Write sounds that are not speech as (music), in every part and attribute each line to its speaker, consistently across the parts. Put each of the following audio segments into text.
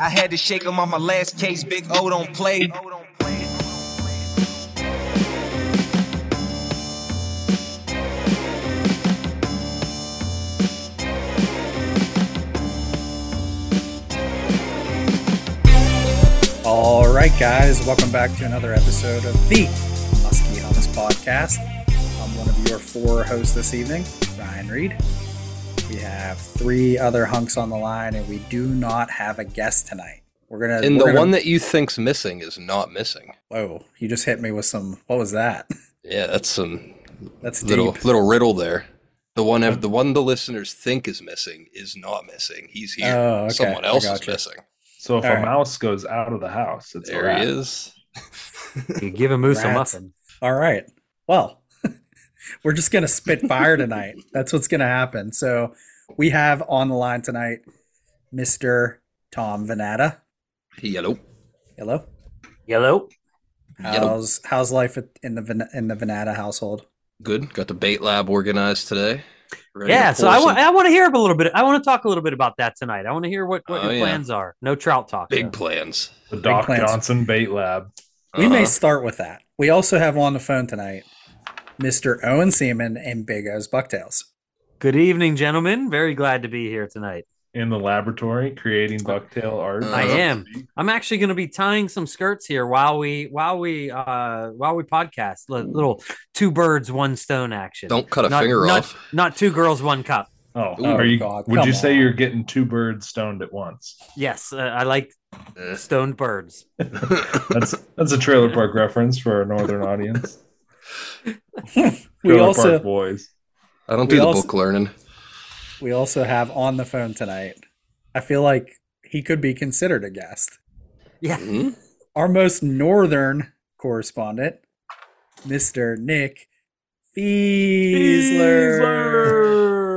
Speaker 1: I had to shake him on my last case. Big O don't play.
Speaker 2: All right, guys, welcome back to another episode of the Muskie Hummus Podcast. I'm one of your four hosts this evening, Ryan Reed. We have three other hunks on the line, and we do not have a guest tonight. We're gonna
Speaker 3: And
Speaker 2: we're
Speaker 3: the
Speaker 2: gonna-
Speaker 3: one that you think's missing is not missing.
Speaker 2: whoa, you just hit me with some. What was that? (laughs)
Speaker 3: Yeah, that's some
Speaker 2: That's deep.
Speaker 3: little little riddle there. The one ev- the one the listeners think is missing is not missing. He's here.
Speaker 2: Oh, okay.
Speaker 3: Someone
Speaker 2: I
Speaker 3: else is
Speaker 2: gotcha.
Speaker 3: missing.
Speaker 4: So if
Speaker 2: All
Speaker 4: a
Speaker 2: right.
Speaker 4: mouse goes out of the house, it's a
Speaker 3: There
Speaker 4: rat.
Speaker 3: he is.
Speaker 5: You give a moose a
Speaker 2: Rats.
Speaker 5: muffin.
Speaker 2: All right. Well, (laughs) we're just going to spit fire tonight. (laughs) That's what's going to happen. So we have on the line tonight Mr. Tom Venata.
Speaker 3: Yellow.
Speaker 2: Hello.
Speaker 3: Yellow.
Speaker 5: Yellow.
Speaker 2: How's how's life at- in the Ven- in the Venata household?
Speaker 3: Good. Got the bait lab organized today. Ready to
Speaker 5: yeah, so
Speaker 3: pour
Speaker 5: I
Speaker 3: some
Speaker 5: want I want to hear a little bit. I want to talk a little bit about that tonight. I want to hear what, what
Speaker 3: Oh,
Speaker 5: your
Speaker 3: yeah.
Speaker 5: plans are. No trout talk.
Speaker 3: big
Speaker 5: though.
Speaker 3: plans.
Speaker 4: The
Speaker 2: Big
Speaker 4: Doc
Speaker 2: plants.
Speaker 4: Johnson bait lab.
Speaker 2: We may
Speaker 3: Uh-huh.
Speaker 2: start with that. We also have on the phone tonight Mr. Owen Seaman and Big O's Bucktails.
Speaker 5: Good evening, gentlemen. Very glad to be here tonight.
Speaker 4: In the laboratory, creating bucktail art.
Speaker 3: I
Speaker 5: I am. I'm actually going to be tying some skirts here while we while we uh while we podcast. Li- Little two birds, one stone action.
Speaker 3: Don't cut a
Speaker 5: Not-
Speaker 3: finger
Speaker 5: not-
Speaker 3: off.
Speaker 5: Not two girls, one cup.
Speaker 4: Oh,
Speaker 3: Ooh.
Speaker 4: are you?
Speaker 2: God,
Speaker 4: would
Speaker 2: come
Speaker 4: you say
Speaker 2: on.
Speaker 4: you're getting two birds stoned at once?
Speaker 5: Yes, uh, I like
Speaker 3: Eh.
Speaker 5: stoned birds.
Speaker 4: That's that's a trailer park reference for our northern
Speaker 2: (laughs)
Speaker 4: audience.
Speaker 2: We
Speaker 4: Trailer
Speaker 2: also
Speaker 4: park boys.
Speaker 3: I don't
Speaker 2: We
Speaker 3: do the
Speaker 2: also-
Speaker 3: book learning.
Speaker 2: we also have on the phone tonight. I feel like he could be considered a guest.
Speaker 5: Yeah.
Speaker 3: Hmm?
Speaker 2: our most northern correspondent, Mr. Nick Fiesler.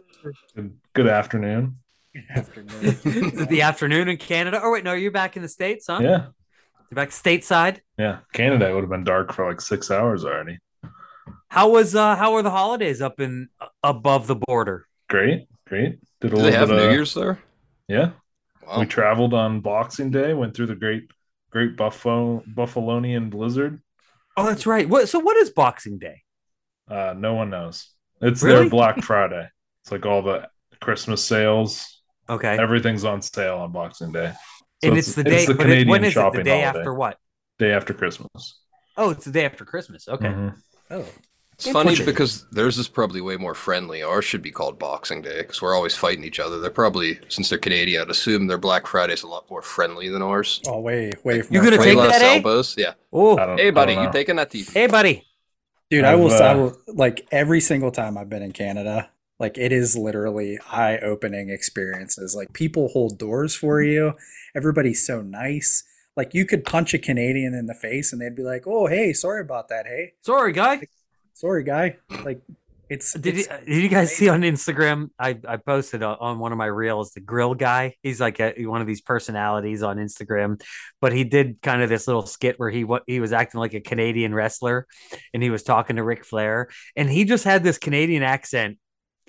Speaker 4: Good, good afternoon.
Speaker 2: Good (laughs) afternoon.
Speaker 5: (laughs) Is it the afternoon in Canada? Oh wait, no, you're back in the states, huh?
Speaker 4: Yeah,
Speaker 5: You're back stateside.
Speaker 4: yeah. Canada would have been dark for like six hours already.
Speaker 5: How was uh how were the holidays up in uh, above the border?
Speaker 4: Great, great. Did
Speaker 3: Do
Speaker 4: a little
Speaker 3: they have
Speaker 4: bit
Speaker 3: New
Speaker 4: of
Speaker 3: Year's Oh. there?
Speaker 4: yeah.
Speaker 3: Wow.
Speaker 4: We traveled on Boxing Day. Went through the great, great Buffalo Buffalonian blizzard.
Speaker 5: Oh, that's right. What so what is Boxing Day?
Speaker 4: Uh, no one knows. It's
Speaker 5: Really?
Speaker 4: their Black Friday. It's like all the Christmas sales.
Speaker 5: Okay.
Speaker 4: Everything's on sale on Boxing Day. So
Speaker 5: and it's, the day
Speaker 4: It's the
Speaker 5: but it-
Speaker 4: Canadian
Speaker 5: when is it?
Speaker 4: shopping
Speaker 5: The day
Speaker 4: holiday.
Speaker 5: after what?
Speaker 4: Day after Christmas.
Speaker 5: Oh, it's the day after Christmas. Okay.
Speaker 4: Mhm.
Speaker 2: oh,
Speaker 3: It's funny
Speaker 5: Unfortunate.
Speaker 3: because theirs is probably way more friendly. Ours should be called Boxing Day because we're always fighting each other. They're probably, since they're Canadian, I'd assume their Black Friday's a lot more friendly than ours.
Speaker 2: oh, way, way.
Speaker 5: You're
Speaker 2: more
Speaker 5: gonna
Speaker 2: friendly.
Speaker 3: Way
Speaker 5: take
Speaker 3: less
Speaker 5: that, eh?
Speaker 3: elbows. Yeah.
Speaker 4: I
Speaker 5: Oh,
Speaker 4: don't-
Speaker 3: Hey,
Speaker 4: I
Speaker 3: buddy,
Speaker 4: don't
Speaker 3: you
Speaker 4: know.
Speaker 3: taking that deep?
Speaker 5: hey buddy.
Speaker 2: dude? I will,
Speaker 4: I've,
Speaker 2: I
Speaker 4: uh,
Speaker 2: will. Like every single time I've been in Canada, like it is literally eye-opening experiences. Like people hold doors for
Speaker 5: Mm-hmm.
Speaker 2: you. Everybody's so nice. Like you could punch a Canadian in the face and they'd be like, "Oh, hey, sorry about that. Hey,
Speaker 5: Sorry, guy.
Speaker 2: sorry, guy." Like it's
Speaker 5: Did you, uh,
Speaker 2: it's-
Speaker 5: did you guys see on Instagram? I, I posted on- on one of my reels the grill guy. He's like a, one of these personalities on Instagram, but he did kind of this little skit where he what he was acting like a Canadian wrestler, and he was talking to Ric Flair, and he just had this Canadian accent.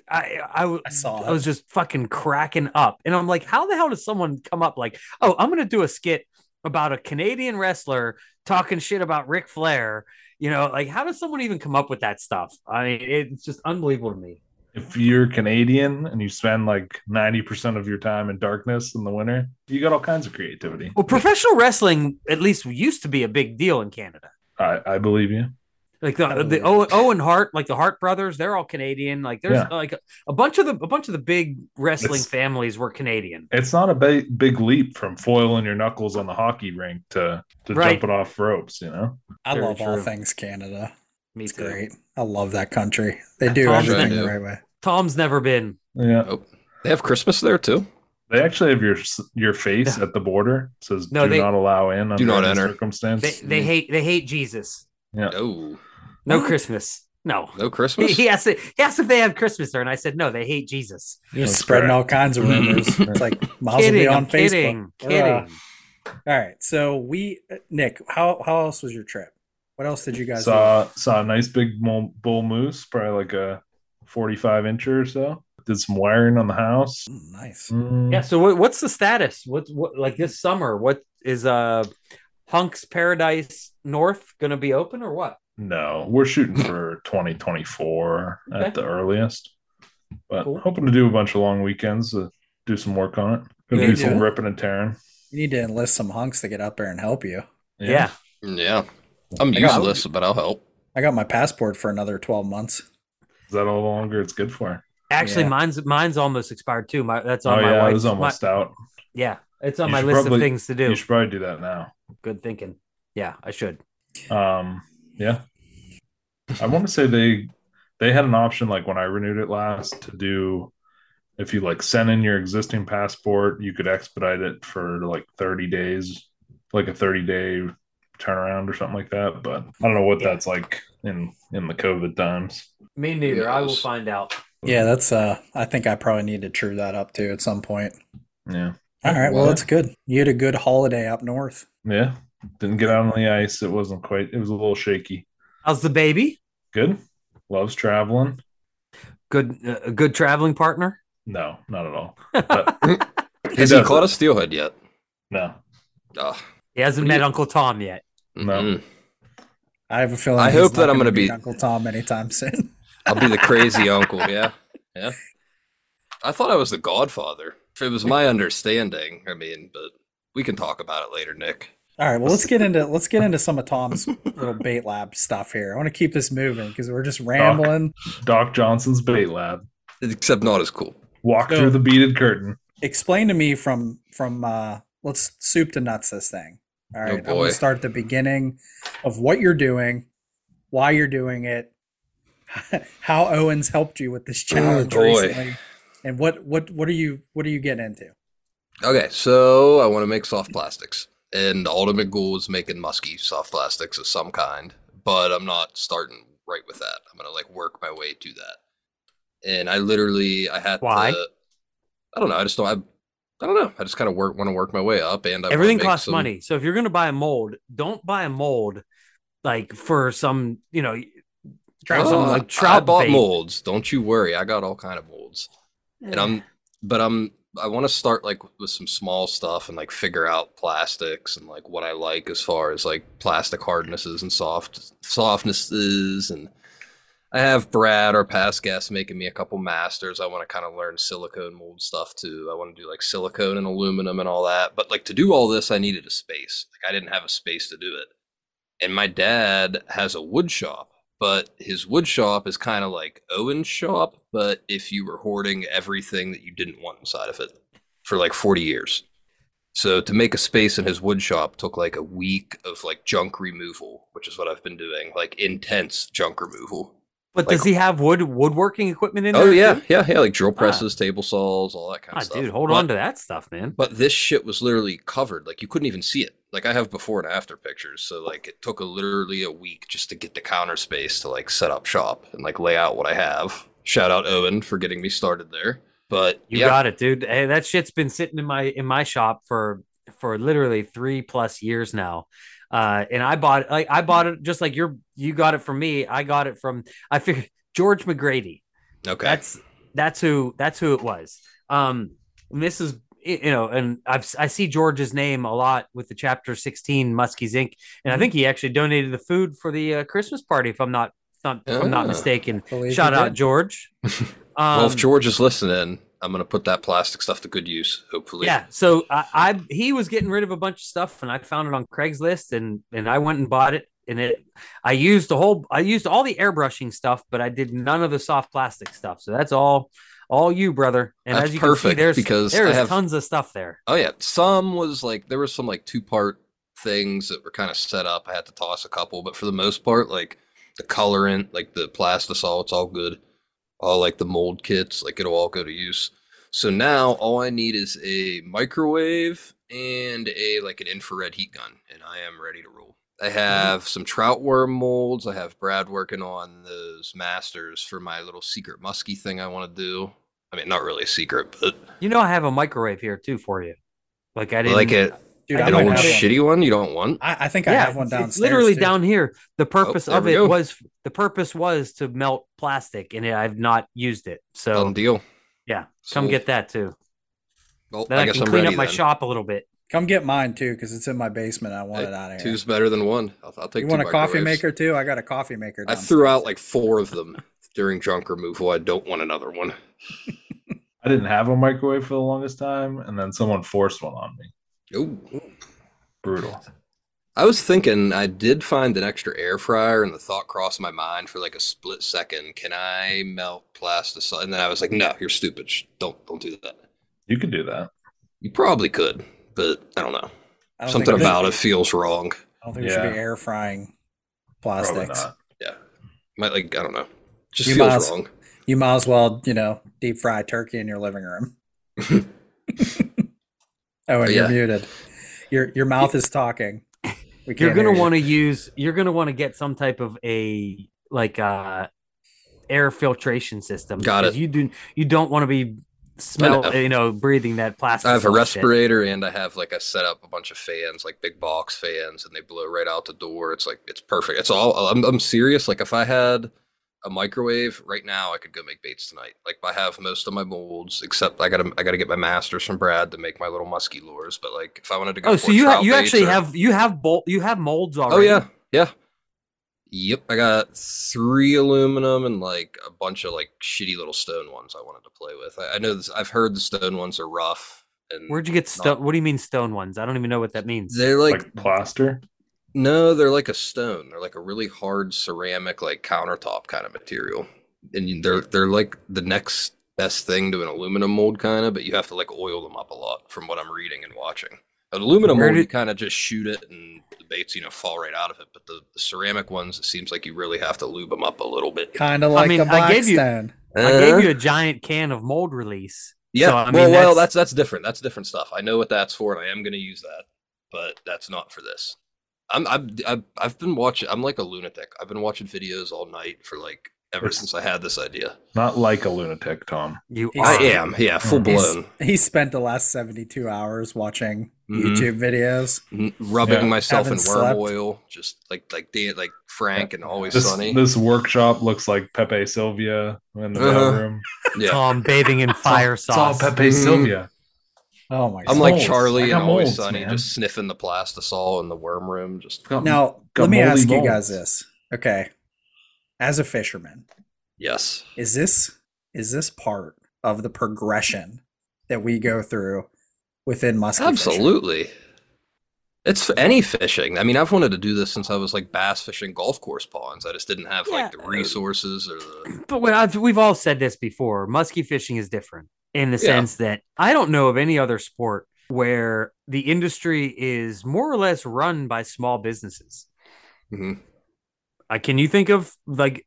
Speaker 5: I I, w-
Speaker 2: I saw.
Speaker 5: I was just fucking cracking up, and I'm like, how the hell does someone come up like, oh, I'm gonna do a skit about a Canadian wrestler talking shit about Ric Flair? You know, like how does someone even come up with that stuff? I mean, it's just unbelievable to me.
Speaker 4: If you're Canadian and you spend like 90% of your time in darkness in the winter, you got all kinds of creativity.
Speaker 5: Well, professional wrestling at least used to be a big deal in Canada.
Speaker 4: I, I believe you.
Speaker 5: Like the, the Owen, Owen Hart, like the Hart brothers, they're all Canadian. Like there's like a, bunch of the a bunch of the big wrestling
Speaker 4: It's-
Speaker 5: families were Canadian.
Speaker 4: It's not a ba- big leap from foiling your knuckles on the hockey rink to, to
Speaker 5: Right.
Speaker 4: jumping off ropes, you know?
Speaker 2: I
Speaker 5: Very
Speaker 2: love all
Speaker 5: true.
Speaker 2: things Canada.
Speaker 5: Me
Speaker 2: It's
Speaker 5: too.
Speaker 2: great. I love that country. They do
Speaker 5: Tom's
Speaker 2: everything
Speaker 3: been-
Speaker 2: the right way.
Speaker 5: Tom's never been.
Speaker 4: Yeah.
Speaker 3: They have Christmas there too.
Speaker 4: They actually have your s- your face at the border. It says
Speaker 5: No,
Speaker 4: do
Speaker 5: they-
Speaker 4: not allow in under
Speaker 3: Do not
Speaker 4: any
Speaker 3: enter.
Speaker 4: circumstance.
Speaker 5: They they hate they hate Jesus.
Speaker 3: No,
Speaker 5: No
Speaker 3: What?
Speaker 5: Christmas. No.
Speaker 3: Oh, no
Speaker 5: He, (laughs)
Speaker 3: Christmas.
Speaker 5: he asked he asked if they had Christmas there, and I said no. They hate Jesus.
Speaker 2: You're
Speaker 4: That's
Speaker 2: spreading
Speaker 4: correct.
Speaker 2: all kinds of
Speaker 5: (laughs)
Speaker 2: rumors. it's like miles will
Speaker 5: Kidding.
Speaker 2: be on
Speaker 5: I'm
Speaker 2: Facebook.
Speaker 5: kidding.
Speaker 2: Or, uh,
Speaker 5: Kidding.
Speaker 2: all right. So we, uh, Nick, how how else was your trip? What else did you guys? do?
Speaker 3: uh,
Speaker 4: saw saw a nice big mo- bull moose, probably like a forty-five incher or so. did some wiring on the house.
Speaker 2: Nice.
Speaker 4: Mm,
Speaker 5: Yeah. So what, what's the status? What's what like this summer? What is uh Hunks Paradise North gonna be open or what?
Speaker 4: No, we're shooting for 2024
Speaker 5: Okay.
Speaker 4: at the earliest, but
Speaker 5: Cool.
Speaker 4: hoping to do a bunch of long weekends, uh, do some work on it, gonna
Speaker 5: Yeah,
Speaker 4: do
Speaker 5: yeah.
Speaker 4: some ripping and tearing.
Speaker 2: You need to enlist some hunks to get out there and help you.
Speaker 5: yeah.
Speaker 3: Yeah. I'm
Speaker 2: I got-
Speaker 3: useless, but I'll help.
Speaker 2: I got my passport for another 12 months.
Speaker 4: Is that all the longer it's good for?
Speaker 5: Actually,
Speaker 2: Yeah.
Speaker 5: mine's mine's almost expired too. My that's on
Speaker 4: oh
Speaker 5: my
Speaker 4: yeah, it
Speaker 5: wife's.
Speaker 4: was
Speaker 5: my-
Speaker 4: almost out.
Speaker 5: yeah, it's on
Speaker 4: You
Speaker 5: my
Speaker 4: should
Speaker 5: list
Speaker 4: probably-
Speaker 5: of things to do.
Speaker 4: You should probably do that now.
Speaker 5: Good thinking. Yeah, I should.
Speaker 4: Um, yeah, I want to say they they had an option like when I renewed it last to do if you like send in your existing passport, you could expedite it for like 30 days, like a 30 day turnaround or something like that. But I don't know what that's like in in the COVID times.
Speaker 5: Me neither. I will
Speaker 3: knows?
Speaker 5: find out.
Speaker 3: Mm.
Speaker 2: Yeah, that's uh I think I probably need to true that up too at some point.
Speaker 4: Yeah,
Speaker 2: All right, well,
Speaker 4: Well-
Speaker 2: that's good. You had a good holiday up north.
Speaker 4: yeah. Didn't get out on the ice. It wasn't quite. It was a little shaky.
Speaker 5: How's the baby?
Speaker 4: Good. Loves traveling.
Speaker 5: Good, uh, a good traveling partner.
Speaker 4: No, not at all.
Speaker 3: Has he
Speaker 4: does
Speaker 3: caught a steelhead yet?
Speaker 4: No.
Speaker 3: Ugh.
Speaker 5: He hasn't met Uncle Tom yet.
Speaker 4: No.
Speaker 3: Mm-mm.
Speaker 2: I have a feeling
Speaker 3: I
Speaker 2: he's
Speaker 3: hope
Speaker 2: not
Speaker 3: that I'm gonna
Speaker 2: meet
Speaker 3: be-
Speaker 2: Uncle Tom anytime (laughs) soon.
Speaker 3: I'll be the crazy uncle. Yeah. Yeah. I thought I was the godfather. It was my understanding. I mean, but we can talk about it later, Nick.
Speaker 2: All right, well, let's get into let's get into some of
Speaker 3: (laughs)
Speaker 2: Tom's little bait lab stuff here. I want to keep this moving because we're just rambling.
Speaker 4: Doc Johnson's bait lab.
Speaker 3: Except not as cool.
Speaker 4: Walk
Speaker 2: So-
Speaker 4: through the beaded curtain.
Speaker 2: Explain to me from from uh let's soup to nuts this thing. All right, I'm
Speaker 3: Oh, boy.
Speaker 2: gonna start at the beginning of what you're doing, why you're doing it, (laughs) how Owens helped you with this challenge
Speaker 3: Oh, boy.
Speaker 2: recently, and what what what are you what are you getting into?
Speaker 3: Okay, so I want to make soft plastics, and the Ultimate Ghoul is making musky soft plastics of some kind, but I'm not starting right with that. I'm gonna like work my way to that, and I literally I had
Speaker 5: Why?
Speaker 3: to- I don't know. I just don't. I, I don't know. I just kind of work want to work my way up, and I wanna
Speaker 5: Everything
Speaker 3: make
Speaker 5: costs
Speaker 3: some-
Speaker 5: money. So if you're going to buy a mold, don't buy a mold like for some, you know,
Speaker 3: Oh,
Speaker 5: Trout, something
Speaker 3: I-
Speaker 5: like trout
Speaker 3: I bought
Speaker 5: bait.
Speaker 3: molds. Don't you worry. I got all kind of molds. and I'm but I'm I want to start like with some small stuff and like figure out plastics and like what I like as far as like plastic hardnesses and soft softnesses and I have Brad our past guest making me a couple masters. I want to kind of learn silicone mold stuff too. I want to do like silicone and aluminum and all that. But like to do all this I needed a space. Like I didn't have a space to do it. And my dad has a wood shop but his wood shop is kind of like Owen's shop, but if you were hoarding everything that you didn't want inside of it for like 40 years. So to make a space in his wood shop took like a week of like junk removal, which is what I've been doing, like intense junk removal.
Speaker 5: But
Speaker 3: like-
Speaker 5: does he have wood woodworking equipment in there?
Speaker 3: Oh yeah,
Speaker 5: too?
Speaker 3: yeah, yeah, like drill
Speaker 5: Ah.
Speaker 3: presses, table saws, all that kind
Speaker 5: Ah,
Speaker 3: of stuff.
Speaker 5: dude, hold
Speaker 3: But-
Speaker 5: on to that stuff, man.
Speaker 3: But this shit was literally covered. Like you couldn't even see it. Like I have before and after pictures. So like it took a, literally a week just to get the counter space to like set up shop and like lay out what I have. Shout out Owen for getting me started there. But
Speaker 5: You
Speaker 3: yeah,
Speaker 5: got it, dude. Hey, that shit's been sitting in my in my shop for for literally three plus years now. Uh, and I bought like I bought it just like you're you got it from me. I got it from I figured George McGrady.
Speaker 3: okay.
Speaker 5: That's that's who that's who it was. Um, and this is y- you know, and I've I see George's name a lot with the Chapter Sixteen Muskie's Inc. And I
Speaker 3: Mm-hmm.
Speaker 5: think he actually donated the food for the uh, Christmas party, if I'm not if I'm, if I'm not
Speaker 3: Ah.
Speaker 5: mistaken.
Speaker 2: Believe
Speaker 5: Shout
Speaker 2: you
Speaker 5: out
Speaker 2: did.
Speaker 5: George.
Speaker 3: (laughs) well, if
Speaker 5: Um,
Speaker 3: George is listening, I'm gonna put that plastic stuff to good use. Hopefully.
Speaker 5: Yeah. So I, I he was getting rid of a bunch of stuff, and I found it on Craigslist, and and I went and bought it, and it I used the whole I used all the airbrushing stuff, but I did none of the soft plastic stuff. So that's all all you, brother. And
Speaker 3: That's
Speaker 5: as you can see,
Speaker 3: perfect,
Speaker 5: there's
Speaker 3: because I
Speaker 5: there's
Speaker 3: have-
Speaker 5: tons of stuff there.
Speaker 3: Oh yeah. Some was like there was some like two part things that were kind of set up. I had to toss a couple, but for the most part, like the colorant, like the plastisol, it's all good. All like the mold kits, like it'll all go to use. So now all I need is a microwave and a like an infrared heat gun, and I am ready to roll. I
Speaker 5: Mm-hmm.
Speaker 3: have some trout worm molds. I have Brad working on those masters for my little secret musky thing I want to do. I mean, not really a secret, but
Speaker 5: You know, I have a microwave here too for you. Like I didn't
Speaker 3: like it.
Speaker 2: Dude,
Speaker 5: I
Speaker 2: I,
Speaker 3: An
Speaker 2: might
Speaker 3: old
Speaker 2: have one.
Speaker 3: shitty one you don't want?
Speaker 2: I, I think I
Speaker 5: yeah,
Speaker 2: have one
Speaker 5: it's-
Speaker 2: downstairs.
Speaker 5: it's literally
Speaker 2: too.
Speaker 5: down here. The purpose
Speaker 3: Oh, there
Speaker 5: of
Speaker 3: we
Speaker 5: it
Speaker 3: go.
Speaker 5: was the purpose was to melt plastic, and I've not used it. So
Speaker 3: Done deal.
Speaker 5: Yeah, come
Speaker 3: Sold.
Speaker 5: get that too.
Speaker 3: Well,
Speaker 5: Then I,
Speaker 3: guess
Speaker 5: can
Speaker 3: I'm
Speaker 5: clean
Speaker 3: ready
Speaker 5: up my
Speaker 3: then.
Speaker 5: shop a little bit.
Speaker 2: Come get mine too, because it's in my basement. I want
Speaker 3: Hey,
Speaker 2: it out of here.
Speaker 3: Two's better than one. I'll, I'll take.
Speaker 2: You
Speaker 3: two
Speaker 2: want a coffee
Speaker 3: microwaves.
Speaker 2: maker too? I got a coffee maker.
Speaker 3: I
Speaker 2: downstairs.
Speaker 3: threw out like four of them (laughs) during junk removal. I don't want another one.
Speaker 4: I didn't have a microwave for the longest time, and then someone forced one on me.
Speaker 3: Ooh.
Speaker 4: Brutal.
Speaker 3: I was thinking I did find an extra air fryer, and the thought crossed my mind for like a split second: Can I melt plasticine? And then I was like, No, you're stupid. Shh, Don't don't do that.
Speaker 4: You could do that.
Speaker 3: You probably could, but I don't know.
Speaker 2: I don't think
Speaker 3: Something
Speaker 2: we should-
Speaker 3: about it feels wrong.
Speaker 2: I don't think we should be
Speaker 4: Yeah.
Speaker 2: air frying
Speaker 4: Probably
Speaker 2: plastics.
Speaker 4: not.
Speaker 3: Yeah, might like I don't know. Just
Speaker 2: You
Speaker 3: feels
Speaker 2: must.
Speaker 3: wrong.
Speaker 2: You might as well, you know, deep fry turkey in your living
Speaker 3: (laughs)
Speaker 2: room. oh, and you're
Speaker 3: yeah.
Speaker 2: muted. Your your mouth is talking. We
Speaker 5: You're
Speaker 2: can't
Speaker 5: gonna
Speaker 2: hear you.
Speaker 5: want to use. You're gonna want to get some type of a like uh air filtration system.
Speaker 3: Got
Speaker 5: 'cause
Speaker 3: it.
Speaker 5: You do. You don't want to be smell.
Speaker 3: know.
Speaker 5: You know, breathing that plastic.
Speaker 3: I have a
Speaker 5: bullshit.
Speaker 3: respirator and I have like I set up a bunch of fans, like big box fans, and they blow right out the door. It's like it's perfect. It's all I'm I'm serious. Like if I had a microwave right now, I could go make baits tonight. Like I have most of my molds, except I gotta I gotta get my masters from Brad to make my little musky lures. But like if I wanted to go,
Speaker 5: Oh, so
Speaker 3: for
Speaker 5: you ha-
Speaker 3: trout
Speaker 5: you
Speaker 3: baits
Speaker 5: actually
Speaker 3: or-
Speaker 5: have you have bolt you have molds already.
Speaker 3: Oh yeah, yeah. Yep, I got three aluminum and like a bunch of like shitty little stone ones I wanted to play with. I, I know this, I've heard the stone ones are rough. And
Speaker 5: Where'd you get stone? What do you mean stone ones? I don't even know what that means.
Speaker 3: They're
Speaker 4: Like,
Speaker 3: like,
Speaker 4: plaster.
Speaker 3: no, they're like a stone. They're like a really hard ceramic, like countertop kind of material, and you- they're they're like the next best thing to an aluminum mold, kind of. But you have to like oil them up a lot, from what I'm reading and watching. An aluminum
Speaker 5: Where
Speaker 3: mold,
Speaker 5: did-
Speaker 3: you kind of just shoot it, and the baits, you know, fall right out of it. But the, the ceramic ones, it seems like you really have to lube them up a little bit.
Speaker 2: kind of like
Speaker 5: mean,
Speaker 2: a
Speaker 5: I gave you-
Speaker 2: Blackstone.
Speaker 5: I gave you a giant can of mold release.
Speaker 3: Yeah,
Speaker 5: So, I mean,
Speaker 3: well, well,
Speaker 5: that's-
Speaker 3: that's that's different. That's different stuff. I know what that's for, and I am going to use that, but that's not for this. I'm I've, I've I've been watching. I'm like a lunatic. I've been watching videos all night for like ever
Speaker 4: It's-
Speaker 3: since I had this idea. mm,
Speaker 4: Not like a lunatic, Tom.
Speaker 5: You
Speaker 2: He's-
Speaker 3: I
Speaker 5: are.
Speaker 3: am, yeah, full
Speaker 2: He's-
Speaker 3: blown,
Speaker 2: He spent the last 72 hours watching
Speaker 3: Mhm.
Speaker 2: YouTube videos.
Speaker 3: N- rubbing
Speaker 4: Yeah.
Speaker 3: myself in worm
Speaker 2: Haven't slept.
Speaker 3: oil, just like like Dan, like Frank and Always
Speaker 4: This
Speaker 3: Sunny.
Speaker 4: this workshop looks like Pepe Sylvia in the
Speaker 3: Uh-huh.
Speaker 4: mailroom.
Speaker 3: yeah,
Speaker 5: Tom bathing in fire
Speaker 4: It's all
Speaker 5: sauce.
Speaker 4: Pepe
Speaker 3: Mm.
Speaker 4: Sylvia.
Speaker 2: Oh my god.
Speaker 3: I'm like
Speaker 4: molds. I
Speaker 3: Charlie
Speaker 4: got
Speaker 3: and Always
Speaker 4: molds,
Speaker 3: Sunny,
Speaker 4: man.
Speaker 3: just sniffing the plastisol in the worm room. Just
Speaker 4: Got-
Speaker 2: now,
Speaker 4: got
Speaker 2: let me
Speaker 4: moldy
Speaker 2: ask you guys
Speaker 4: molds.
Speaker 2: this. Okay. As a fisherman,
Speaker 3: yes,
Speaker 2: is this is this part of the progression that we go through within muskie fishing?
Speaker 3: Absolutely. It's for any fishing. I mean, I've wanted to do this since I was like bass fishing golf course ponds. I just didn't have like the
Speaker 5: Yeah.
Speaker 3: resources or the.
Speaker 5: But we- I've, we've all said this before. Muskie fishing is different in the
Speaker 3: Yeah.
Speaker 5: sense that I don't know of any other sport where the industry is more or less run by small businesses.
Speaker 3: Mhm.
Speaker 5: Uh, can you think of like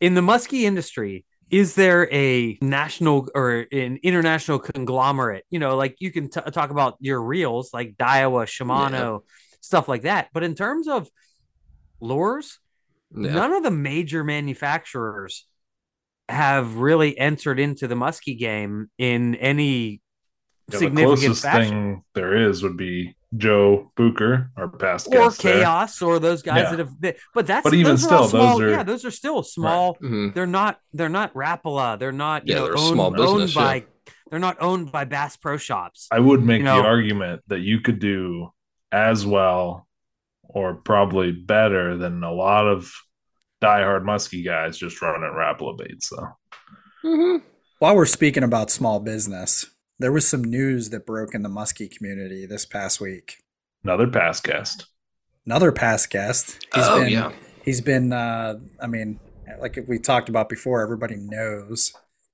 Speaker 5: in the muskie industry? Is there a national or an international conglomerate? You know, like you can t- talk about your reels like Daiwa, Shimano, stuff like that. But in terms of lures,
Speaker 3: Yeah.
Speaker 5: none of the major manufacturers have really entered into the muskie game in any
Speaker 4: Yeah, the
Speaker 5: significant
Speaker 4: closest
Speaker 5: fashion.
Speaker 4: thing there is would be Joe Booker, our past
Speaker 5: Or
Speaker 4: guest. there.
Speaker 5: chaos, or those guys
Speaker 4: Yeah.
Speaker 5: that have, that- but that's
Speaker 4: But even
Speaker 5: those are all
Speaker 4: still, those
Speaker 5: small-
Speaker 4: are-
Speaker 5: yeah, those are still small
Speaker 3: Mhm.
Speaker 5: they're not they're not Rapala. They're not you
Speaker 3: Yeah,
Speaker 5: know
Speaker 3: they're a
Speaker 5: owned,
Speaker 3: small business,
Speaker 5: owned
Speaker 3: yeah.
Speaker 5: by they're not owned by Bass Pro Shops.
Speaker 4: I would make
Speaker 5: You
Speaker 4: the
Speaker 5: know-
Speaker 4: argument that you could do as well or probably better than a lot of diehard muskie guys just running Rapala baits though.
Speaker 2: While we're speaking about small business, there was some news that broke in the muskie community this past week.
Speaker 4: Another past guest.
Speaker 2: Another past guest. He's
Speaker 3: Oh,
Speaker 2: been
Speaker 3: yeah.
Speaker 2: he's been uh i mean like we talked about before everybody knows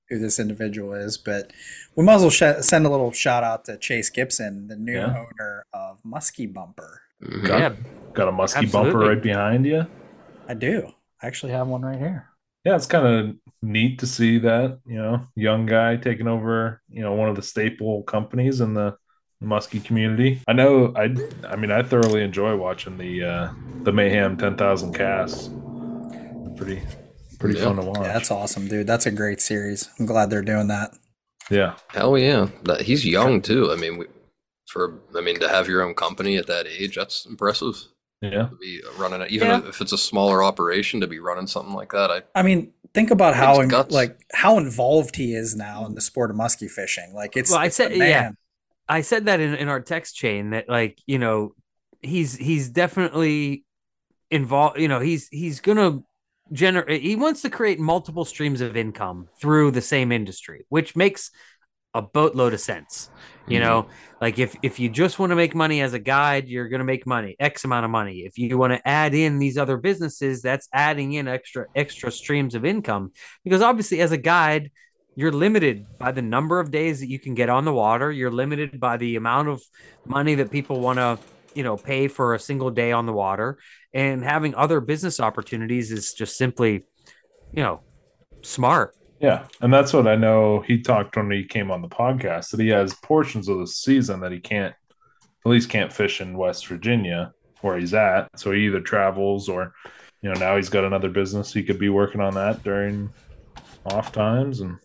Speaker 2: who this individual is but we might as well sh- send a little shout out to chase gibson the new
Speaker 4: Yeah.
Speaker 2: owner of muskie bumper
Speaker 3: Mhm.
Speaker 4: Got,
Speaker 5: Yeah.
Speaker 4: got a muskie
Speaker 5: absolutely.
Speaker 4: bumper right behind you.
Speaker 2: i do i actually have one right here
Speaker 4: Yeah, it's kind of neat to see that, you know, young guy taking over, you know, one of the staple companies in the muskie community. I know I I mean I thoroughly enjoy watching the uh the Mayhem 10,000 casts. Pretty pretty
Speaker 3: Yeah.
Speaker 4: fun to watch.
Speaker 2: yeah, that's awesome dude that's a great series i'm glad they're doing that
Speaker 4: Yeah.
Speaker 3: Hell yeah, That- he's young too. I mean, we, for I mean to have your own company at that age, that's impressive.
Speaker 4: Yeah.
Speaker 3: To be running it, even
Speaker 5: Yeah.
Speaker 3: if it's a smaller operation, to be running something like that, I
Speaker 2: i mean think about how
Speaker 3: It's
Speaker 2: in,
Speaker 3: guts.
Speaker 2: like how involved he is now in the sport of muskie fishing. Like it's,
Speaker 5: Well, I
Speaker 2: it's the
Speaker 5: said- yeah.
Speaker 2: man.
Speaker 5: I said that in, in our text chain that like you know he's he's definitely involved you know he's he's gonna generate he wants to create multiple streams of income through the same industry which makes a boatload of sense you know like if if you just want to make money as a guide you're going to make money x amount of money if you want to add in these other businesses that's adding in extra extra streams of income because obviously as a guide you're limited by the number of days that you can get on the water you're limited by the amount of money that people want to you know pay for a single day on the water and having other business opportunities is just simply you know smart
Speaker 4: Yeah, and that's what I know. He talked when he came on the podcast that he has portions of the season that he can't, at least can't fish in West Virginia where he's at. So he either travels or, you know, now he's got another business he could be working on that during off times. And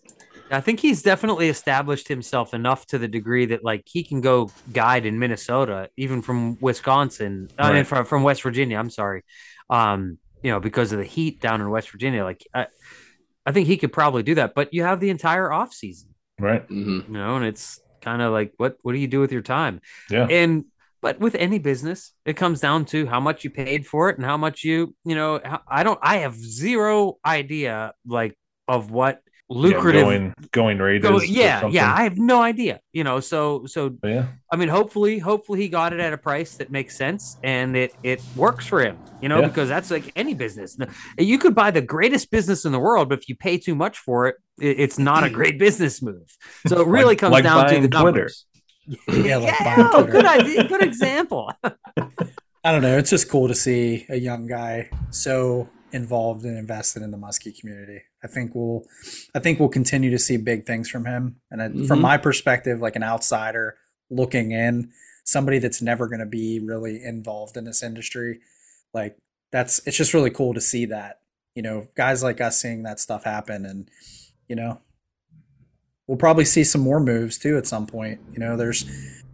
Speaker 5: i think he's definitely established himself enough to the degree that like he can go guide in minnesota even from wisconsin i mean
Speaker 4: Right.
Speaker 5: from, from west virginia i'm sorry um you know because of the heat down in west virginia like i, I think he could probably do that but you have the entire off season
Speaker 4: right,
Speaker 3: Mhm.
Speaker 5: you know and it's kind of like what what do you do with your time
Speaker 4: yeah,
Speaker 5: and but with any business it comes down to how much you paid for it and how much you you know how- i don't i have zero idea like of what lucrative
Speaker 4: yeah, going going rate
Speaker 5: go-
Speaker 4: is or
Speaker 5: yeah
Speaker 4: something.
Speaker 5: yeah i have no idea you know so so
Speaker 4: But yeah.
Speaker 5: I mean, hopefully, hopefully he got it at a price that makes sense and it it works for him, you know,
Speaker 4: Yeah.
Speaker 5: because that's like any business. You could buy the greatest business in the world, but if you pay too much for it, it it's not a great business move. So it really
Speaker 4: (laughs) Like-
Speaker 5: comes
Speaker 4: like
Speaker 5: down to
Speaker 4: buying
Speaker 5: the
Speaker 4: Twitter.
Speaker 5: numbers.
Speaker 2: Yeah, like
Speaker 5: yeah,
Speaker 2: buying
Speaker 5: oh,
Speaker 2: Twitter.
Speaker 5: good idea, good example.
Speaker 2: I don't know. It's just cool to see a young guy so involved and invested in the muskie community. I think we'll, I think we'll continue to see big things from him. And I, from
Speaker 5: Mm-hmm.
Speaker 3: Mhm.
Speaker 2: my perspective, like an outsider looking in, somebody that's never going to be really involved in this industry, like that's it's just really cool to see that. You know, guys like us seeing that stuff happen, and you know, we'll probably see some more moves too at some point. You know, there's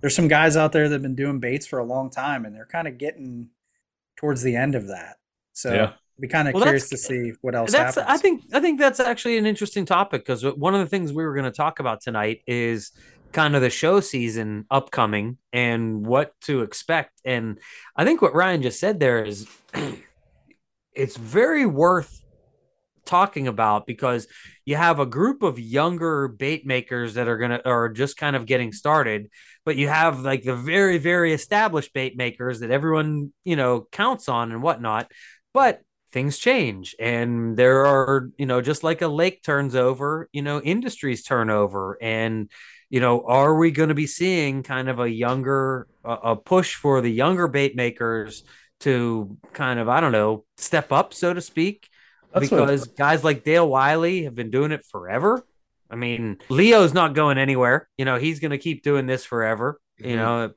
Speaker 2: there's some guys out there that have been doing baits for a long time and they're kind of getting towards the end of that. So
Speaker 4: Yeah.
Speaker 2: be kind of
Speaker 5: Well,
Speaker 2: curious to
Speaker 5: that's-
Speaker 2: see what else
Speaker 5: that's
Speaker 2: happens.
Speaker 5: i think i think that's actually an interesting topic because one of the things we were going to talk about tonight is kind of the show season upcoming and what to expect and i think what ryan just said there is (clears throat) it's very worth talking about because you have a group of younger bait makers that are gonna are just kind of getting started but you have like the very very established bait makers that everyone you know counts on and whatnot but things change and there are you know just like a lake turns over you know industries turn over and you know are we going to be seeing kind of a younger a, a push for the younger bait makers to kind of i don't know step up so to speak
Speaker 4: That's what-
Speaker 5: because guys like dale wiley have been doing it forever i mean leo's not going anywhere you know he's going to keep doing this forever you
Speaker 4: Mm-hmm.
Speaker 3: Mhm.
Speaker 5: know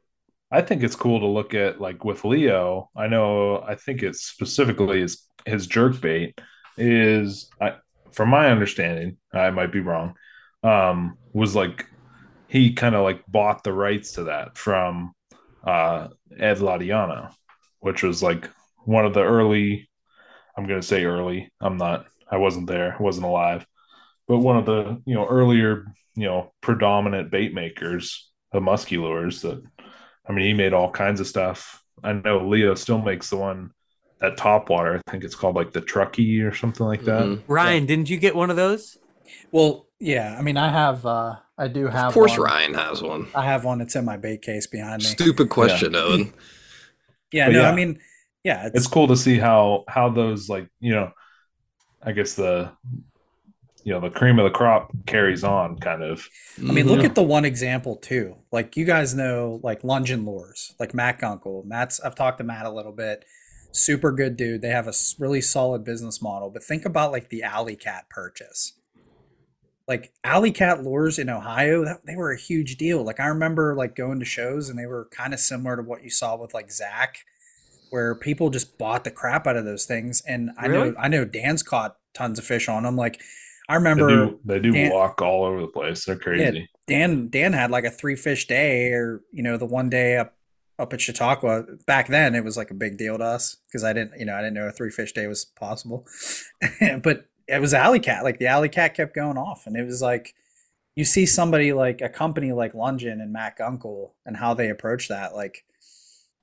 Speaker 4: I think it's cool to look at like with Leo. I know I think it's specifically his his jerk bait is I from my understanding, I might be wrong, um, was like he kind of like bought the rights to that from uh Ed Ladiano, which was like one of the early I'm gonna say early. I'm not I wasn't there, I wasn't alive, but one of the you know earlier, you know, predominant bait makers of musky lures that I mean, he made all kinds of stuff. I know Leo still makes the one at Topwater. I think it's called like the Truckee or something like that.
Speaker 3: Mhm.
Speaker 5: ryan didn't you get one of those
Speaker 2: well, yeah, I mean I have uh I do have
Speaker 3: Of course,
Speaker 2: one.
Speaker 3: Ryan has one.
Speaker 2: I have one that's in my bait case behind me.
Speaker 3: Stupid question, Owen.
Speaker 2: yeah,
Speaker 4: But
Speaker 2: no,
Speaker 4: yeah.
Speaker 2: I mean yeah, it's,
Speaker 4: It's cool to see how how those like you know, I guess the you know the cream of the crop carries on kind of.
Speaker 2: I mean, look
Speaker 3: Mm-hmm.
Speaker 4: Yeah.
Speaker 2: at the one example too. Like you guys know, like Lungeon Lures, like Matt Gunkel. Matt's I've talked to Matt a little bit. Super good dude. They have a s- really solid business model. But think about like the Alley Cat purchase. Like Alley Cat Lures in Ohio, that, they were a huge deal. Like I remember like going to shows and they were kind of similar to what you saw with like Zach, where people just bought the crap out of those things. And I know
Speaker 5: Really?
Speaker 2: I know Dan's caught tons of fish on them. Like I
Speaker 4: They
Speaker 2: remember
Speaker 4: do they do
Speaker 2: Dan-
Speaker 4: walk all over the place. They're crazy.
Speaker 2: Dan Dan had like a three fish day or you know the one day up up at Chautauqua back then it was like a big deal to us because I didn't you know I didn't know a three fish day was possible (laughs) but it was alley cat. Like the alley cat kept going off, and it was like you see somebody like a company like Lungin and Mac Uncle and how they approach that. Like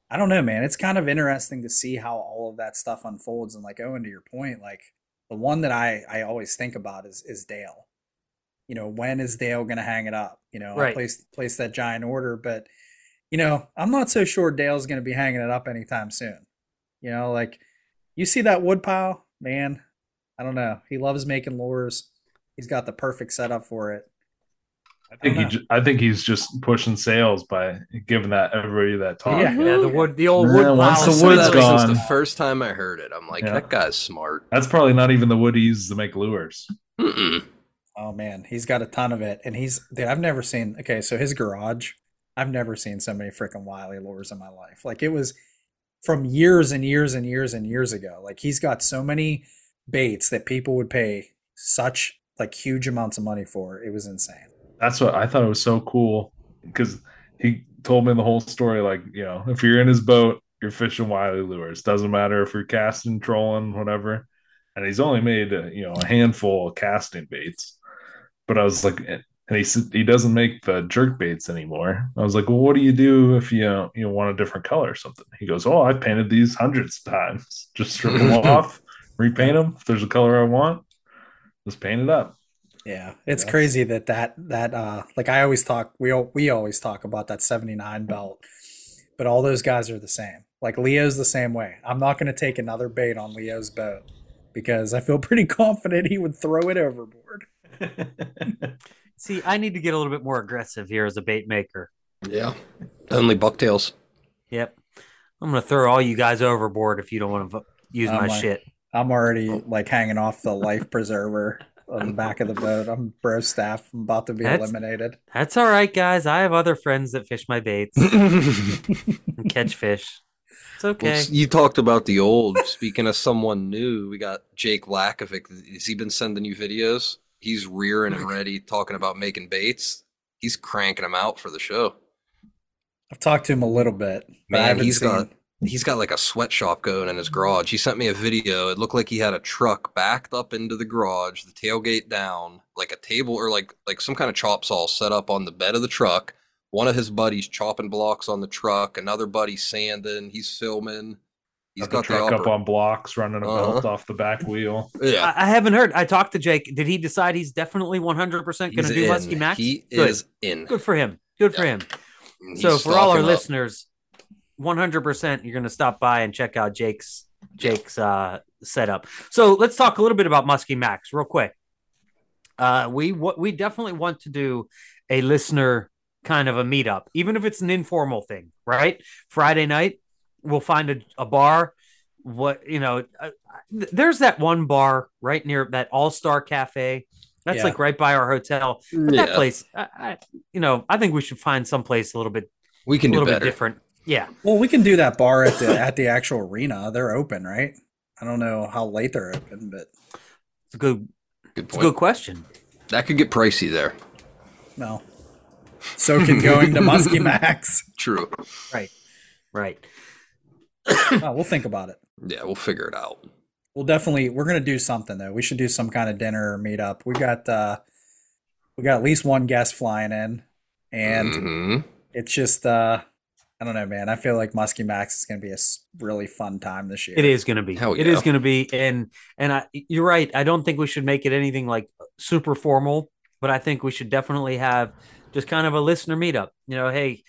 Speaker 2: I don't know, man. It's kind of interesting to see how all of that stuff unfolds. And like Owen, to your point, like the one that I I always think about is is Dale. You know, when is Dale going to hang it up? You know, I
Speaker 5: Right.
Speaker 2: placed placed that giant order, but you know, I'm not so sure Dale's going to be hanging it up anytime soon. You know, like you see that wood pile, man. I don't know. He loves making lures. He's got the perfect setup for it.
Speaker 4: I think he,
Speaker 2: know.
Speaker 4: ju- I think he's just pushing sales by giving that everybody that talk.
Speaker 2: Yeah.
Speaker 5: Yeah, the wood, the old wood
Speaker 4: Yeah, once
Speaker 5: pile
Speaker 4: the
Speaker 5: is
Speaker 4: wood's
Speaker 5: so-
Speaker 3: that was
Speaker 4: gone.
Speaker 3: the first time I heard it. I'm like,
Speaker 4: Yeah.
Speaker 3: that guy's smart.
Speaker 4: That's probably not even the wood he uses to make lures.
Speaker 3: Mm-mm.
Speaker 2: Oh man, he's got a ton of it, and he's dude. I've never seen okay. So his garage, I've never seen so many freaking Wiley lures in my life. Like it was from years and years and years and years ago. Like he's got so many baits that people would pay such like huge amounts of money for. It was insane.
Speaker 4: That's what I thought it was so cool because he told me the whole story. Like, you know, if you're in his boat, you're fishing wily lures. Doesn't matter if you're casting, trolling, whatever. And he's only made uh, you know a handful of casting baits. But I was like, eh, and he said he doesn't make the jerk baits anymore. I was like, well, what do you do if you uh, you want a different color or something? He goes, oh, I've painted these hundreds of times. (laughs) Just strip them off, repaint them. If there's a color I want, just paint it up.
Speaker 2: Yeah, it's
Speaker 4: Yeah.
Speaker 2: crazy that that that uh like I always talk we al- we always talk about that 79 belt, but all those guys are the same. Like Leo's the same way. I'm not going to take another bait on Leo's boat because I feel (laughs) pretty confident he would throw it overboard.
Speaker 5: See, I need to get a little bit more aggressive here as a bait maker.
Speaker 3: Yeah. Only bucktails.
Speaker 5: Yep, I'm gonna throw all you guys overboard if you don't want to vo- use
Speaker 2: Oh
Speaker 5: my,
Speaker 2: my.
Speaker 5: shit.
Speaker 2: I'm already
Speaker 3: Oh.
Speaker 2: like hanging off the life preserver on the back of the boat. I'm bro staff. I'm about to be
Speaker 5: That's-
Speaker 2: eliminated.
Speaker 5: That's all right, guys. I have other friends that fish my
Speaker 3: (laughs)
Speaker 5: baits
Speaker 3: Well,
Speaker 5: and catch fish. It's okay.
Speaker 3: you talked about the old. Speaking of someone new, we got Jake Lakovic. Has he been sending you videos? He's rearing and ready, talking about making baits. He's cranking them out for the show.
Speaker 2: I've talked to him a little bit, but I
Speaker 3: Man,
Speaker 2: haven't
Speaker 3: he's
Speaker 2: seen.
Speaker 3: got- He's got like a sweatshop going in his garage. He sent me a video. It looked like he had a truck backed up into the garage, the tailgate down, like a table or like like some kind of chop saw set up on the bed of the truck. One of his buddies chopping blocks on the truck, another buddy sanding, he's filming. He's
Speaker 4: Got the
Speaker 3: got,
Speaker 4: truck
Speaker 3: the
Speaker 4: up
Speaker 3: upper-
Speaker 4: on blocks, running a
Speaker 3: Uh-huh.
Speaker 4: belt off the back wheel.
Speaker 3: Yeah.
Speaker 5: I, I haven't heard. I talked to Jake. Did he decide he's definitely 100 percent going
Speaker 3: He's
Speaker 5: to do
Speaker 3: in.
Speaker 5: Muskie Max?
Speaker 3: He
Speaker 5: Good.
Speaker 3: is in.
Speaker 5: Good for him. Good for
Speaker 3: Yeah.
Speaker 5: him.
Speaker 3: He's
Speaker 5: so for all our
Speaker 3: stocking up.
Speaker 5: listeners, 100 percent you're going to stop by and check out Jake's Jake's uh, setup. So let's talk a little bit about Muskie Max real quick. Uh, we what we definitely want to do a listener kind of a meetup, even if it's an informal thing, right? Friday night, we'll find a, a bar. What you know, uh, th- there's that one bar right near that All Star Cafe. That's
Speaker 2: Yeah.
Speaker 5: like right by our hotel. But that
Speaker 3: Yeah.
Speaker 5: place, I, I, you know, I think we should find someplace a little bit
Speaker 3: we can
Speaker 5: a
Speaker 3: do
Speaker 5: little bit
Speaker 3: better.
Speaker 5: different. Yeah.
Speaker 2: Well, we can do that bar at the at the actual arena. They're open, right? I don't know how late they're open, but
Speaker 5: It's a good
Speaker 3: Good
Speaker 5: it's a
Speaker 3: point.
Speaker 5: good question.
Speaker 3: That could get pricey there.
Speaker 2: No. So can going to Muskie Max. (laughs)
Speaker 3: True.
Speaker 5: Right.
Speaker 2: No, we'll think about it.
Speaker 3: Yeah, we'll figure it out.
Speaker 2: We'll definitely we're gonna do something though. We should do some kind of dinner or meetup. We got uh we got at least one guest flying in and
Speaker 3: Mhm.
Speaker 2: it's just uh I don't know, man. I feel like Muskie Max is gonna be a s- really fun time this year.
Speaker 5: It is going to be.
Speaker 3: Hell
Speaker 5: It
Speaker 3: yeah.
Speaker 5: is going to be and and I you're right. I don't think we should make it anything like super formal, but I think we should definitely have just kind of a listener meetup. You know, hey,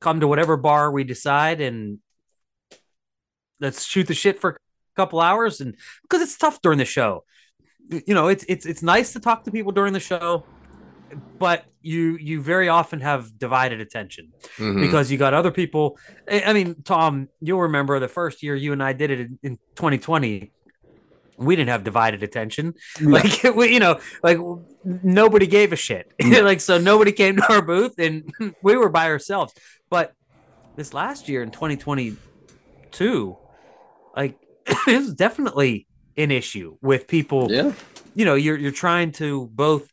Speaker 5: come to whatever bar we decide and let's shoot the shit for a couple hours and because it's tough during the show. You know, it's it's it's nice to talk to people during the show, but you you very often have divided attention.
Speaker 3: Mhm.
Speaker 5: because you got other people. I I mean, Tom, you'll remember the first year you and I did it in, in 2020. We didn't have divided attention, like (laughs) we, you know, like nobody gave a shit. (laughs) like so, nobody came to our booth, and (laughs) we were by ourselves. But this last year in 2022, like (coughs) it was definitely an issue with people
Speaker 3: Yeah.
Speaker 5: you know you're you're trying to both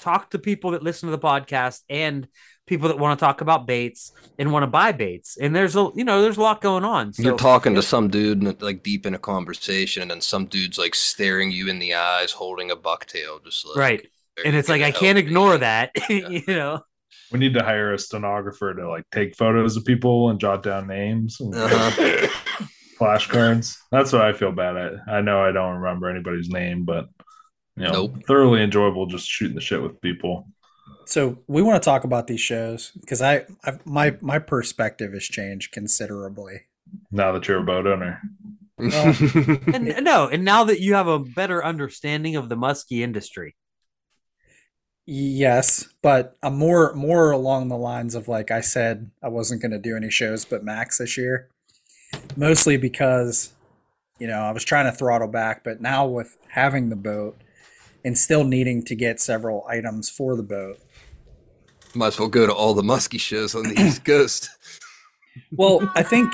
Speaker 5: talk to people that listen to the podcast and people that want to talk about baits and want to buy baits. And there's a you know, there's a lot going on. So
Speaker 3: You're talking to some dude and like deep in a conversation, and some dude's like staring you in the eyes, holding a bucktail, just like
Speaker 5: right.
Speaker 3: "Are
Speaker 5: And
Speaker 3: you
Speaker 5: it's like
Speaker 3: gonna
Speaker 5: I
Speaker 3: help
Speaker 5: can't
Speaker 3: me?"
Speaker 5: ignore that. (laughs)
Speaker 3: Yeah.
Speaker 5: you know.
Speaker 4: We need to hire a stenographer to like take photos of people and jot down names
Speaker 2: (laughs)
Speaker 4: and
Speaker 3: Uh-huh.
Speaker 4: (laughs) flashcards. That's what I feel bad at. I know I don't remember anybody's name, but you know,
Speaker 3: Nope.
Speaker 4: thoroughly enjoyable just shooting the shit with people.
Speaker 2: So we want to talk about these shows because I, I've, my my perspective has changed considerably.
Speaker 4: Now that you're a boat owner,
Speaker 5: And no, and now that you have a better understanding of the muskie industry.
Speaker 2: Yes, but I'm more more along the lines of like I said I wasn't going to do any shows but Max this year. Mostly because you know, I was trying to throttle back, but now with having the boat and still needing to get several items for the boat.
Speaker 3: Might as well go to all the muskie shows on the
Speaker 2: (laughs)
Speaker 3: East Coast.
Speaker 2: Well, I think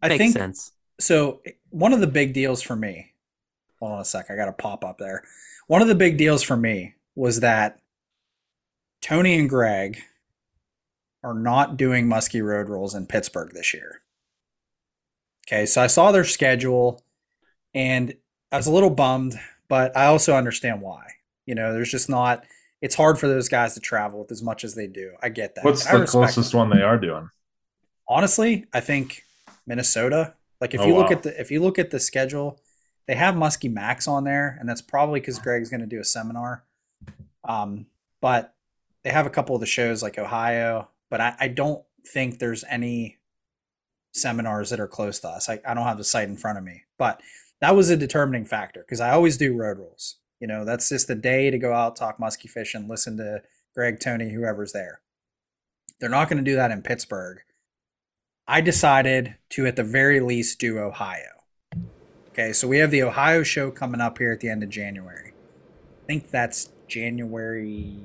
Speaker 2: I
Speaker 5: Makes
Speaker 2: think
Speaker 5: sense.
Speaker 2: so one of the big deals for me hold on a sec i got a pop up there one of the big deals for me was that tony and greg are not doing muskie road rolls in pittsburgh this year okay so i saw their schedule and i was a little bummed but i also understand why you know there's just not it's hard for those guys to travel with as much as they do i get that
Speaker 4: what's
Speaker 2: I
Speaker 4: the
Speaker 2: respect
Speaker 4: closest
Speaker 2: them
Speaker 4: one they are doing?
Speaker 2: honestly, I think Minnesota. Like if
Speaker 4: Oh,
Speaker 2: you look
Speaker 4: wow.
Speaker 2: at the if you look at the schedule, they have Muskie Max on there, and that's probably because Greg's going to do a seminar. Um, but they have a couple of the shows like Ohio, but I, I don't think there's any seminars that are close to us. I, I don't have the site in front of me, but that was a determining factor because I always do road rules. You know, that's just the day to go out, talk muskie fish, and listen to Greg, Tony, whoever's there. They're not going to do that in Pittsburgh. I decided to, at the very least, do Ohio. Okay, so we have the Ohio show coming up here at the end of January. I think that's January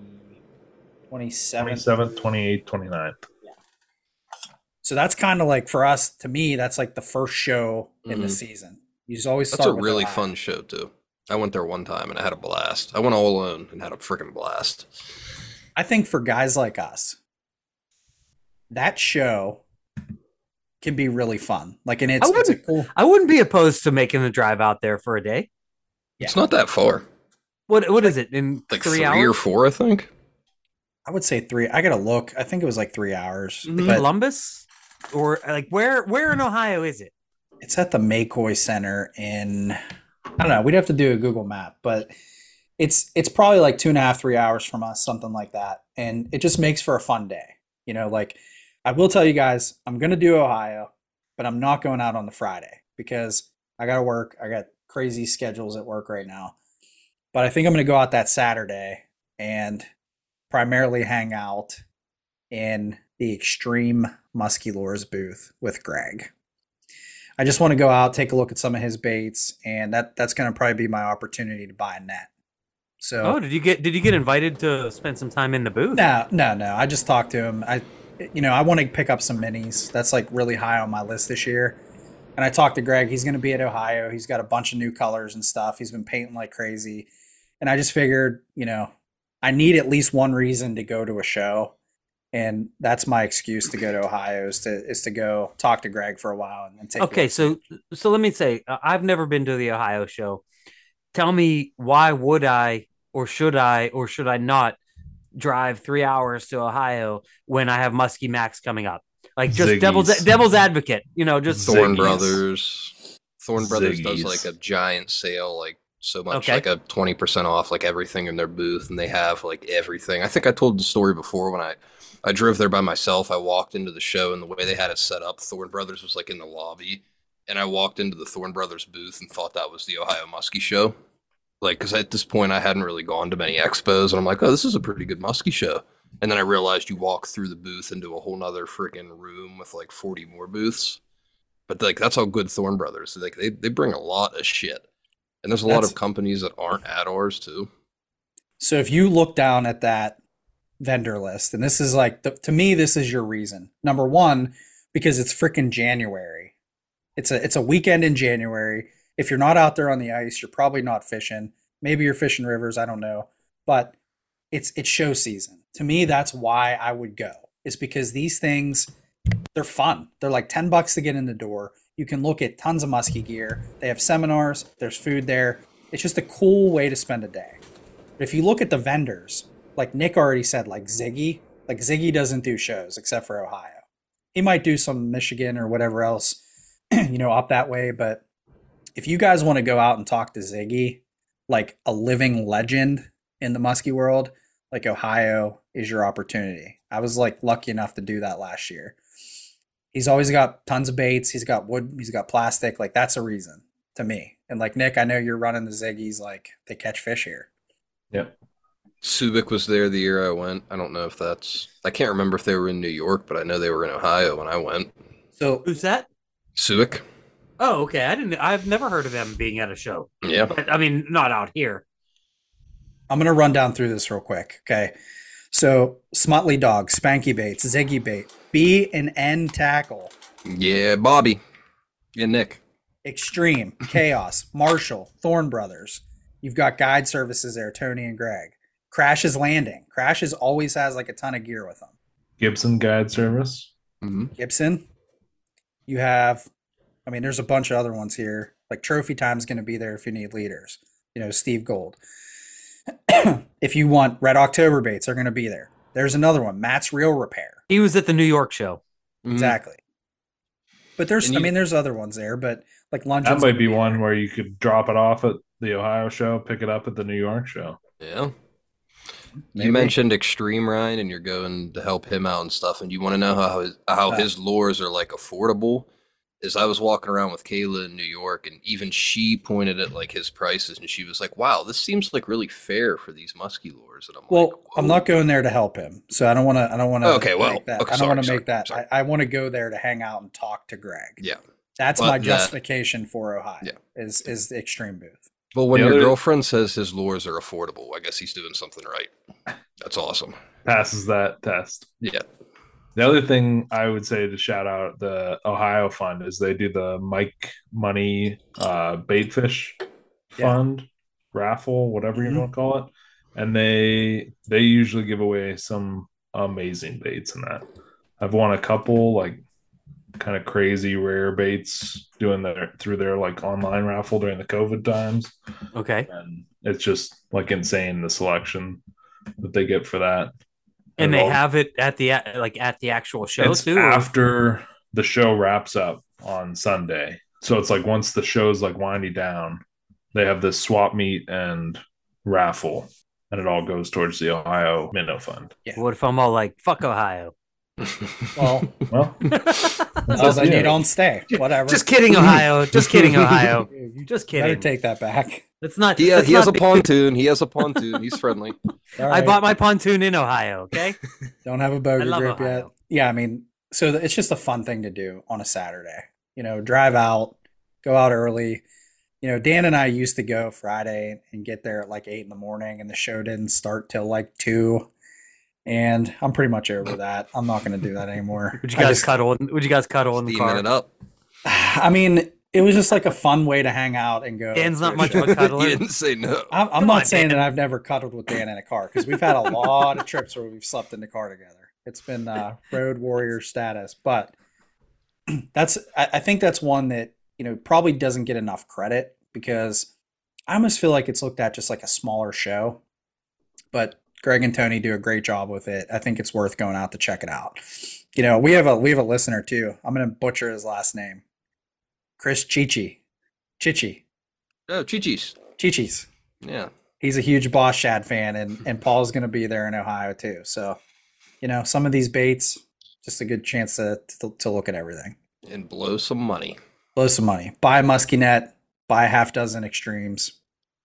Speaker 2: 27th.
Speaker 4: 27th, 28th, 29th.
Speaker 2: So that's kind of like for us, to me, that's like the first show in the
Speaker 3: Mhm.
Speaker 2: season. You just always
Speaker 3: That's a
Speaker 2: start with
Speaker 3: really
Speaker 2: Ohio.
Speaker 3: fun show too. I went there one time and I had a blast. I went all alone and had a freaking blast.
Speaker 2: I think for guys like us, that show can be really fun. Like, and it's,
Speaker 5: I
Speaker 2: it's a
Speaker 5: wouldn't-
Speaker 2: cool.
Speaker 5: I wouldn't be opposed to making the drive out there for a day.
Speaker 3: It's not that far.
Speaker 5: What what is it? In
Speaker 3: Like
Speaker 5: three,
Speaker 3: three, or
Speaker 5: hours?
Speaker 3: four, I think.
Speaker 2: I would say three. I gotta look. I think it was like three hours,
Speaker 5: In
Speaker 2: but
Speaker 5: Columbus? Or uh, like where where in Ohio is it?
Speaker 2: it's at the Macoy Center in. I don't know. We'd have to do a Google map, but it's it's probably like two and a half, three hours from us, something like that. And it just makes for a fun day. You know, like I will tell you guys, I'm gonna do Ohio, but I'm not going out on the Friday because I gotta work. I got crazy schedules at work right now. But I think I'm gonna go out that Saturday and primarily hang out in the extreme musculores booth with Greg. I just want to go out, take a look at some of his baits, and that that's going to probably be my opportunity to buy a net. So
Speaker 5: Oh, did you get did you get invited to spend some time in the booth?
Speaker 2: no, no, no. I just talked to him. I, you know, I want to pick up some minis. That's like really high on my list this year. And I talked to Greg. He's going to be at Ohio. He's got a bunch of new colors and stuff. He's been painting like crazy. And I just figured, you know, I need at least one reason to go to a show. And that's my excuse to go to Ohio is to is to go talk to Greg for a while and then take. a
Speaker 5: okay
Speaker 2: look.
Speaker 5: so so let me say uh, i've never been to the ohio show tell me why would i or should i or should i not drive three hours to ohio when i have muskie max coming up like just devil's
Speaker 4: Ziggy's.
Speaker 5: devil's advocate you know just
Speaker 4: Zig-
Speaker 3: Thorn
Speaker 4: Ziggy's.
Speaker 3: Brothers. Thorn Brothers does
Speaker 4: Ziggy's.
Speaker 3: like a giant sale, like so much,
Speaker 5: Okay.
Speaker 3: like a twenty percent off, like everything in their booth, and they have like everything. I think I told the story before when I I drove there by myself. I walked into the show, and the way they had it set up, Thorn Brothers was like in the lobby, and I walked into the Thorn Brothers booth and thought that was the Ohio Muskie Show. Like, because at this point I hadn't really gone to many expos, and I'm like, oh, this is a pretty good muskie show. And then I realized you walk through the booth into a whole nother freaking room with like 40 more booths. But like that's how good Thorn Brothers. Like they, they bring a lot of shit. And there's a lot
Speaker 2: That's-
Speaker 3: of companies that aren't at ours too.
Speaker 2: So if you look down at that vendor list, and this is like the, to me, this is your reason. Number one, because it's freaking January. It's a it's a weekend in January. If you're not out there on the ice, you're probably not fishing. Maybe you're fishing rivers, I don't know. But it's it's show season. To me, that's why I would go. is because these things they're fun. They're like 10 bucks to get in the door. You can look at tons of muskie gear. They have seminars, there's food there. It's just a cool way to spend a day. But if you look at the vendors, like Nick already said, like Ziggy, like Ziggy doesn't do shows except for Ohio. He might do some Michigan or whatever else, (clears throat) you know, up that way. But if you guys want to go out and talk to Ziggy, like a living legend in the muskie world, like Ohio is your opportunity. I was like lucky enough to do that last year. He's always got tons of baits. He's got wood. He's got plastic. Like that's a reason to me. And like Nick, I know you're running the Ziggies. Like they catch fish here.
Speaker 4: Yep.
Speaker 3: Subic was there the year I went. I don't know if that's. I can't remember if they were in New York, but I know they were in Ohio when I went.
Speaker 2: So
Speaker 5: Who's that?
Speaker 3: Subic.
Speaker 5: Oh, okay. I didn't. I've never heard of them being at a show.
Speaker 3: Yeah.
Speaker 5: But I mean, not out here.
Speaker 2: I'm gonna run down through this real quick. Okay. So Smotley Dog, Spanky Baits, Ziggy Bait, B and N Tackle,
Speaker 3: Yeah, Bobby. Yeah, Nick.
Speaker 2: Extreme, Chaos, Marshall, Thorn Brothers. You've got guide services there, Tony and Greg. Crash's Landing. Crash's always has like a ton of gear with them.
Speaker 4: Gibson Guide Service.
Speaker 3: hmm
Speaker 2: Gibson. You have, I mean, there's a bunch of other ones here. Like Trophy Time's going to be there if you need leaders. You know, Steve Gold. (clears throat) if you want Red October baits, they're going to be there. There's another one, Matt's Reel
Speaker 4: Mm-hmm.
Speaker 2: Repair.
Speaker 5: He was at the New York show.
Speaker 2: Exactly. But there's,
Speaker 3: And
Speaker 2: I
Speaker 3: you-
Speaker 2: mean, there's other ones there, but like Lunch.
Speaker 4: That might be one where you could drop it off at the Ohio show, pick it up at the New York show.
Speaker 3: Mm-hmm. Yeah. You mentioned Extreme Ryan, and you're going to help him out and stuff. And you want to know how his, how
Speaker 2: Uh.
Speaker 3: his lures are like affordable? Is I was walking around with Kayla in New York, and even she pointed at like his prices, and she was like, "Wow, this seems like really fair for these musky lures." And I'm like,
Speaker 2: Well, I'm
Speaker 3: "Whoa."
Speaker 2: not going there to help him, so I don't want to. I don't want to.
Speaker 3: Okay, well,
Speaker 2: make that.
Speaker 3: okay,
Speaker 2: I don't want to
Speaker 3: sorry,
Speaker 2: make that.
Speaker 3: sorry,
Speaker 2: I, I want to go there to hang out and talk to Greg.
Speaker 3: Yeah.
Speaker 2: that's
Speaker 3: But
Speaker 2: my
Speaker 3: that-
Speaker 2: justification for Ohio.
Speaker 3: Yeah.
Speaker 2: is is the extreme booth.
Speaker 3: Well, when
Speaker 4: The
Speaker 3: your
Speaker 4: other-
Speaker 3: girlfriend says his lures are affordable, I guess he's doing something right. That's awesome.
Speaker 4: Passes that test.
Speaker 3: Yeah.
Speaker 4: The other thing I would say to shout out the Ohio Fund is they do the Mike Money uh, Baitfish
Speaker 2: Yeah.
Speaker 4: Fund raffle, whatever
Speaker 2: Mhm.
Speaker 4: you want to call it, and they they usually give away some amazing baits in that. I've won a couple like kind of crazy rare baits doing their through their like online raffle during the COVID times,
Speaker 5: Okay.
Speaker 4: and it's just like insane the selection that they get for that.
Speaker 5: And
Speaker 4: They're
Speaker 5: they
Speaker 4: all-
Speaker 5: have it at the a- like at the actual show
Speaker 4: it's
Speaker 5: too. or-
Speaker 4: after the show wraps up on Sunday. So it's like once the show's like winding down, they have this swap meet and raffle, and it all goes towards the Ohio Minnow Fund.
Speaker 5: What if I'm all like, fuck Ohio? (laughs)
Speaker 2: Well,
Speaker 4: Well,
Speaker 2: well then
Speaker 4: yeah.
Speaker 2: you don't stay. Whatever.
Speaker 5: Just kidding, Ohio. (laughs) Just kidding, Ohio.
Speaker 2: You
Speaker 5: Just
Speaker 2: better
Speaker 5: kidding.
Speaker 2: take that back.
Speaker 5: That's not.
Speaker 3: He has,
Speaker 5: let's
Speaker 3: he has a
Speaker 5: not be-
Speaker 3: pontoon. He has a pontoon. He's
Speaker 5: (laughs)
Speaker 3: friendly.
Speaker 2: All
Speaker 5: I
Speaker 2: right.
Speaker 5: bought my pontoon in Ohio.
Speaker 3: (laughs)
Speaker 5: Okay.
Speaker 2: Don't have a bogey
Speaker 5: I love
Speaker 2: grip yet.
Speaker 5: Ohio.
Speaker 2: Yeah, I mean, so th- it's just a fun thing to do on a Saturday. You know, drive out, go out early. You know, Dan and I used to go Friday and get there at like eight in the morning, and the show didn't start till like two. And I'm pretty much over that. I'm not going to
Speaker 5: (laughs)
Speaker 2: do that anymore.
Speaker 5: Would you
Speaker 2: I
Speaker 5: guys
Speaker 2: just-
Speaker 5: cuddle? in- Would you guys cuddle in the
Speaker 3: Steaming it
Speaker 5: car?
Speaker 3: up.
Speaker 2: (sighs) I mean, it was just like a fun way to hang out and go.
Speaker 3: (laughs)
Speaker 5: Dan's not
Speaker 2: to a
Speaker 5: much
Speaker 2: show.
Speaker 5: of a
Speaker 3: he
Speaker 5: cuddler.
Speaker 3: didn't say no.
Speaker 2: I'm, I'm
Speaker 5: Come
Speaker 2: not
Speaker 5: on,
Speaker 2: saying that I've never cuddled with Dan in a car because we've had a lot of trips where we've slept in the car together. It's been uh, road warrior status, but (clears throat) that's I, I think that's one that you know probably doesn't get enough credit because I almost feel like it's looked at just like a smaller show, but Greg and Tony do a great job with it. I think it's worth going out to check it out. You know, we have a we have a listener too. I'm gonna butcher his last name, Chris Chichi, Chichi,
Speaker 3: No, Chi-Chi's.
Speaker 2: Chichis
Speaker 3: Yeah.
Speaker 2: he's a huge Boss Shad fan, and and Paul's going to be there in Ohio too. So, you know, some of these baits, just a good chance to to, to look at everything.
Speaker 3: And blow some money.
Speaker 2: Blow some money, buy a musky net, buy a half dozen extremes.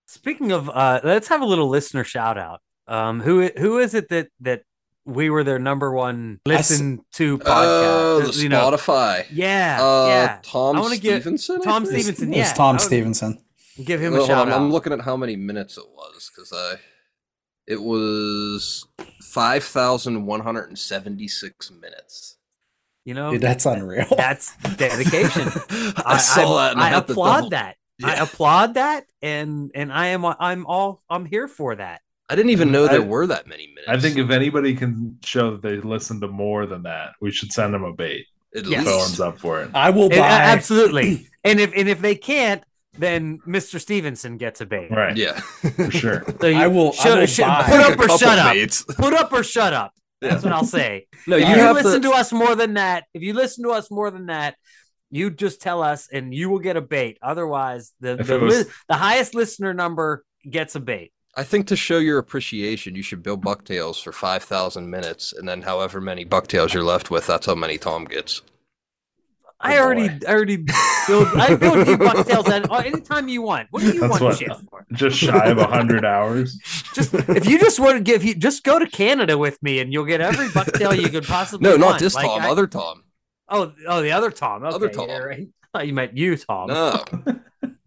Speaker 5: Speaking of, uh, let's have a little listener shout out. Um, who i- who is it that that we were their number one
Speaker 2: I s-
Speaker 5: listen to podcast?
Speaker 3: Oh,
Speaker 5: Uh,
Speaker 3: the
Speaker 5: you know,
Speaker 3: Spotify.
Speaker 5: yeah,
Speaker 3: uh,
Speaker 5: yeah.
Speaker 3: Tom
Speaker 5: I wanna get-
Speaker 3: Stevenson. I
Speaker 5: Tom
Speaker 3: think?
Speaker 5: Stevenson.
Speaker 2: It's
Speaker 5: yeah, Oh, I
Speaker 2: Tom
Speaker 5: would-
Speaker 2: Stevenson.
Speaker 5: Give him
Speaker 3: Well,
Speaker 5: a
Speaker 3: hold on,
Speaker 5: shout out.
Speaker 3: I'm looking at how many minutes it was because I. It was five thousand one hundred and seventy-six minutes.
Speaker 5: you know,
Speaker 2: Dude, that's unreal. (laughs)
Speaker 5: that's dedication.
Speaker 3: (laughs) I,
Speaker 5: I,
Speaker 3: saw
Speaker 5: I-
Speaker 3: that. And
Speaker 5: I
Speaker 3: I, had to double-
Speaker 5: applaud that. I
Speaker 3: Yeah.
Speaker 5: applaud that, and and I am I'm all I'm here for that.
Speaker 3: I didn't even know there
Speaker 4: I-
Speaker 3: were that many minutes.
Speaker 4: (laughs) I think if anybody can show that they listened to more than that, we should send them a bait.
Speaker 3: at
Speaker 5: Yes.
Speaker 4: Bowen's
Speaker 3: least
Speaker 4: up for it.
Speaker 2: I
Speaker 3: Oh,
Speaker 2: will
Speaker 5: And-
Speaker 2: buy.
Speaker 5: uh,
Speaker 3: (clears throat)
Speaker 5: absolutely. and if and if they can't, then Mr. Stevenson gets a bait.
Speaker 4: Right.
Speaker 5: (laughs)
Speaker 3: yeah. (laughs)
Speaker 4: For sure.
Speaker 5: So you
Speaker 2: I will- I
Speaker 5: shut-
Speaker 2: will
Speaker 5: shut-
Speaker 2: buy.
Speaker 5: put
Speaker 3: Like a
Speaker 5: up or
Speaker 3: couple
Speaker 5: shut up.
Speaker 3: baits.
Speaker 5: Put up or shut up. That's what I'll say.
Speaker 3: (laughs) No, you
Speaker 5: if you
Speaker 3: have
Speaker 5: listen
Speaker 3: to.
Speaker 5: to us more than that, if you listen to us more than that, you just tell us and you will get a bait. Otherwise, the
Speaker 4: If
Speaker 5: the,
Speaker 4: it was-
Speaker 5: li- the highest listener number gets a bait.
Speaker 3: I think to show your appreciation, you should bill bucktails for five thousand minutes, and then however many bucktails you're left with, that's how many Tom gets.
Speaker 5: I
Speaker 2: Oh,
Speaker 5: already, I already build, I build you bucktails at uh, anytime you want. What do you
Speaker 4: That's
Speaker 5: want
Speaker 4: what-
Speaker 5: shit for?
Speaker 4: Just shy of 100 hours.
Speaker 5: Just if you just want to give you, just go to Canada with me, and you'll get every bucktail you could possibly.
Speaker 3: No, not
Speaker 5: want.
Speaker 3: this
Speaker 5: Like,
Speaker 3: Tom.
Speaker 5: I-
Speaker 3: other Tom.
Speaker 5: oh, oh, the other Tom. Okay,
Speaker 3: Other
Speaker 5: yeah,
Speaker 3: Tom.
Speaker 5: right. I thought you meant you, Tom.
Speaker 3: No,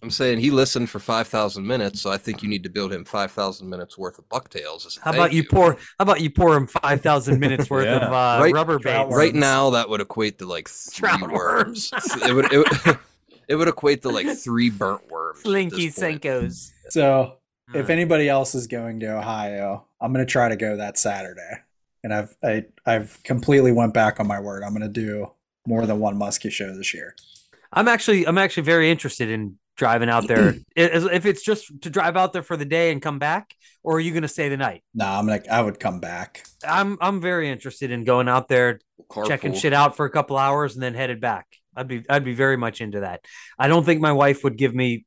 Speaker 3: I'm saying he listened for five thousand minutes, so I think you need to build him five thousand minutes worth of bucktails. as a
Speaker 5: How
Speaker 3: thank
Speaker 5: about you pour? How about you pour him five thousand minutes worth
Speaker 4: Yeah.
Speaker 5: of uh,
Speaker 3: Right-
Speaker 5: rubber
Speaker 2: Trout
Speaker 5: baits?
Speaker 3: Right
Speaker 2: worms.
Speaker 3: now, that would equate to
Speaker 5: (laughs)
Speaker 3: like three
Speaker 5: Trout
Speaker 3: worms. (laughs) it would. It would It would equate to like three burnt worms. (laughs) at
Speaker 5: Slinky
Speaker 3: this point.
Speaker 5: Senkos.
Speaker 2: So
Speaker 5: Uh,
Speaker 2: if anybody else is going to Ohio, I'm gonna try to go that Saturday. And I've I, I've completely went back on my word. I'm gonna do more than one Muskie show this year.
Speaker 5: I'm actually I'm actually very interested in driving
Speaker 3: (clears throat)
Speaker 5: out there. As- if it's just to drive out there for the day and come back, or are you going to stay the night?
Speaker 2: Nah, I'm gonna I would come back.
Speaker 5: I'm I'm very interested in going out there,
Speaker 3: Carpool.
Speaker 5: checking shit out for a couple hours, and then headed back. I'd be I'd be very much into that. I don't think my wife would give me,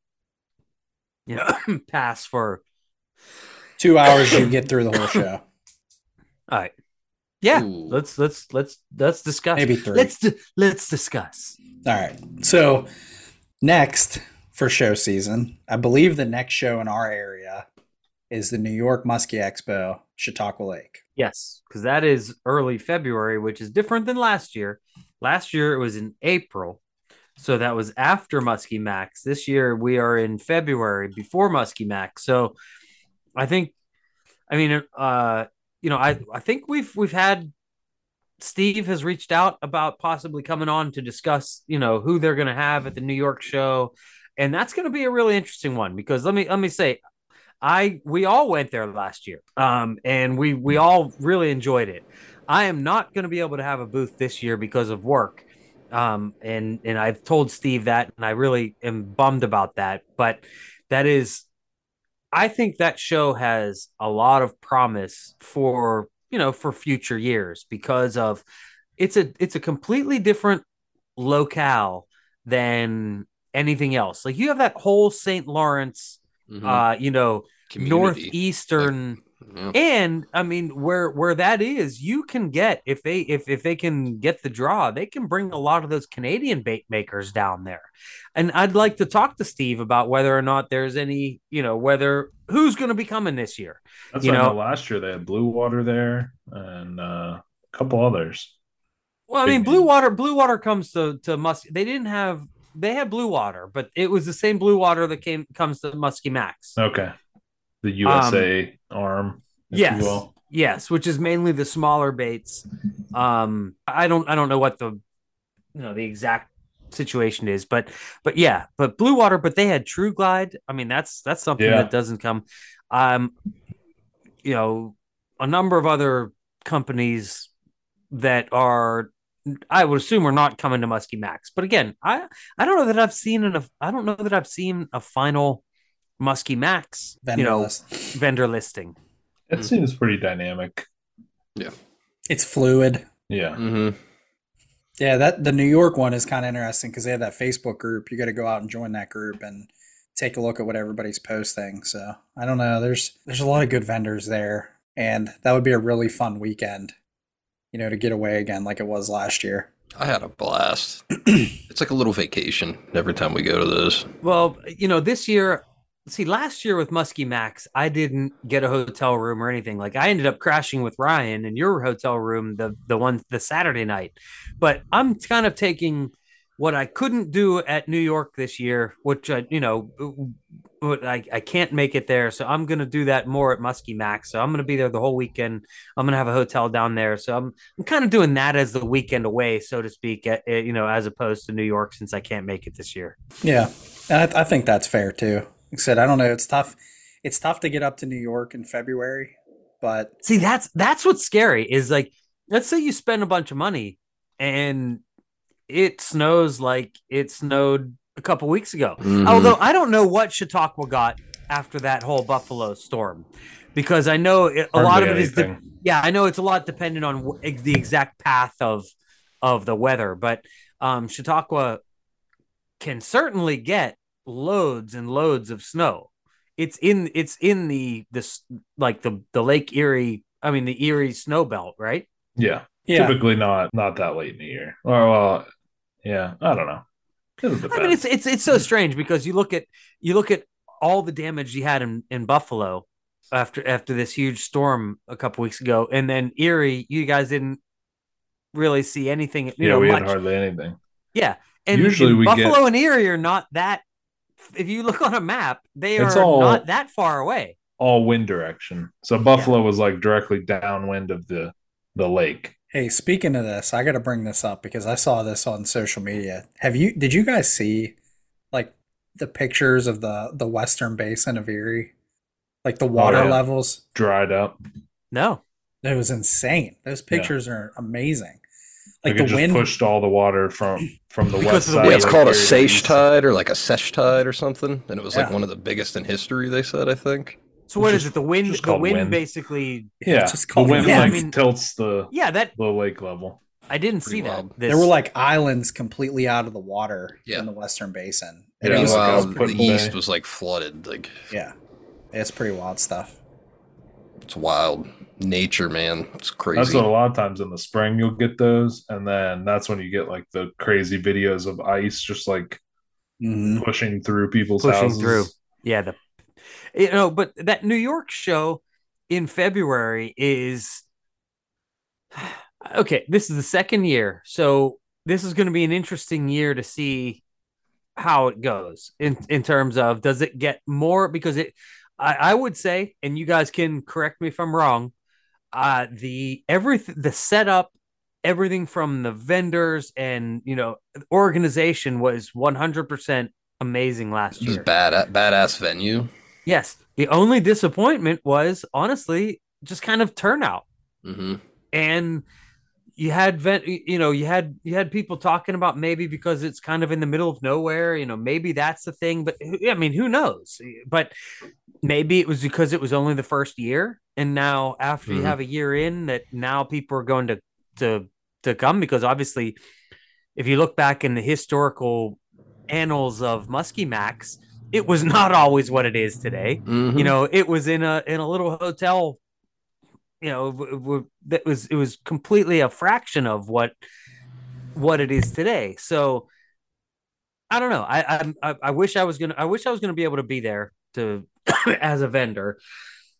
Speaker 5: you know, (coughs) pass for.
Speaker 2: Two hours you get through the whole show.
Speaker 5: All right, yeah.
Speaker 3: Ooh.
Speaker 5: Let's let's let's let's discuss.
Speaker 2: Maybe three.
Speaker 5: Let's di- let's discuss.
Speaker 2: All right. So next for show season, I believe the next show in our area is the New York Muskie Expo, Chautauqua Lake.
Speaker 5: Yes, because that is early February, which is different than last year. Last year it was in April, so that was after Muskie Max. This year we are in February before Muskie Max. So I think, I mean, uh, you know, I I think we've we've had Steve has reached out about possibly coming on to discuss, you know, who they're going to have at the New York show, and that's going to be a really interesting one because let me let me say I we all went there last year, um, and we we all really enjoyed it. I am not going to be able to have a booth this year because of work, um, and and I've told Steve that, and I really am bummed about that. But that is, I think that show has a lot of promise for you know for future years because of it's a it's a completely different locale than anything else. Like you have that whole St. Lawrence
Speaker 3: Mhm.
Speaker 5: uh you know
Speaker 3: Community.
Speaker 5: northeastern
Speaker 3: Yeah.
Speaker 5: and i mean where where that is you can get if they if if they can get the draw they can bring a lot of those canadian bait makers down there and i'd like to talk to steve about whether or not there's any you know whether who's going to be coming this year
Speaker 4: That's
Speaker 5: You
Speaker 4: why I
Speaker 5: know-
Speaker 4: know last year they had Blue Water there and uh, a couple others.
Speaker 5: Well, I
Speaker 4: Big
Speaker 5: mean,
Speaker 4: name.
Speaker 5: Blue Water, Blue Water comes to to Musk. They didn't have they had Blue Water, but it was the same Blue Water that came comes to Muskie Max.
Speaker 4: Okay. The USA arm, if
Speaker 5: Um, yes,
Speaker 4: you will.
Speaker 5: yes, which is mainly the smaller baits. Um, I don't I don't know what the you know the exact situation is, but but yeah, but Blue Water, but they had True Glide. I mean, that's that's something
Speaker 4: Yeah.
Speaker 5: that doesn't come. Um, you know, a number of other companies that are I would assume are not coming to Muskie Max. But again, I I don't know that I've seen enough. I don't know that I've seen a final Muskie Max
Speaker 2: Vendor
Speaker 5: you know
Speaker 2: list.
Speaker 5: vendor listing. Mm.
Speaker 4: It
Speaker 3: Mhm.
Speaker 4: seems pretty dynamic.
Speaker 2: It's fluid.
Speaker 4: Yeah.
Speaker 3: Mhm.
Speaker 2: Yeah, that the New York one is kind of interesting because they have that Facebook group. You got to go out and join that group and take a look at what everybody's posting. So I don't know. There's there's a lot of good vendors there, and that would be a really fun weekend. You know, to get away again like it was last year.
Speaker 3: I had a blast.
Speaker 5: (clears throat)
Speaker 3: it's like a little vacation every time we go to those.
Speaker 5: Well, you know, this year, see, last year with Muskie Max, I didn't get a hotel room or anything. Like I ended up crashing with Ryan in your hotel room the the one the Saturday night. But I'm kind of taking what I couldn't do at New York this year, which I, you know, what I, I can't make it there. So I'm going to do that more at Muskie Max. So I'm going to be there the whole weekend. I'm going to have a hotel down there. So I'm, I'm kind of doing that as the weekend away, so to speak, eh, eh, you know, as opposed to New York since I can't make it this year.
Speaker 2: Yeah, and I, I think that's fair too. Like I said, I don't know. It's tough. It's tough to get up to New York in February, but
Speaker 5: See, that's that's what's scary is like let's say you spend a bunch of money and it snows like it snowed a couple weeks ago.
Speaker 4: Mm-hmm.
Speaker 5: Although I don't know what Chautauqua got after that whole Buffalo storm because I know it, a lot of it
Speaker 4: Hardly
Speaker 5: is de-
Speaker 4: anything.
Speaker 5: yeah, I know it's a lot dependent on wh- ex- the exact path of of the weather, but um, Chautauqua can certainly get loads and loads of snow. It's in it's in the this like the the Lake Erie, I mean the Erie snow belt, right?
Speaker 4: yeah,
Speaker 2: yeah,
Speaker 4: typically not not that late in the year. Or well, yeah, I don't know. It'll depend.
Speaker 5: I mean it's it's it's so strange because you look at you look at all the damage you had in, in Buffalo after after this huge storm a couple weeks ago, and then Erie, you guys didn't really see anything, you
Speaker 4: yeah,
Speaker 5: know,
Speaker 4: we
Speaker 5: much.
Speaker 4: had hardly anything.
Speaker 5: Yeah, and
Speaker 4: Usually
Speaker 5: and
Speaker 4: we get-
Speaker 5: Buffalo and Erie are not that. If you look on a map, they
Speaker 4: It's
Speaker 5: are
Speaker 4: all-
Speaker 5: not that far away.
Speaker 4: All wind direction. So Buffalo was like directly downwind of the the lake.
Speaker 2: Hey, speaking of this, I got to bring this up because I saw this on social media. Have you, did you guys see like the pictures of the the Western Basin of Erie? Like the water
Speaker 4: Oh, yeah.
Speaker 2: levels?
Speaker 4: Dried up.
Speaker 5: No,
Speaker 2: It was insane. Those
Speaker 4: Yeah.
Speaker 2: pictures are amazing. Like
Speaker 4: Like, it
Speaker 2: the
Speaker 4: just
Speaker 2: wind,
Speaker 4: pushed all the water from from the
Speaker 5: Because
Speaker 4: west
Speaker 5: of the
Speaker 4: side.
Speaker 5: wind.
Speaker 3: Yeah, it's
Speaker 4: like,
Speaker 3: called a
Speaker 4: area to
Speaker 3: Seiche
Speaker 4: east.
Speaker 3: tide or like a Sesh tide or something, and it was like
Speaker 2: Yeah.
Speaker 3: one of the biggest in history. They said, I think.
Speaker 5: so what is
Speaker 4: Just-
Speaker 5: it? The wind,
Speaker 4: just
Speaker 5: the
Speaker 4: called
Speaker 5: wind,
Speaker 4: wind.
Speaker 5: basically.
Speaker 4: Yeah,
Speaker 2: It's just
Speaker 4: the
Speaker 2: called
Speaker 4: wind
Speaker 2: wind.
Speaker 4: like
Speaker 5: I mean-
Speaker 4: tilts the
Speaker 5: Yeah, that
Speaker 4: the lake level.
Speaker 5: I didn't
Speaker 3: Pretty
Speaker 5: see that.
Speaker 3: wild.
Speaker 5: This,
Speaker 2: there were like islands completely out of the water
Speaker 3: Yeah.
Speaker 2: in the Western Basin.
Speaker 4: It
Speaker 2: It
Speaker 4: was
Speaker 2: was,
Speaker 4: like
Speaker 3: Meanwhile,
Speaker 4: I was
Speaker 3: the
Speaker 4: putting
Speaker 3: east
Speaker 4: by-
Speaker 3: was like flooded. Like
Speaker 2: yeah, it's pretty wild stuff.
Speaker 3: it's wild. Nature, man, it's
Speaker 4: That's
Speaker 3: crazy.
Speaker 4: what a lot of times in the spring you'll get those, and then that's when you get like the crazy videos of ice just like
Speaker 2: Mhm.
Speaker 4: pushing through people's
Speaker 5: Mm. Pushing
Speaker 4: houses.
Speaker 5: through. yeah, the you know, but that New York show in February is (sighs) okay. This is the second year, so this is going to be an interesting year to see how it goes in in terms of does it get more because it I, I would say and you guys can correct me if I'm wrong uh the everything the setup everything from the vendors and you know organization was 100% amazing last
Speaker 3: This is
Speaker 5: year
Speaker 3: bad badass venue.
Speaker 5: Yes. The only disappointment was honestly just kind of turnout.
Speaker 3: hmm
Speaker 5: And you had vent, you know, you had you had people talking about maybe because it's kind of in the middle of nowhere, you know, maybe that's the thing. But who- I mean, who knows? But maybe it was because it was only the first year, and now after
Speaker 3: Mhm.
Speaker 5: you have a year in, that now people are going to to to come because obviously, if you look back in the historical annals of Muskie Max, it was (laughs) not always what it is today
Speaker 3: hmm
Speaker 5: you know it was in a in a little hotel you know w- w- that was it was completely a fraction of what what it is today so i don't know i I'm- i i wish i was gonna i wish i was gonna be able to be there to (coughs) as a vendor (coughs)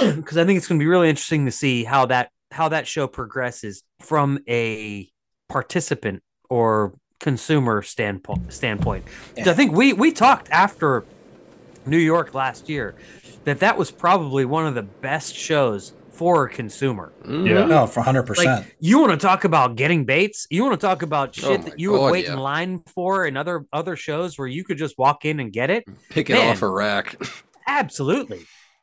Speaker 5: because i think it's gonna be really interesting to see how that how that show progresses from a participant or consumer standpoint standpoint 'Cause i
Speaker 2: Yeah.
Speaker 5: think we we talked after New York last year that that was probably one of the best shows for a consumer.
Speaker 3: Mm-hmm.
Speaker 4: Yeah.
Speaker 2: No, for hundred percent.
Speaker 5: Like you want to talk about getting baits, you want to talk about
Speaker 3: Oh
Speaker 5: shit
Speaker 3: my
Speaker 5: that you
Speaker 3: God,
Speaker 5: would wait
Speaker 3: yeah.
Speaker 5: in line for in other other shows where you could just walk in and get it.
Speaker 3: Pick it
Speaker 5: Man.
Speaker 3: off
Speaker 2: (laughs)
Speaker 3: a rack.
Speaker 5: Absolutely.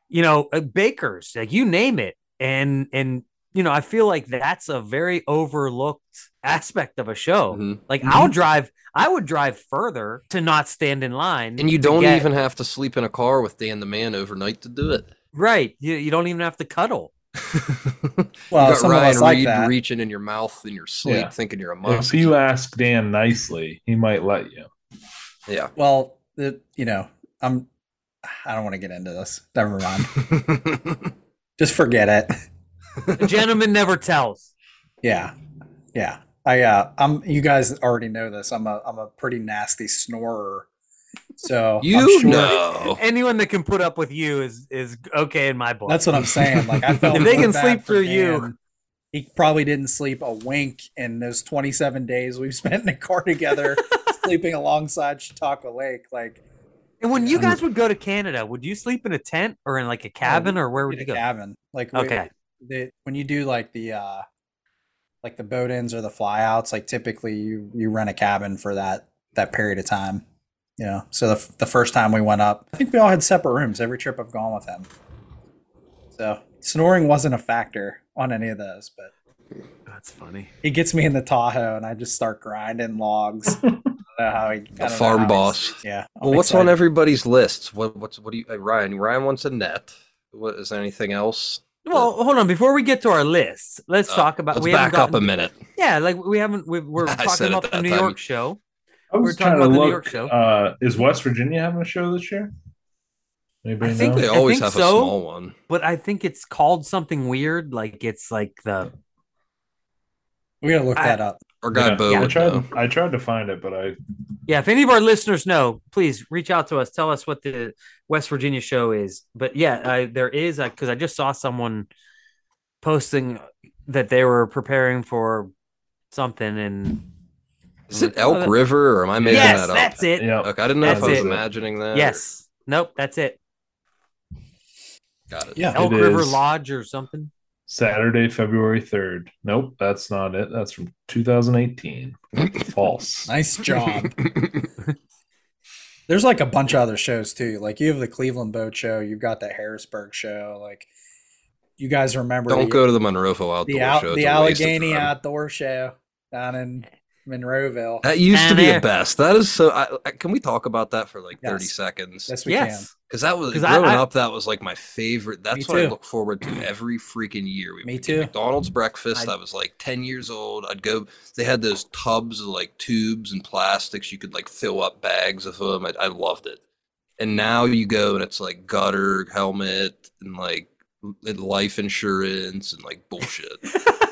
Speaker 5: You know, uh, bakers, like you name it. And and you know, I feel like that's a very overlooked aspect of a show.
Speaker 3: Mhm.
Speaker 5: Like I'll drive I would drive further to not stand in line.
Speaker 3: And you
Speaker 5: to
Speaker 3: don't
Speaker 5: get-
Speaker 3: even have to sleep in a car with Dan the Man overnight to
Speaker 2: (laughs)
Speaker 3: do it.
Speaker 5: right. You, you don't even have to cuddle.
Speaker 2: Well,
Speaker 3: you got
Speaker 2: Uh, some of
Speaker 3: Ryan
Speaker 2: us like
Speaker 3: Reed
Speaker 2: that.
Speaker 3: reaching in your mouth in your sleep,
Speaker 4: Yeah.
Speaker 3: thinking you're a
Speaker 4: If
Speaker 3: monkey.
Speaker 4: you ask Dan nicely, he might let you.
Speaker 3: Yeah.
Speaker 2: Well, the, you know, I'm. I don't want to get into this. Never mind. (laughs)
Speaker 3: (laughs)
Speaker 2: Just forget it.
Speaker 5: A gentleman never tells.
Speaker 2: Yeah, yeah. I uh, I'm. You guys already know this. I'm a I'm a pretty nasty snorer. So I'm
Speaker 3: you
Speaker 2: sure-
Speaker 4: (laughs)
Speaker 3: know.
Speaker 5: Anyone that can put up with you is is okay in my book.
Speaker 2: That's what I'm saying. Like
Speaker 5: (laughs)
Speaker 2: I felt
Speaker 5: If they
Speaker 2: real
Speaker 5: can
Speaker 2: bad
Speaker 5: sleep
Speaker 2: for
Speaker 5: through you.
Speaker 2: Dan. He probably didn't sleep a wink in those 27 days we've spent in the car
Speaker 5: (laughs)
Speaker 2: together, sleeping alongside Chautauqua Lake. Like
Speaker 5: and when you guys would go to Canada, would you sleep in a tent or in like a cabin or where would
Speaker 2: in
Speaker 5: you
Speaker 2: a
Speaker 5: go?
Speaker 2: cabin. Like we-
Speaker 5: Okay,
Speaker 2: the, when you do like the uh like the boat ins or the flyouts, like typically you you rent a cabin for that that period of time. You know, so the, the first time we went up, I think we all had separate rooms every trip I've gone with him. So snoring wasn't a factor on any of those, but
Speaker 5: That's funny.
Speaker 2: he gets me in the Tahoe and I just start grinding logs. I don't know how he, I don't know
Speaker 3: A farm
Speaker 2: how he's-
Speaker 3: boss.
Speaker 2: Yeah.
Speaker 3: Well, what's on everybody's lists? What what's what do you uh, Ryan? Ryan wants a net. What is there anything else?
Speaker 5: Well, hold on. Before we get to our lists, let's
Speaker 3: Uh,
Speaker 5: talk about.
Speaker 3: Let's
Speaker 5: we haven't
Speaker 3: back up
Speaker 5: gotten-
Speaker 3: a minute.
Speaker 5: Yeah, like we haven't. We, we're
Speaker 3: (laughs) I
Speaker 5: talking
Speaker 3: said it
Speaker 5: about the
Speaker 3: that
Speaker 5: New
Speaker 3: time.
Speaker 5: York show.
Speaker 4: I
Speaker 5: We're
Speaker 4: was
Speaker 5: talking
Speaker 4: trying to
Speaker 5: about the New
Speaker 4: look.
Speaker 5: York show.
Speaker 4: Uh, is West Virginia having a show this year? Anybody
Speaker 3: I think
Speaker 4: know?
Speaker 3: they always
Speaker 5: think
Speaker 3: have
Speaker 5: so.
Speaker 3: a small one.
Speaker 5: but I think it's called something weird. Like it's like the
Speaker 2: We gotta look
Speaker 5: I-
Speaker 2: that up.
Speaker 3: Our guy
Speaker 4: Yeah.
Speaker 3: Bo
Speaker 4: I
Speaker 3: would
Speaker 4: tried.
Speaker 3: know.
Speaker 4: I tried to find it, but I
Speaker 5: yeah. If any of our listeners know, please reach out to us. Tell us what the West Virginia show is. But yeah, I, there is because I just saw someone posting that they were preparing for something and
Speaker 3: Is it Elk River or am I making
Speaker 5: yes,
Speaker 3: that up?
Speaker 5: that's it. uh,
Speaker 4: yeah.
Speaker 3: Okay, I didn't know
Speaker 5: That's
Speaker 3: if I was
Speaker 5: it.
Speaker 3: imagining that. or-
Speaker 5: Yes, nope, that's it.
Speaker 3: got it.
Speaker 2: Yeah.
Speaker 5: Elk
Speaker 4: It
Speaker 5: River
Speaker 4: is.
Speaker 5: Lodge or something.
Speaker 4: Saturday, February third. Nope, that's not it. That's from
Speaker 5: (laughs)
Speaker 4: 2018. False.
Speaker 2: Nice job. There's like a bunch of other shows too. Like you have the Cleveland Boat Show, you've got the Harrisburg Show. Like you guys remember
Speaker 3: Don't
Speaker 2: the,
Speaker 3: go to the Monroeville Outdoor
Speaker 2: the, out,
Speaker 3: Show. It's
Speaker 2: the
Speaker 3: a waste of
Speaker 2: Allegheny
Speaker 3: time.
Speaker 2: Outdoor Show down in Monroeville.
Speaker 3: That used to be
Speaker 5: Eh.
Speaker 3: the best. That is so. I, I, can we talk about that for like thirty
Speaker 2: Yes.
Speaker 3: seconds?
Speaker 2: Yes, we
Speaker 5: Yes,
Speaker 3: Because that was
Speaker 5: 'Cause I-
Speaker 3: growing
Speaker 5: I-
Speaker 3: up. That was like my favorite. That's what I
Speaker 2: too.
Speaker 3: look forward to every freaking year. We
Speaker 2: Me
Speaker 3: would get
Speaker 2: too.
Speaker 3: McDonald's breakfast.
Speaker 5: I-
Speaker 3: I, was like ten years old. I'd go. They had those tubs of like tubes and plastics. You could like fill up bags of them. I, I loved it. And now you go and it's like gutter helmet and like l- life insurance and like bullshit. It's
Speaker 2: (laughs)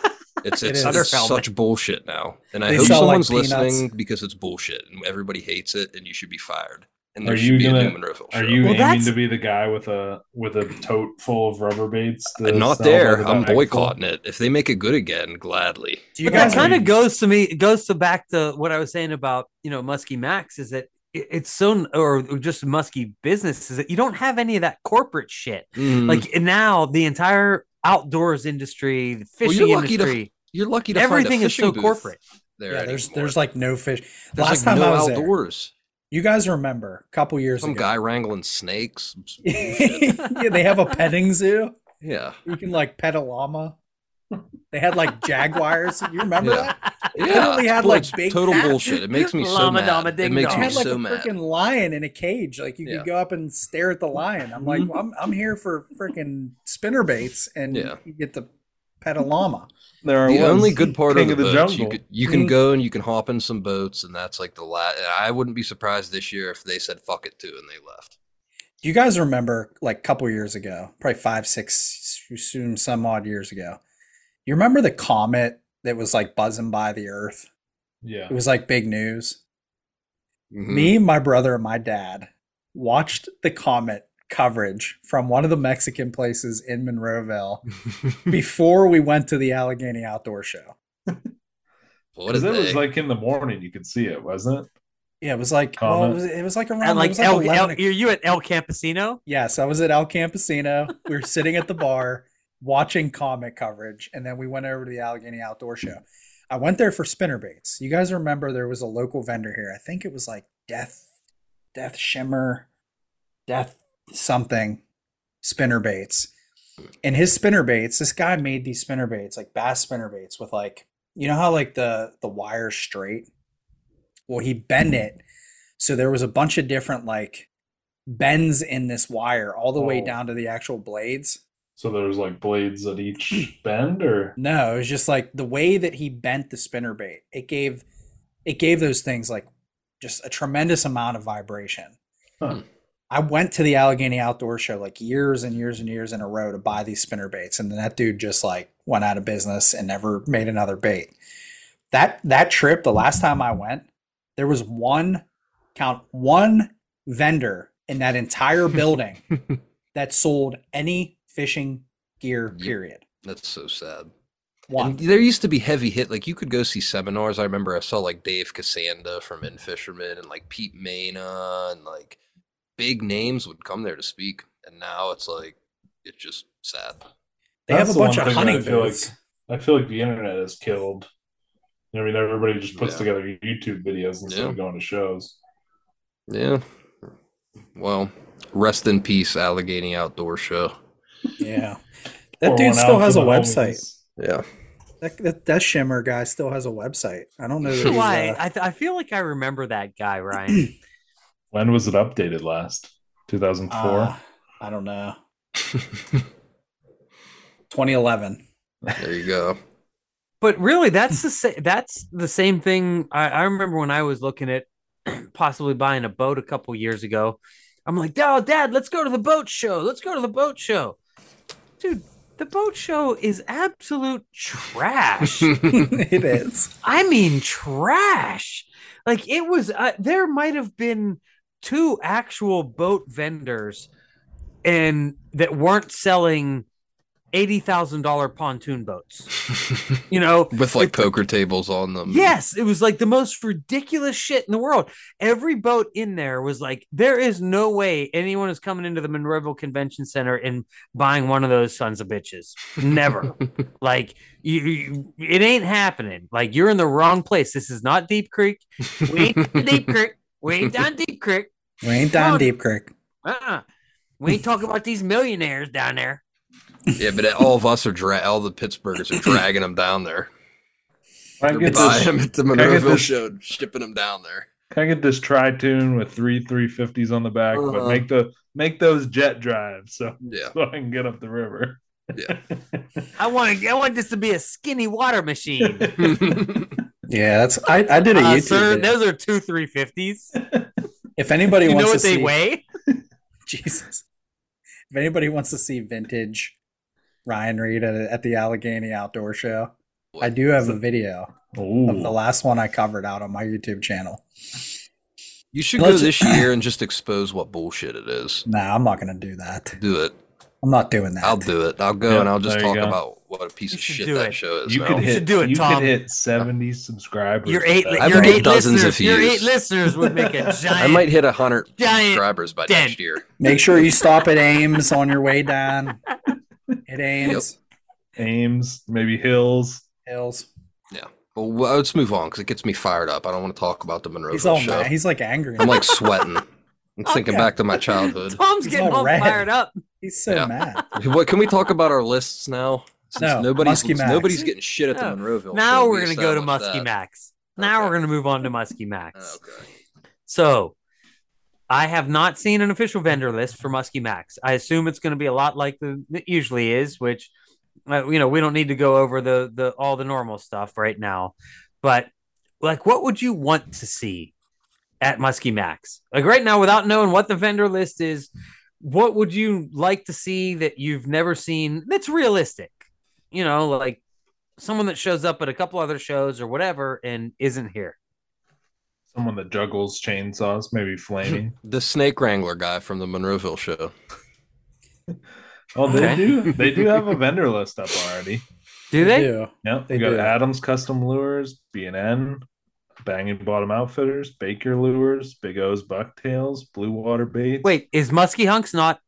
Speaker 2: It
Speaker 3: it's,
Speaker 2: is.
Speaker 3: it's
Speaker 5: Other
Speaker 3: such bullshit now, and I
Speaker 2: They
Speaker 3: hope
Speaker 2: sell, like,
Speaker 3: someone's
Speaker 2: peanuts.
Speaker 3: listening because it's bullshit and everybody hates it, and you should be fired. And
Speaker 4: Are
Speaker 3: there
Speaker 4: you
Speaker 3: should be a
Speaker 4: gonna-
Speaker 3: new Monroeville show.
Speaker 4: Are you
Speaker 5: Well,
Speaker 4: aiming
Speaker 5: that's-
Speaker 4: to be the guy with a with a tote full of rubber baits? to
Speaker 3: And not
Speaker 4: Uh, sell
Speaker 3: there.
Speaker 4: by the
Speaker 3: I'm
Speaker 4: bagful?
Speaker 3: boycotting it. If they make it good again, gladly.
Speaker 2: Do you
Speaker 5: but (laughs) that
Speaker 2: guys
Speaker 4: gotta-
Speaker 5: kind of goes to me. It goes to back to what I was saying about you know Muskie Max is that it, it's so or just Muskie business is that you don't have any of that corporate shit.
Speaker 3: Like
Speaker 5: Like now, the entire outdoors industry, the
Speaker 3: Well, you're
Speaker 5: fishing
Speaker 3: lucky to-
Speaker 5: industry,
Speaker 3: you're lucky to
Speaker 5: everything
Speaker 3: find a
Speaker 5: is so
Speaker 3: fishing booth (laughs)
Speaker 5: corporate.
Speaker 3: There
Speaker 2: yeah, there's
Speaker 3: anymore.
Speaker 2: there's like no fish.
Speaker 3: There's,
Speaker 2: Last
Speaker 3: like,
Speaker 2: time
Speaker 3: no
Speaker 2: I was there,
Speaker 3: outdoors.
Speaker 2: you guys remember a couple years
Speaker 3: Some
Speaker 2: ago. (laughs)
Speaker 3: guy wrangling snakes.
Speaker 2: yeah, they have a petting zoo.
Speaker 3: Yeah,
Speaker 2: You can like pet a llama. They had like jaguars. You remember
Speaker 3: Yeah.
Speaker 2: that?
Speaker 3: yeah.
Speaker 2: literally had,
Speaker 3: it's
Speaker 2: like,
Speaker 3: it's
Speaker 2: big
Speaker 3: total
Speaker 2: cats.
Speaker 3: bullshit. It makes me so
Speaker 5: Llama
Speaker 3: mad.
Speaker 5: Dama
Speaker 3: It
Speaker 5: Ding
Speaker 3: makes
Speaker 2: You
Speaker 5: Dong.
Speaker 3: me
Speaker 2: had like
Speaker 3: so
Speaker 2: a
Speaker 3: mad.
Speaker 2: freaking lion in a cage. Like you
Speaker 3: Yeah.
Speaker 2: could go up and stare at the lion. I'm like, well, I'm I'm here for freaking spinner baits, and
Speaker 3: Yeah.
Speaker 2: you get to pet a llama.
Speaker 4: There
Speaker 3: The
Speaker 4: was
Speaker 3: only good part
Speaker 4: King
Speaker 3: of the, boats, you,
Speaker 4: jungle.
Speaker 3: could, you can
Speaker 2: Mhm.
Speaker 3: go and you can hop in some boats, and that's like the last. I wouldn't be surprised this year if they said fuck it too and they left.
Speaker 2: Do you guys remember like a couple years ago, probably five, six, soon some odd years ago? You remember the comet that was like buzzing by the Earth?
Speaker 4: Yeah.
Speaker 2: It was like big news.
Speaker 3: Mhm.
Speaker 2: Me, my brother, and my dad watched the comet coverage from one of the Mexican places in Monroeville
Speaker 3: (laughs) Mm-hmm.
Speaker 2: before we went to the Allegheny Outdoor Show.
Speaker 3: What
Speaker 4: 'Cause
Speaker 3: is
Speaker 4: it was
Speaker 3: they?
Speaker 4: like in the morning you could see it, wasn't it?
Speaker 2: Yeah, it was like well, it
Speaker 4: Comet.
Speaker 2: was, it was like around
Speaker 5: At
Speaker 2: it
Speaker 5: like E
Speaker 2: was like
Speaker 5: El,
Speaker 2: 11
Speaker 5: El,
Speaker 2: o'clock.
Speaker 5: are you at El Campesino?
Speaker 2: Yes, I was at El Campesino. We were sitting at the bar watching comic coverage, and then we went over to the Allegheny Outdoor Show. I went there for spinnerbaits. You guys remember there was a local vendor here. I think it was like Death, Death Shimmer, Death something spinnerbaits. And his spinnerbaits, this guy made these spinnerbaits, like bass spinnerbaits with like, you know how like the the wire's straight? Well, he bent it. So there was a bunch of different like bends in this wire all the way
Speaker 4: Oh.
Speaker 2: down to the actual blades.
Speaker 4: So there was like blades
Speaker 3: (clears throat)
Speaker 4: at each bend, or
Speaker 2: No, it was just like the way that he bent the spinner bait. It gave it gave those things like just a tremendous amount of vibration.
Speaker 4: Huh.
Speaker 2: I went to the Allegheny Outdoor Show like years and years and years in a row to buy these spinner baits, and then that dude just like went out of business and never made another bait. That that trip, the last time I went, there was one count one vendor in that entire building that sold any fishing gear.
Speaker 3: Yep.
Speaker 2: Period.
Speaker 3: That's so sad.
Speaker 2: One.
Speaker 3: And there used to be heavy hit. Like you could go see seminars. I remember I saw like Dave Cassanda from In Fisherman and like Pete Mena and like big names would come there to speak. And now it's like it's just sad.
Speaker 2: They have
Speaker 4: That's
Speaker 2: a
Speaker 4: the
Speaker 2: bunch
Speaker 4: one
Speaker 2: of
Speaker 4: thing that I
Speaker 2: hunting
Speaker 4: feel like-
Speaker 2: booths.
Speaker 4: I feel like the internet has killed. I mean, everybody just puts
Speaker 3: Yeah.
Speaker 4: together YouTube videos instead
Speaker 3: Yeah.
Speaker 4: of going to shows.
Speaker 3: Yeah. Well, rest in peace, Allegheny Outdoor Show.
Speaker 2: Yeah. That
Speaker 4: Pour
Speaker 2: dude
Speaker 4: one
Speaker 2: still
Speaker 4: out
Speaker 2: has a
Speaker 4: for the
Speaker 2: website.
Speaker 4: homies.
Speaker 3: Yeah.
Speaker 2: That, that that Shimmer guy still has a website. I don't know that
Speaker 3: He's,
Speaker 2: he's,
Speaker 5: Why?
Speaker 2: uh,
Speaker 5: I, th- I feel like I remember that guy, Ryan.
Speaker 4: When was it updated last? 2004.
Speaker 2: uh, I don't know. 2011.
Speaker 3: there you (laughs) go.
Speaker 5: but really, that's the sa- that's the same thing. I, I remember when I was looking at (clears throat) possibly buying a boat a couple years ago. I'm like, oh, Dad, let's go to the boat show. Let's go to the boat show, dude. The boat show is absolute
Speaker 3: (laughs)
Speaker 5: trash.
Speaker 2: (laughs) it is.
Speaker 5: I mean, trash. Like it was. Uh, there might have been two actual boat vendors, and that weren't selling eighty thousand dollar pontoon boats. You know.
Speaker 3: With like poker tables on
Speaker 2: Um,
Speaker 3: them.
Speaker 5: Yes, it was like the most ridiculous shit in the world. Every boat in there was like, there is no way anyone is coming into the Monroeville Convention Center and buying one of those sons of bitches.
Speaker 2: (laughs)
Speaker 5: Never. like, you, you, it ain't happening. Like, you're in the wrong place. This is not Deep Creek. We ain't
Speaker 2: (laughs)
Speaker 5: down Deep Creek. We ain't down Deep Creek.
Speaker 2: We ain't down
Speaker 5: on.
Speaker 2: Deep Creek.
Speaker 5: Uh-uh. We ain't talking about these millionaires down there.
Speaker 3: Yeah, but all of us are dra- all the Pittsburghers are dragging them down there.
Speaker 4: Can I
Speaker 3: They're
Speaker 4: get
Speaker 3: buying
Speaker 4: this,
Speaker 3: them at the
Speaker 4: I get
Speaker 3: Monroeville
Speaker 4: this-
Speaker 3: show, shipping them down there.
Speaker 4: can I get this tri-tune with three 350s on the back, but
Speaker 3: Uh-huh.
Speaker 4: make the make those jet drives so, (laughs)
Speaker 3: Yeah.
Speaker 4: so I can get up the river.
Speaker 3: Yeah.
Speaker 5: I want I want this to be a skinny water machine.
Speaker 4: (laughs)
Speaker 2: Yeah, that's I, (laughs) I did a
Speaker 5: Uh,
Speaker 2: YouTube.
Speaker 5: sir,
Speaker 2: video.
Speaker 5: those are two 350s.
Speaker 2: If anybody
Speaker 5: you
Speaker 2: wants
Speaker 5: know
Speaker 2: to
Speaker 5: what they
Speaker 2: see,
Speaker 5: weigh?
Speaker 2: (laughs) Jesus. If anybody wants to see vintage Ryan Reed at, at the Allegheny Outdoor Show, I do have a video of the
Speaker 4: Ooh.
Speaker 2: last one I covered out on my YouTube channel.
Speaker 3: You should
Speaker 2: Let's- (clears throat)
Speaker 3: go this year and just expose what bullshit it is.
Speaker 2: Nah, I'm not gonna do that.
Speaker 3: Do it.
Speaker 2: I'm not doing that.
Speaker 3: I'll do it. I'll go
Speaker 4: Yeah,
Speaker 3: and I'll just
Speaker 4: there you
Speaker 3: talk
Speaker 4: go.
Speaker 3: about what a piece
Speaker 5: You
Speaker 3: of
Speaker 5: should
Speaker 3: shit
Speaker 5: do
Speaker 3: that
Speaker 5: it.
Speaker 3: should show is.
Speaker 4: You
Speaker 3: now.
Speaker 4: could
Speaker 5: You
Speaker 4: hit
Speaker 5: should do it,
Speaker 4: you
Speaker 5: Tom.
Speaker 4: could hit 70 subscribers.
Speaker 5: Your
Speaker 4: with
Speaker 5: eight,
Speaker 4: that.
Speaker 3: I
Speaker 5: your
Speaker 3: would get
Speaker 5: eight
Speaker 3: dozens
Speaker 5: listeners,
Speaker 3: if he
Speaker 5: your eight
Speaker 3: used.
Speaker 5: listeners would
Speaker 3: (laughs)
Speaker 5: make a giant.
Speaker 3: I might hit 100
Speaker 5: giant
Speaker 3: subscribers by
Speaker 5: dent.
Speaker 3: next year.
Speaker 2: Make sure you stop at Ames on your way down. Hit Ames,
Speaker 4: Ames, maybe Hills.
Speaker 2: Hills.
Speaker 3: Well, well, let's move on because it gets me fired up. I don't want to talk about the
Speaker 2: He's
Speaker 3: Monroeville
Speaker 2: all
Speaker 3: show.
Speaker 2: mad. He's like angry.
Speaker 3: I'm
Speaker 2: (laughs)
Speaker 3: like sweating. I'm thinking
Speaker 2: Okay.
Speaker 3: back to my childhood.
Speaker 5: (laughs) Tom's
Speaker 2: He's
Speaker 5: getting
Speaker 2: all
Speaker 5: all
Speaker 2: red.
Speaker 5: fired up.
Speaker 2: He's so
Speaker 3: Yeah.
Speaker 2: mad.
Speaker 3: What can we talk about our lists now? Since
Speaker 2: No,
Speaker 3: nobody's
Speaker 2: Muskie Max.
Speaker 3: nobody's getting shit at
Speaker 5: No.
Speaker 3: the Monroeville.
Speaker 5: Oh, Now
Speaker 3: show.
Speaker 5: we're
Speaker 3: We
Speaker 5: gonna go to
Speaker 3: established
Speaker 5: Muskie
Speaker 3: that.
Speaker 5: Max. Now
Speaker 3: Okay.
Speaker 5: we're gonna move on to Muskie Max.
Speaker 3: Okay.
Speaker 5: So, I have not seen an official vendor list for Muskie Max. I assume it's gonna be a lot like the it usually is, which uh, you know we don't need to go over the the all the normal stuff right now. But like, what would you want to see at Muskie Max? Like right now, without knowing what the vendor list is, what would you like to see that you've never seen? That's realistic. You know, like someone that shows up at a couple other shows or whatever and isn't here.
Speaker 4: Someone that juggles chainsaws, maybe
Speaker 5: (laughs)
Speaker 4: flaming.
Speaker 3: The snake wrangler guy from the Monroeville show.
Speaker 4: Oh, they
Speaker 5: Okay.
Speaker 4: do. They do have
Speaker 5: (laughs)
Speaker 4: a vendor list up already.
Speaker 5: Do they?
Speaker 2: do.
Speaker 4: Yep,
Speaker 2: They
Speaker 4: we got
Speaker 2: do.
Speaker 4: Adams Custom Lures, B and N, Banging Bottom Outfitters, Baker Lures, Big O's Bucktails, Blue Water Baits.
Speaker 5: Wait, is Muskie Hunks not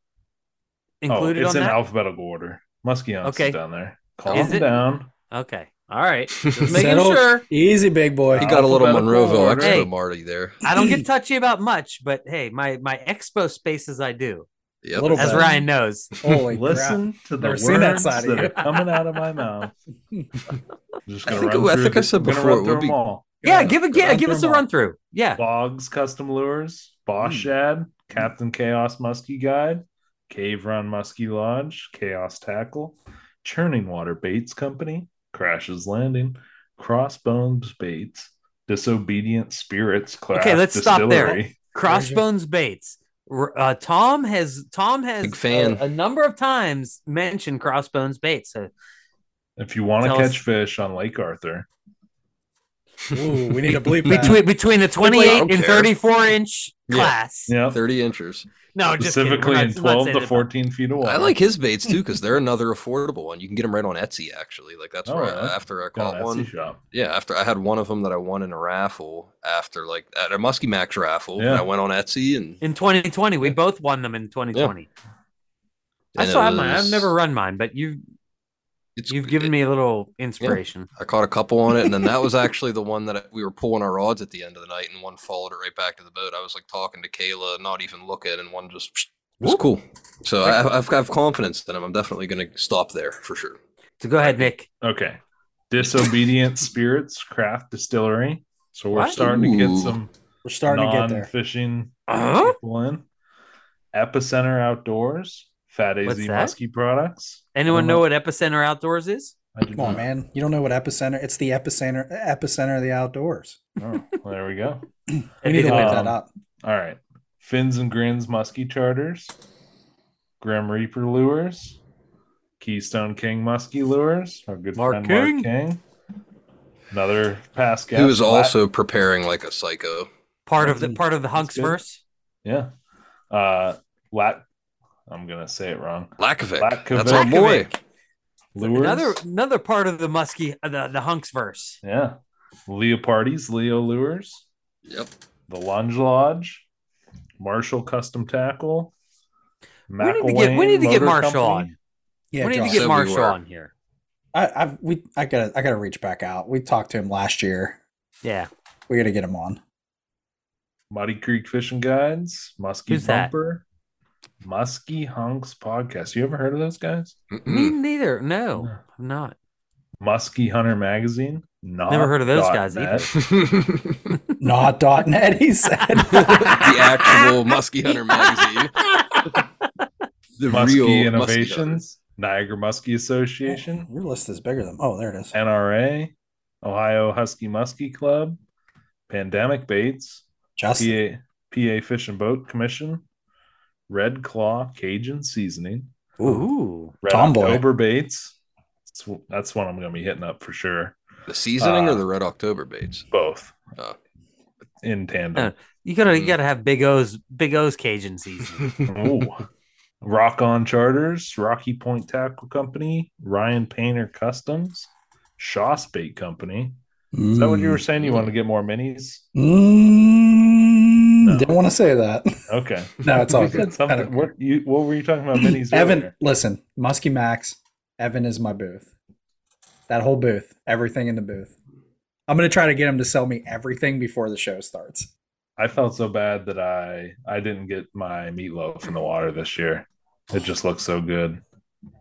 Speaker 5: included
Speaker 4: oh,
Speaker 5: on
Speaker 4: it's in
Speaker 5: that?
Speaker 4: alphabetical order. Muskie Hunks
Speaker 5: Okay.
Speaker 4: is down there. Calm
Speaker 5: Is it-
Speaker 4: down.
Speaker 5: okay.
Speaker 4: (laughs)
Speaker 5: All right.
Speaker 3: (laughs)
Speaker 5: Just
Speaker 3: he
Speaker 5: making
Speaker 2: Settle.
Speaker 5: sure.
Speaker 2: Easy, big boy.
Speaker 4: He
Speaker 3: got a little
Speaker 4: Alphabetical
Speaker 3: Monroeville
Speaker 4: order.
Speaker 3: expo
Speaker 5: Hey.
Speaker 3: Marty there.
Speaker 5: I don't get touchy about much, but hey, my my expo spaces I do,
Speaker 3: Yep.
Speaker 2: Little
Speaker 5: as
Speaker 2: bit.
Speaker 5: Ryan knows.
Speaker 2: Holy
Speaker 4: Listen to the
Speaker 2: Never
Speaker 4: words
Speaker 2: seen that side of
Speaker 4: that
Speaker 2: you.
Speaker 4: are coming out of my
Speaker 2: (laughs)
Speaker 4: mouth. I'm just
Speaker 3: I
Speaker 4: gonna
Speaker 3: think-
Speaker 4: run
Speaker 3: I
Speaker 4: through
Speaker 3: think I
Speaker 4: the-
Speaker 3: said
Speaker 4: I'm gonna
Speaker 3: before,
Speaker 4: run
Speaker 3: it
Speaker 4: through
Speaker 3: would be-
Speaker 4: them all.
Speaker 5: Yeah, give a
Speaker 2: Run
Speaker 5: give
Speaker 2: through
Speaker 5: us a
Speaker 2: them all.
Speaker 5: run through. Yeah.
Speaker 4: Boggs Custom Lures, Boss
Speaker 2: Hmm.
Speaker 4: Shad, Captain Chaos Muskie Guide, Cave Run Muskie Lodge, Chaos Tackle, Churning Water Baits Company, Crashes Landing, Crossbones Baits, Disobedient Spirits Class
Speaker 5: Okay, let's stop there.
Speaker 4: Distillery.
Speaker 5: Crossbones Baits. R- Uh, Tom has Tom has
Speaker 3: Big fan.
Speaker 5: A, a number of times mentioned Crossbones Baits. So
Speaker 4: If you want to
Speaker 5: Tell
Speaker 4: catch
Speaker 5: us-
Speaker 4: fish on Lake Arthur,
Speaker 2: Ooh, we need to bleep that.
Speaker 5: (laughs) between between the twenty
Speaker 3: I
Speaker 5: eight
Speaker 3: don't
Speaker 5: and
Speaker 3: care.
Speaker 5: thirty four inch
Speaker 3: Yeah.
Speaker 5: class.
Speaker 3: (laughs)
Speaker 4: yeah,
Speaker 3: Thirty inchers.
Speaker 5: No, just kidding. We're
Speaker 4: specifically
Speaker 5: not-
Speaker 4: in
Speaker 5: let's not
Speaker 4: 12
Speaker 5: say
Speaker 4: to
Speaker 5: that.
Speaker 4: 14 feet of water.
Speaker 3: I like his baits too because they're another affordable one. You can get them right on Etsy actually. Like that's
Speaker 4: Oh,
Speaker 3: where
Speaker 4: yeah.
Speaker 3: I, after I
Speaker 4: Got
Speaker 3: caught
Speaker 4: an Etsy
Speaker 3: one.
Speaker 4: shop.
Speaker 3: Yeah, after I had one of them that I won in a raffle after like at a Muskie Max raffle.
Speaker 4: Yeah.
Speaker 3: And I went on Etsy and,
Speaker 5: in 2020. We both won them in 2020. I
Speaker 3: and it
Speaker 5: still have mine. I've
Speaker 3: was-
Speaker 5: never run mine, but you
Speaker 3: It's,
Speaker 5: You've given me a little inspiration.
Speaker 3: I caught a couple on it, and then that was actually the one that we were pulling our rods at the end of the night, and one followed it right back to the boat. I was like talking to Kayla, not even looking, and one just it was cool. So I, I've, I've confidence in him. I'm definitely going to stop there for sure.
Speaker 5: So go ahead, Nick.
Speaker 4: Okay.
Speaker 5: (laughs)
Speaker 4: Disobedient Spirits Craft Distillery. So we're
Speaker 5: What?
Speaker 4: starting to get
Speaker 3: Ooh.
Speaker 4: some
Speaker 2: We're starting to get there.
Speaker 4: non-fishing
Speaker 5: Uh-huh.
Speaker 4: people in. Epicenter Outdoors, Fat AZ
Speaker 5: What's that?
Speaker 4: Muskie Products.
Speaker 5: Anyone
Speaker 4: Mhm.
Speaker 5: know what Epicenter Outdoors is?
Speaker 4: I did
Speaker 2: Come on,
Speaker 4: not
Speaker 2: man. You don't know what epicenter? It's the epicenter, epicenter of the outdoors.
Speaker 4: know. Well, oh, there we go.
Speaker 2: We need to
Speaker 5: Anyway,
Speaker 2: look
Speaker 4: um,
Speaker 2: that up.
Speaker 4: All right. Fins and Grins Muskie Charters, Grim Reaper Lures, Keystone King Muskie Lures, our good
Speaker 5: Mark
Speaker 4: friend
Speaker 5: King.
Speaker 4: Mark King. Another past guest.
Speaker 3: he was
Speaker 4: La-
Speaker 3: also preparing like a psycho.
Speaker 5: part of the
Speaker 4: That's
Speaker 5: part of the
Speaker 4: that's
Speaker 5: hunks
Speaker 4: good.
Speaker 5: verse.
Speaker 4: Yeah. Uh Lat I'm gonna say it wrong.
Speaker 3: Lakovic.
Speaker 4: Lakovic.
Speaker 3: That's our boy.
Speaker 4: Lures.
Speaker 5: Another another part of the musky uh, the the hunks verse.
Speaker 4: Yeah. Leopardies, Leo Lures,
Speaker 3: Yep.
Speaker 4: the Lunge Lodge, Marshall Custom Tackle.
Speaker 5: We need to get- we need to get
Speaker 4: Motor
Speaker 5: Marshall
Speaker 4: Company.
Speaker 2: Yeah,
Speaker 5: we need
Speaker 2: Josh.
Speaker 5: to get
Speaker 3: So we
Speaker 5: Marshall
Speaker 3: were.
Speaker 5: on here.
Speaker 2: I, I've we I gotta I gotta reach back out. We talked to him last year.
Speaker 5: Yeah,
Speaker 2: We gotta get him on.
Speaker 4: Muddy Creek Fishing Guides, Muskie
Speaker 5: Who's that?
Speaker 4: Thumper, Muskie Hunks Podcast. You ever heard of those guys?
Speaker 5: me
Speaker 3: Mm-mm.
Speaker 5: neither. No,
Speaker 4: No.
Speaker 5: I'm not.
Speaker 4: Muskie Hunter Magazine. Not
Speaker 5: Never heard of those
Speaker 4: dot
Speaker 5: guys either.
Speaker 4: net.
Speaker 2: Not dot net, he said.
Speaker 3: (laughs) (laughs) the actual
Speaker 5: (laughs)
Speaker 3: Muskie Hunter magazine. The real
Speaker 4: Muskie
Speaker 3: Muskie
Speaker 4: Innovations, Niagara Muskie Association,
Speaker 2: Oh, Your list is bigger than oh, there it is.
Speaker 4: NRA, Ohio Husky Muskie Club, Pandemic Baits,
Speaker 2: Just
Speaker 4: PA, PA Fish and Boat Commission, Red Claw Cajun Seasoning,
Speaker 5: Ooh,
Speaker 4: Red
Speaker 2: Tomboy.
Speaker 4: October Baits. That's, that's one I'm going to be hitting up for sure.
Speaker 3: Hunter. The seasoning
Speaker 4: Uh,
Speaker 3: or the Red October
Speaker 4: (laughs)
Speaker 3: baits?
Speaker 4: Both
Speaker 3: Oh.
Speaker 4: in tandem.
Speaker 5: you gotta you
Speaker 3: Mhm.
Speaker 5: gotta have Big O's Big O's Cajun season.
Speaker 4: Ooh. (laughs) Rock On Charters, Rocky Point Tackle Company, Ryan Painter Customs, Shaw's Bait Company. Is that what you were saying? You wanted to get more minis?
Speaker 2: Mm,
Speaker 4: No.
Speaker 2: Didn't want to say that.
Speaker 4: Okay.
Speaker 2: (laughs) No, it's all
Speaker 4: You
Speaker 2: good.
Speaker 4: said
Speaker 2: I
Speaker 4: (laughs) something.
Speaker 2: don't-
Speaker 4: What, you, what were you talking about,
Speaker 2: (clears throat)
Speaker 4: minis?
Speaker 2: Evan,
Speaker 4: earlier?
Speaker 2: listen, Muskie Max, Evan is my booth. That whole booth, everything in the booth. I'm gonna try to get him to sell me everything before the show starts.
Speaker 4: I felt so bad that I I didn't get my meatloaf in the water this year. It just looks so good,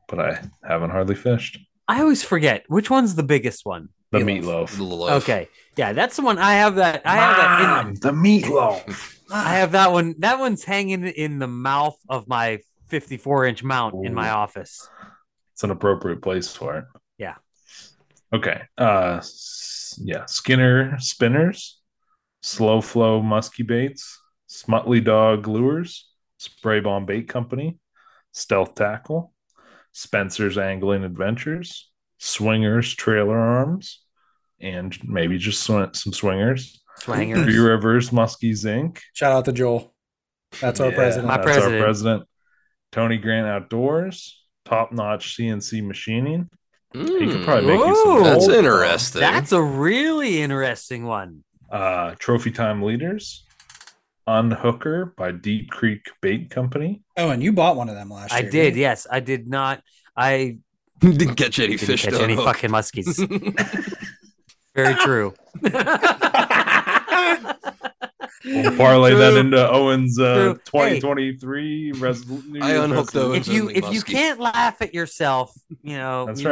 Speaker 4: but I haven't hardly fished
Speaker 5: I always forget which one's the biggest one.
Speaker 4: the
Speaker 2: Meatloaf.
Speaker 4: meatloaf.
Speaker 3: The loaf.
Speaker 5: Okay, yeah, that's the one. I have that. I
Speaker 3: Ah.
Speaker 5: have that. In,
Speaker 4: Mom, Ah, the meatloaf.
Speaker 5: I have that one. That one's hanging in the mouth of my 54 inch mount in my
Speaker 4: Ooh.
Speaker 5: office.
Speaker 4: it's an appropriate place for it.
Speaker 5: Yeah.
Speaker 4: Okay. Uh s- yeah, Skinner spinners, slow flow musky baits, smutly dog lures, spray bomb bait company, stealth tackle, Spencer's angling adventures, swingers trailer arms, and maybe just sw-
Speaker 2: (clears throat)
Speaker 4: some swingers. Three
Speaker 5: Swangers.
Speaker 4: Rivers Muskies Inc.
Speaker 2: Shout out to Joel. That's our
Speaker 4: Yeah,
Speaker 2: president.
Speaker 5: My
Speaker 4: that's
Speaker 5: president.
Speaker 4: Our president. Tony Grant Outdoors, top notch CNC machining. He could
Speaker 3: Mm,
Speaker 4: probably make you
Speaker 5: Ooh.
Speaker 4: some.
Speaker 3: That's
Speaker 4: gold.
Speaker 3: interesting.
Speaker 5: That's a really interesting one.
Speaker 4: Uh, Trophy Time Leaders, Unhooker by Deep Creek Bait Company.
Speaker 2: Oh, and you bought one of them last
Speaker 5: I
Speaker 2: year.
Speaker 5: did.
Speaker 2: didn't you?
Speaker 5: Yes, I did not. I
Speaker 3: (laughs) didn't catch any
Speaker 5: didn't
Speaker 3: fish.
Speaker 5: catch
Speaker 3: to
Speaker 5: any
Speaker 3: hook.
Speaker 5: fucking muskies.
Speaker 3: (laughs)
Speaker 5: Very true.
Speaker 3: (laughs)
Speaker 4: We'll parlay that
Speaker 5: True.
Speaker 4: into Owen's uh,
Speaker 5: True. Hey.
Speaker 4: 2023 resolution.
Speaker 3: I unhooked those.
Speaker 5: if you
Speaker 3: only
Speaker 5: if you
Speaker 3: muskies.
Speaker 5: can't laugh at yourself, you know
Speaker 4: That's
Speaker 5: you-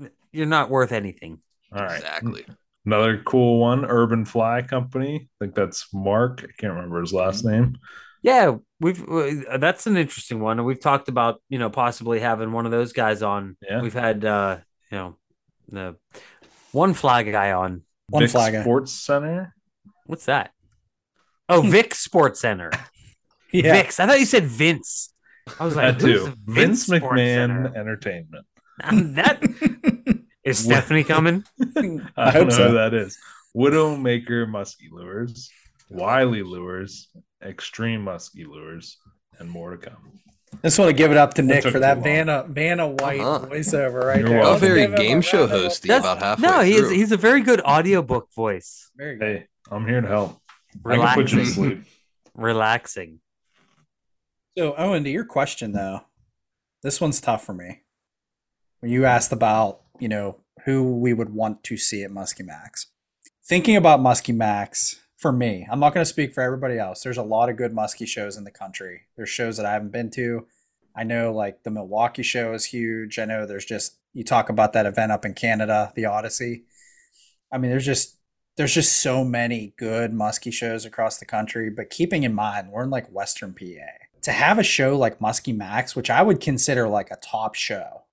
Speaker 4: right.
Speaker 5: You're not worth anything.
Speaker 4: All right.
Speaker 3: Exactly.
Speaker 4: Another cool one, Urban Fly Company. I think that's Mark. I can't remember his last name.
Speaker 5: Yeah, we've uh, that's an interesting one, and we've talked about you know possibly having one of those guys on.
Speaker 4: Yeah.
Speaker 5: We've had uh, you know the one fly guy on.
Speaker 2: One
Speaker 4: Vic
Speaker 2: fly guy.
Speaker 4: Sports Center.
Speaker 5: What's that?
Speaker 4: (laughs)
Speaker 5: Oh, Vic Sports Center.
Speaker 2: Yeah. (laughs)
Speaker 5: Vix. I thought you said Vince. I was like,
Speaker 4: That too. Vince,
Speaker 5: Sports
Speaker 4: McMahon
Speaker 5: Center?
Speaker 4: Entertainment.
Speaker 5: Um, (laughs) that
Speaker 4: (laughs)
Speaker 5: is Stephanie coming.
Speaker 4: I,
Speaker 2: I
Speaker 4: don't
Speaker 2: hope
Speaker 4: know
Speaker 2: so.
Speaker 4: who that is. Widowmaker Muskie Lures, Wiley Lures, Extreme Muskie Lures, and more to come.
Speaker 2: Just want to give it up to Nick
Speaker 4: took
Speaker 2: for
Speaker 4: too
Speaker 2: that
Speaker 4: long.
Speaker 2: Vanna Vanna White
Speaker 3: Uh-huh.
Speaker 2: voiceover right
Speaker 4: You're
Speaker 2: there.
Speaker 4: welcome.
Speaker 3: A
Speaker 2: Let's
Speaker 3: very
Speaker 2: give him
Speaker 3: game show
Speaker 2: round of
Speaker 3: hosty
Speaker 5: That's-
Speaker 3: about halfway
Speaker 5: No, he is,
Speaker 3: through.
Speaker 5: he's a very good audiobook voice.
Speaker 2: Very good.
Speaker 4: Hey, I'm here to help. I can put you to
Speaker 5: Relaxing.
Speaker 4: sleep.
Speaker 5: Relaxing.
Speaker 2: So Owen, to your question though, this one's tough for me. when you asked about you know who we would want to see at Muskie Max, thinking about Muskie Max for me, I'm not going to speak for everybody else. There's a lot of good Muskie shows in the country. There's shows that I haven't been to. I know like the Milwaukee show is huge. I know there's just you talk about that event up in Canada, the Odyssey. I mean, there's just there's just so many good muskie shows across the country. But keeping in mind, we're in like Western PA. To have a show like Muskie Max, which I would consider like a top show,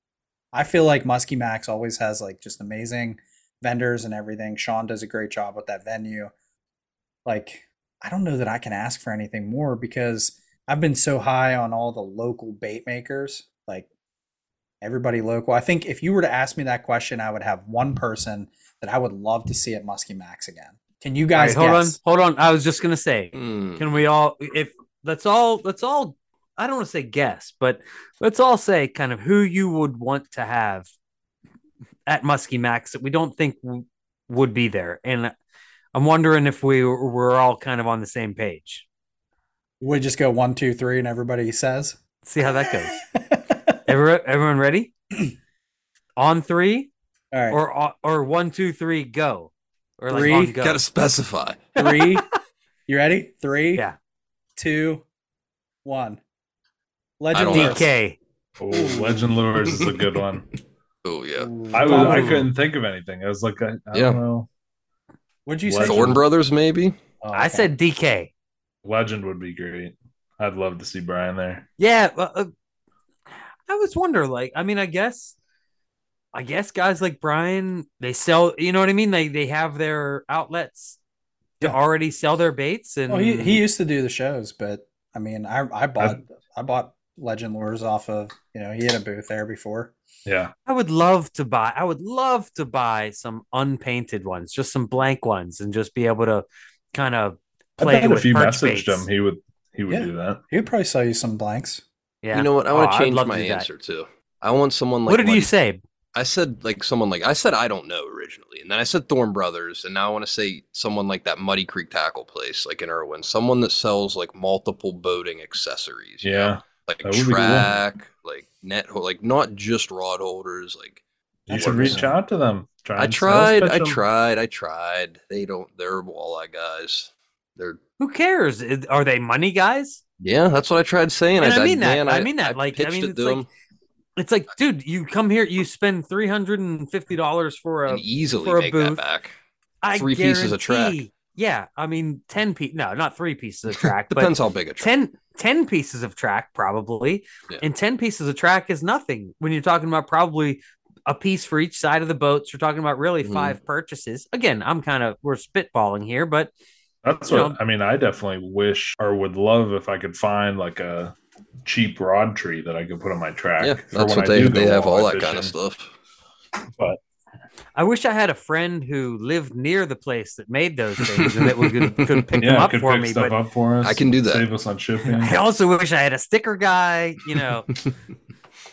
Speaker 2: I feel like Muskie Max always has like just amazing vendors and everything. Sean does a great job with that venue. Like, I don't know that I can ask for anything more because I've been so high on all the local bait makers, like everybody local. I think if you were to ask me that question, I would have one person that I would love to see at Muskie Max again. Can you guys
Speaker 5: All right, hold
Speaker 2: guess?
Speaker 5: on, hold on. I was just gonna say,
Speaker 3: Hmm.
Speaker 5: can we all if let's all let's all I don't want to say guess, but let's all say kind of who you would want to have at Muskie Max that we don't think w- would be there. And I'm wondering if we we're all kind of on the same page.
Speaker 2: We just go one, two, three, and everybody says.
Speaker 5: see how that
Speaker 2: (laughs)
Speaker 5: goes. Everyone, everyone
Speaker 2: (clears throat)
Speaker 5: ready? on three
Speaker 2: All right.
Speaker 5: or on- or one, two, three, go. Or
Speaker 2: Three.
Speaker 5: on go.
Speaker 3: Gotta specify.
Speaker 2: Three. you ready? Three.
Speaker 5: Yeah.
Speaker 2: Two. One.
Speaker 3: I
Speaker 2: Legend
Speaker 3: don't know.
Speaker 2: Lures.
Speaker 5: DK.
Speaker 4: Oh, Legend Lures is a good one.
Speaker 3: Oh yeah.
Speaker 4: I was I
Speaker 5: Ooh.
Speaker 4: couldn't think of anything. I was like, I, I
Speaker 3: Yeah.
Speaker 4: don't know.
Speaker 2: What'd you say?
Speaker 4: Legend.
Speaker 3: Thorn Brothers maybe.
Speaker 2: Oh,
Speaker 5: I
Speaker 2: okay.
Speaker 5: said DK.
Speaker 4: Legend would be great. I'd love to see Brian there.
Speaker 5: Yeah, uh, uh, I was wonder like I mean I guess I guess guys like Brian they sell you know what I mean they they have their outlets to
Speaker 2: Yeah.
Speaker 5: already sell their baits and
Speaker 4: Oh,
Speaker 2: Well, he, he used to do the shows, but I mean, I I bought I bought Legend Lures off of you know he had a booth there before.
Speaker 4: Yeah.
Speaker 5: I would love to buy I would love to buy some unpainted ones just some blank ones and just be able to kind of
Speaker 4: I
Speaker 5: play
Speaker 4: bet
Speaker 5: with
Speaker 4: if you
Speaker 5: perch
Speaker 4: messaged
Speaker 5: baits.
Speaker 4: him, he would he would
Speaker 2: Yeah.
Speaker 4: do that.
Speaker 2: He would probably sell you some blanks.
Speaker 5: yeah
Speaker 3: You know what? I
Speaker 5: Oh,
Speaker 3: want
Speaker 5: I'd
Speaker 3: to change
Speaker 5: love to
Speaker 3: my
Speaker 5: do that.
Speaker 3: answer too. I want someone like
Speaker 5: what did you
Speaker 3: Muddy-
Speaker 5: say
Speaker 3: I said like someone like I said I don't know originally, and then I said Thorn Brothers, and now I want to say someone like that Muddy Creek Tackle place, like in Irwin, someone that sells like multiple boating accessories. you know?
Speaker 4: Yeah.
Speaker 3: like
Speaker 4: That would be cool.
Speaker 3: track, like net, ho- like not just rod holders. Like
Speaker 4: You
Speaker 2: That's
Speaker 4: should
Speaker 2: what
Speaker 4: reach
Speaker 2: I'm
Speaker 4: out to them. Try
Speaker 3: I
Speaker 4: and sales
Speaker 3: tried,
Speaker 4: pitch
Speaker 3: I
Speaker 4: them.
Speaker 3: tried, I tried. They don't. They're walleye guys. They're
Speaker 5: who cares Is- are they money guys
Speaker 3: yeah. That's what I tried saying.
Speaker 5: And I
Speaker 3: I
Speaker 5: mean that,
Speaker 3: man,
Speaker 5: I mean that, like, I
Speaker 3: pitched
Speaker 5: mean,
Speaker 3: it
Speaker 5: it's
Speaker 3: to
Speaker 5: like-
Speaker 3: 'em,
Speaker 5: it's like dude you come here you spend $350 for a
Speaker 3: and easily
Speaker 5: for a
Speaker 3: make
Speaker 5: booth.
Speaker 3: that back.
Speaker 5: I
Speaker 3: Three pieces of track.
Speaker 5: guarantee- Yeah, I mean ten piece. No, not three
Speaker 3: (laughs)
Speaker 5: pieces of track, but
Speaker 3: Depends how big a track.
Speaker 5: 10, 10 pieces of track probably,
Speaker 3: Yeah.
Speaker 5: and ten pieces of track is nothing when you're talking about probably a piece for each side of the boats. You're talking about really
Speaker 3: Mhm.
Speaker 5: five purchases. Again, I'm kind of we're spitballing here, but
Speaker 4: That's
Speaker 5: you
Speaker 4: what
Speaker 5: know.
Speaker 4: I mean. I definitely wish or would love if I could find like a cheap rod tree that I could put on my track.
Speaker 3: Yeah,
Speaker 4: for
Speaker 3: that's
Speaker 4: when
Speaker 3: what
Speaker 4: I
Speaker 3: they
Speaker 4: do
Speaker 3: they
Speaker 4: go
Speaker 3: have all
Speaker 4: walleye
Speaker 3: that kind of
Speaker 4: fishing.
Speaker 3: stuff.
Speaker 4: But
Speaker 5: I wish I had a friend who lived near the place that
Speaker 3: (laughs)
Speaker 5: made those things and that would could, could pick them
Speaker 4: yeah,
Speaker 5: up
Speaker 4: could
Speaker 5: for
Speaker 4: pick
Speaker 5: me.
Speaker 4: stuff
Speaker 5: But
Speaker 4: up for us.
Speaker 3: I can do that.
Speaker 4: Save us
Speaker 3: (laughs)
Speaker 4: on shipping.
Speaker 5: I also wish I had a sticker guy. You know,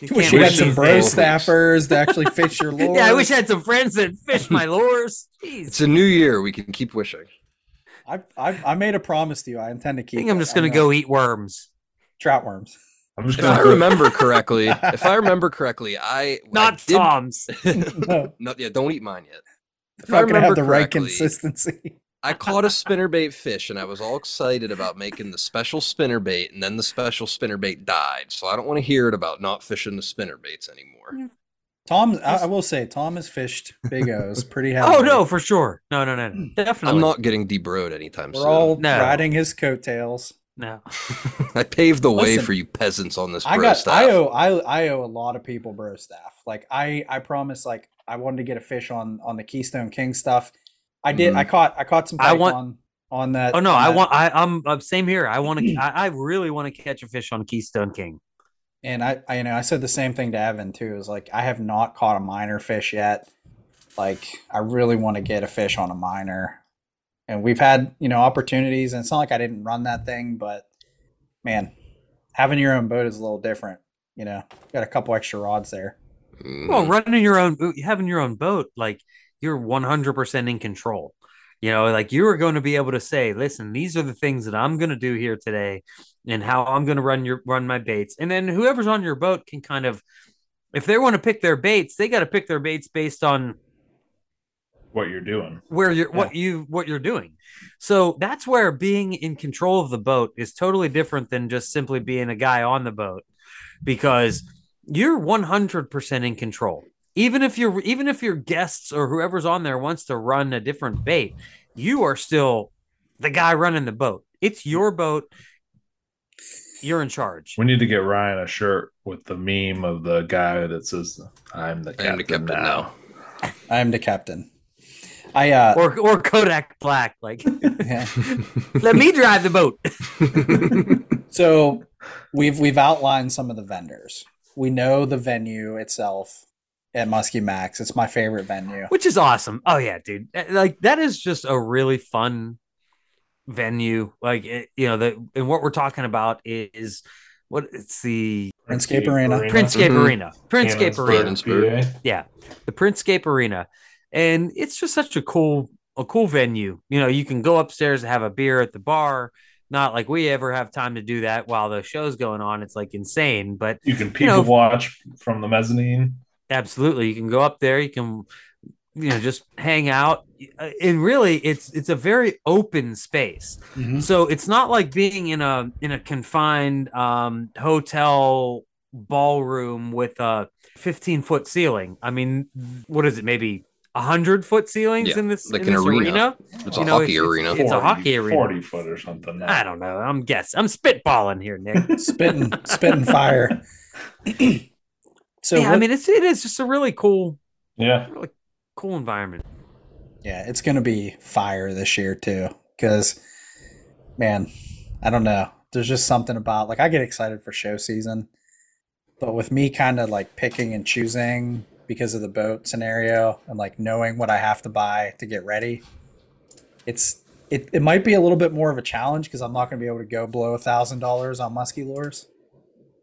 Speaker 5: you
Speaker 2: Wish
Speaker 5: can't
Speaker 2: you
Speaker 5: win
Speaker 2: had some
Speaker 5: these
Speaker 2: bro
Speaker 5: days.
Speaker 2: staffers to
Speaker 5: (laughs)
Speaker 2: actually fish your lures.
Speaker 5: Yeah, I wish I had some friends that fish my lures.
Speaker 3: It's
Speaker 5: Jeez.
Speaker 3: a new year. We can keep wishing.
Speaker 2: I, I I made a promise to you. I intend to
Speaker 5: I
Speaker 2: keep.
Speaker 5: think I'm
Speaker 2: it.
Speaker 5: just gonna
Speaker 2: not-
Speaker 5: go eat worms.
Speaker 2: trout worms. (laughs)
Speaker 4: I'm just
Speaker 3: If I
Speaker 4: gonna put-
Speaker 3: remember correctly, if I remember correctly, I
Speaker 5: Not
Speaker 3: I
Speaker 5: Tom's.
Speaker 3: did,
Speaker 2: No,
Speaker 3: no, yeah, don't eat mine yet. If I
Speaker 2: not gonna have
Speaker 3: remember
Speaker 2: the right
Speaker 3: correctly,
Speaker 2: consistency.
Speaker 3: I caught a spinnerbait fish and I was all excited about making the special spinnerbait, and then the special spinnerbait died. So I don't want to hear it about not fishing the spinnerbaits anymore.
Speaker 2: Tom, I, I will say, Tom has fished big O's pretty heavily.
Speaker 5: (laughs) Oh no, for sure. No, no, no, no. definitely.
Speaker 3: Hmm. I'm not getting debrowed anytime
Speaker 2: we're
Speaker 3: soon.
Speaker 2: all
Speaker 5: No.
Speaker 2: riding his coattails.
Speaker 5: No.
Speaker 3: (laughs) I paved the way
Speaker 2: Listen,
Speaker 3: for you peasants on this
Speaker 2: I
Speaker 3: bro
Speaker 2: got,
Speaker 3: staff.
Speaker 2: I owe, I, I owe a lot of people bro staff. Like I, I promise, like I wanted to get a fish on on the Keystone King stuff. I did. I caught, I caught some.
Speaker 5: Mm. I
Speaker 2: pike
Speaker 5: want-
Speaker 2: on, on that.
Speaker 5: Oh no,
Speaker 2: on
Speaker 5: I
Speaker 2: that-
Speaker 5: want. I, I'm uh, same here. I
Speaker 3: (clears throat)
Speaker 5: want to. I, I really want to catch a fish on Keystone King.
Speaker 2: And I, I, you know, I said the same thing to Evan too. Is like I have not caught a minor fish yet. Like I really want to get a fish on a minor, and we've had you know opportunities. And it's not like I didn't run that thing, but man, having your own boat is a little different. You know, got a couple extra rods there.
Speaker 3: Mhm.
Speaker 5: Well, running your own, having your own boat, like you're 100 percent in control. You know, like you are going to be able to say, "Listen, these are the things that I'm going to do here today, and how I'm going to run your run my baits." And then whoever's on your boat can kind of if they want to pick their baits, they got to pick their baits based on
Speaker 4: what you're doing.
Speaker 5: where you're what you what you're doing so that's where being in control of the boat is totally different than just simply being a guy on the boat because you're 100% in control even if you're even if your guests or whoever's on there wants to run a different bait you are still the guy running the boat it's your boat you're in charge
Speaker 4: We need to get Ryan a shirt with the meme of the guy that says, "I'm the captain,
Speaker 3: I'm the captain
Speaker 4: now.
Speaker 3: now.
Speaker 2: I'm the captain. I uh
Speaker 5: or or kodak black
Speaker 2: (laughs)
Speaker 5: like (laughs)
Speaker 2: yeah.
Speaker 5: let me drive the boat
Speaker 2: so we've we've outlined some of the vendors. We know the venue itself at Muskie Max. It's my favorite venue.
Speaker 5: which is awesome. Oh yeah, dude. Uh, Like that is just a really fun venue. Like it, you know, the and what we're talking about is what it's the
Speaker 2: Prinscape Arena.
Speaker 5: Prinscape
Speaker 3: Mhm.
Speaker 5: Arena. Prinscape
Speaker 4: Cannonsburg,
Speaker 5: Arena.
Speaker 3: Cannonsburg.
Speaker 4: PA.
Speaker 5: The Prinscape Arena. And it's just such a cool a cool venue. You know, you can go upstairs and have a beer at the bar. Not like we ever have time to do that while the show's going on. It's like insane, but
Speaker 4: You can people
Speaker 5: know-
Speaker 4: watch from the mezzanine.
Speaker 5: absolutely you can go up there you can you know just hang out Uh, and really it's it's a very open space
Speaker 3: Mm-hmm.
Speaker 2: Mhm.
Speaker 5: so it's not like being in a in a confined um hotel ballroom with a 15 foot ceiling i mean what is it maybe 100 foot ceilings
Speaker 3: Yeah,
Speaker 5: in this,
Speaker 3: like
Speaker 5: in
Speaker 3: an
Speaker 5: this
Speaker 3: arena.
Speaker 5: arena
Speaker 3: It's
Speaker 5: You
Speaker 3: a
Speaker 5: know,
Speaker 3: hockey
Speaker 5: it's-
Speaker 3: arena.
Speaker 5: it's- a hockey arena.
Speaker 4: forty foot or something.
Speaker 5: i don't know i'm guess i'm spitballing here
Speaker 3: (laughs)
Speaker 5: nick
Speaker 2: Spitting spitting fire. (clears throat) so
Speaker 5: yeah i
Speaker 2: what-
Speaker 5: mean it's it is just a really cool
Speaker 4: Yeah,
Speaker 5: cool environment
Speaker 2: Yeah, it's gonna be fire this year too. Cause man, I don't know. There's just something about like I get excited for show season. But with me kind of like picking and choosing because of the boat scenario and like knowing what I have to buy to get ready, it's it, it might be a little bit more of a challenge because I'm not gonna be able to go blow a thousand dollars on musky lures.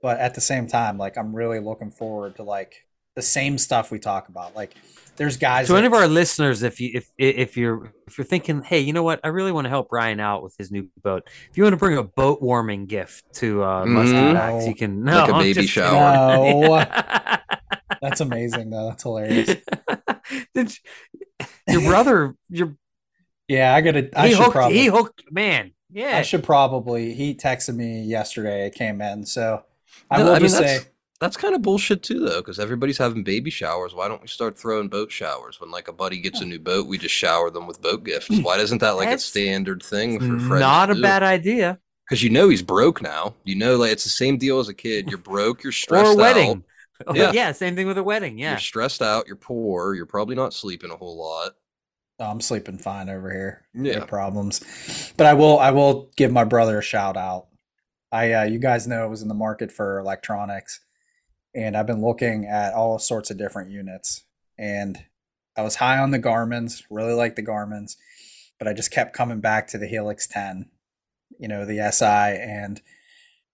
Speaker 2: But at the same time, like I'm really looking forward to like the same stuff we talk about. Like there's guys
Speaker 5: to
Speaker 2: that-
Speaker 5: any of our listeners if you if if you're if you're thinking hey you know what i really want to help ryan out with his new boat if you want to bring a boat warming gift to uh Muskie
Speaker 3: Mhm.
Speaker 5: Max, you can no,
Speaker 3: Like a
Speaker 5: I'm
Speaker 3: baby
Speaker 5: just-
Speaker 3: shower.
Speaker 2: No, that's amazing though. That's hilarious.
Speaker 5: (laughs) Did you- your brother your
Speaker 2: Yeah, I gotta. (laughs) I
Speaker 5: he
Speaker 2: should
Speaker 5: hooked
Speaker 2: probably.
Speaker 5: he hooked man
Speaker 2: I
Speaker 5: yeah
Speaker 2: should probably. He texted me yesterday. It came in, so I
Speaker 3: No,
Speaker 2: will
Speaker 3: I mean,
Speaker 2: just say
Speaker 3: that's- That's kind of bullshit too, though, because everybody's having baby showers. Why don't we start throwing boat showers? When like a buddy gets a new boat, we just shower them with boat
Speaker 5: (laughs)
Speaker 3: gifts. Why isn't that like
Speaker 5: That's-
Speaker 3: a standard thing for friends?
Speaker 5: not a bad idea
Speaker 3: because you know he's broke now. You know, like it's the same deal as a kid.
Speaker 5: (laughs)
Speaker 3: You're broke. You're stressed
Speaker 5: or a
Speaker 3: out.
Speaker 5: wedding Oh, yeah.
Speaker 3: Yeah.
Speaker 5: same thing with a wedding yeah
Speaker 3: You're stressed out. You're poor. You're probably not sleeping a whole lot. (laughs)
Speaker 2: Oh, I'm sleeping fine over here.
Speaker 3: Yeah.
Speaker 2: No problems. But I will. I will give my brother a shout out. I. Uh, you guys know I was in the market for electronics, and I've been looking at all sorts of different units. And I was high on the Garmin's. Really like the Garmin's, but I just kept coming back to the Helix 10. You know the SI and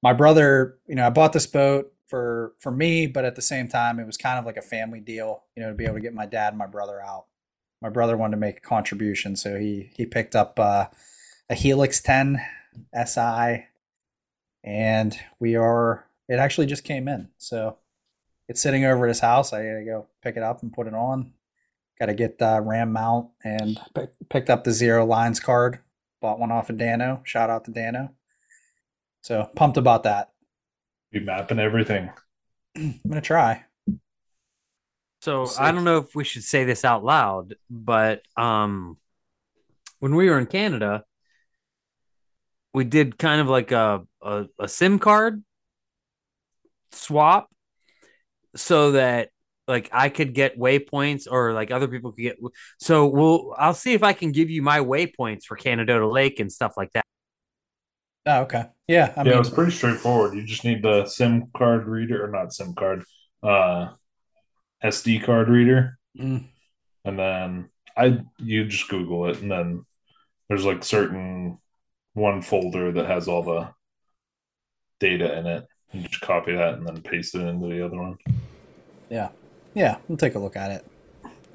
Speaker 2: my brother. You know I bought this boat for for me, but at the same time it was kind of like a family deal. You know to be able to get my dad and my brother out my brother wanted to make a contribution, so he he picked up uh, a Helix 10 SI, and we are. It actually just came in, so it's sitting over at his house. I gotta go pick it up and put it on. Got to get uh, RAM mount and pick, picked up the zero lines card. Bought one off of Dano. Shout out to Dano. So pumped about that. (clears throat)
Speaker 4: be mapping everything.
Speaker 2: I'm gonna try.
Speaker 5: So
Speaker 4: Sick.
Speaker 5: I don't know if we should say this out loud, but um, when we were in Canada, we did kind of like a a, a SIM card swap, so that like I could get waypoints or like other people could get. So we'll I'll see if I can give you my waypoints for Canadota Lake and stuff like that.
Speaker 2: Oh, okay. Yeah. I
Speaker 4: yeah,
Speaker 2: mean,
Speaker 4: it's pretty straightforward. You just need the SIM card reader, or not SIM card, uh, SD card reader,
Speaker 2: mm,
Speaker 4: and then I you just Google it, and then there's like certain one folder that has all the data in it. You just copy that and then paste it into the other one.
Speaker 2: yeah. We'll take a look at it.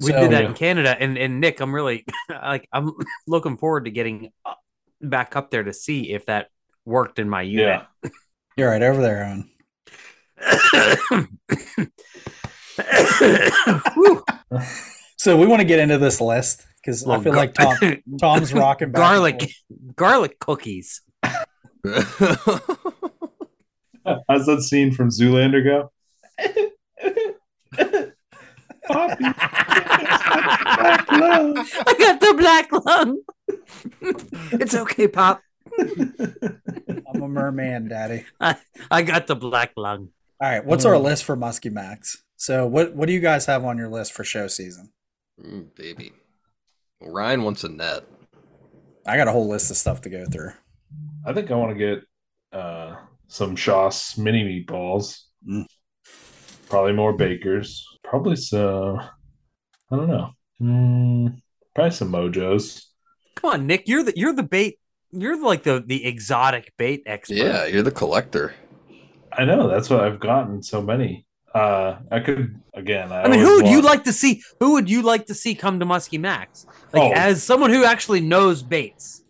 Speaker 5: We did that
Speaker 4: Yeah.
Speaker 5: in Canada, and and Nick, I'm really (laughs) like I'm looking forward to getting uh, up- back up there to see if that worked in my unit.
Speaker 4: Yeah, (laughs)
Speaker 2: You're right over there, Owen.
Speaker 5: Whew.
Speaker 2: So we want to get into this list because I
Speaker 5: Well,
Speaker 2: feel
Speaker 5: gar-
Speaker 2: like
Speaker 5: (laughs)
Speaker 2: Tom, Tom's rocking back and
Speaker 5: garlic
Speaker 2: forth.
Speaker 5: garlic cookies.
Speaker 4: How's that scene from
Speaker 2: (laughs)
Speaker 4: Zoolander go? Poppy, (laughs) black love.
Speaker 5: (laughs) I got the black lung. (laughs) it's okay, Pop.
Speaker 2: I'm a merman, daddy.
Speaker 5: I got the black lung.
Speaker 2: All right, what's
Speaker 5: Mm.
Speaker 2: our list for Muskie Max? So what what do you guys have on your list for show season?
Speaker 3: Mm, baby. Ryan wants a net.
Speaker 2: I got a whole list of stuff to go through.
Speaker 4: I think I want to get uh, some Shaw's mini meatballs.
Speaker 2: Mm.
Speaker 4: Probably more bakers. Probably some. I don't know. Mm, probably some mojos.
Speaker 5: Come on, Nick. You're the you're the bait. You're like the the exotic bait expert.
Speaker 3: Yeah, you're the collector.
Speaker 4: I know that's what I've gotten so many. Uh, I could again. I,
Speaker 5: I mean,
Speaker 4: always
Speaker 5: who would you
Speaker 4: want-
Speaker 5: like to see? Who would you like to see come to Muskie Max? Like
Speaker 4: Oh.
Speaker 5: as someone who actually knows baits.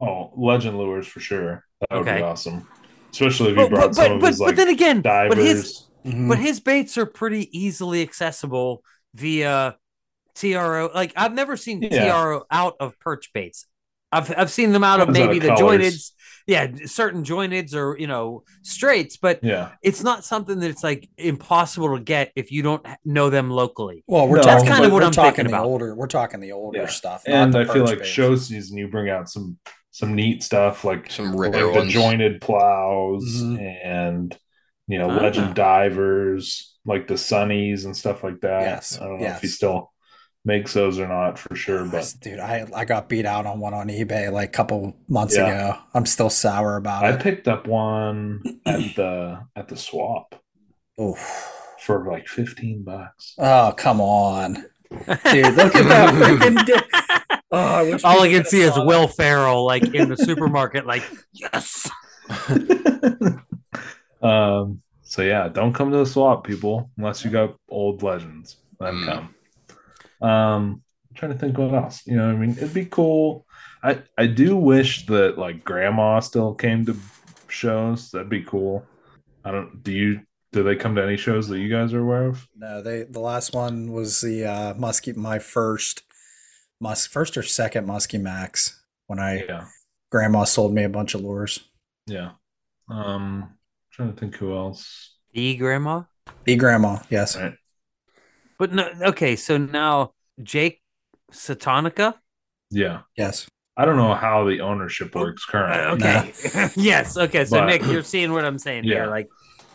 Speaker 4: Oh, legend lures for sure. That would
Speaker 5: Okay.
Speaker 4: be awesome, especially if you
Speaker 5: But
Speaker 4: brought
Speaker 5: but
Speaker 4: some
Speaker 5: but,
Speaker 4: of
Speaker 5: but,
Speaker 4: his like
Speaker 5: but then again,
Speaker 4: divers.
Speaker 5: but his
Speaker 4: Mm-hmm. Mm.
Speaker 5: but his baits are pretty easily accessible via TRO. Like I've never seen
Speaker 4: Yeah.
Speaker 5: TRO out of perch baits. I've I've seen them out of
Speaker 4: Comes out
Speaker 5: maybe
Speaker 4: of
Speaker 5: the
Speaker 4: colours.
Speaker 5: jointed, yeah, certain jointed or you know straights, but
Speaker 4: yeah,
Speaker 5: it's not something that's like impossible to get if you don't know them locally.
Speaker 2: Well, we're
Speaker 4: No,
Speaker 2: talking,
Speaker 4: that's kind
Speaker 5: of
Speaker 2: we're
Speaker 5: what I'm
Speaker 2: talking
Speaker 5: thinking
Speaker 2: the
Speaker 5: about.
Speaker 2: older. We're talking the older
Speaker 4: Yeah.
Speaker 2: stuff, not
Speaker 4: and
Speaker 2: the
Speaker 4: I feel
Speaker 2: perch
Speaker 4: like
Speaker 2: baits.
Speaker 4: show season you bring out some some neat stuff like
Speaker 3: Some
Speaker 4: like
Speaker 3: rare
Speaker 4: the
Speaker 3: ones.
Speaker 4: jointed plows
Speaker 2: Mhm.
Speaker 4: and you know
Speaker 5: Ah.
Speaker 4: legend divers like the sunnies and stuff like that.
Speaker 2: Yes,
Speaker 4: I don't know
Speaker 2: yes.
Speaker 4: if he still makes those or not for sure, but
Speaker 2: dude, I I got beat out on one on eBay like a couple months
Speaker 4: Yeah.
Speaker 2: ago. I'm still sour about
Speaker 4: I
Speaker 2: it.
Speaker 4: picked up one
Speaker 2: (clears throat)
Speaker 4: at the at the swap
Speaker 2: Oof.
Speaker 4: for like fifteen bucks.
Speaker 2: Oh come
Speaker 5: (laughs)
Speaker 2: on, dude! Look at that freaking. Di- oh, I wish
Speaker 5: All
Speaker 2: people
Speaker 5: I can
Speaker 2: could've
Speaker 5: see is
Speaker 2: saw
Speaker 5: Will Ferrell like in
Speaker 4: (laughs)
Speaker 5: the supermarket, like yes.
Speaker 4: um, so yeah, don't come to the swap, people, unless you got old legends. Then
Speaker 3: Mm.
Speaker 4: come. Um, I'm trying to think what else. You know, what I mean, it'd be cool. I I do wish that like grandma still came to shows. That'd be cool. I don't. Do you? Do they come to any shows that you guys are aware of?
Speaker 2: No, they the last one was the uh muskie my first musk first or second muskie max when I
Speaker 4: Yeah,
Speaker 2: grandma sold me a bunch of lures.
Speaker 4: yeah. Um, trying to think who else.
Speaker 5: The grandma.
Speaker 2: The grandma, yes.
Speaker 4: Right.
Speaker 5: But no, okay. So now Jake Satanica.
Speaker 4: Yeah,
Speaker 2: Yes.
Speaker 4: I don't know how the ownership works currently. (laughs)
Speaker 5: Uh, okay. yes. Okay. So
Speaker 4: But-
Speaker 5: Nick, you're seeing what I'm saying
Speaker 4: Yeah.
Speaker 5: here. Like,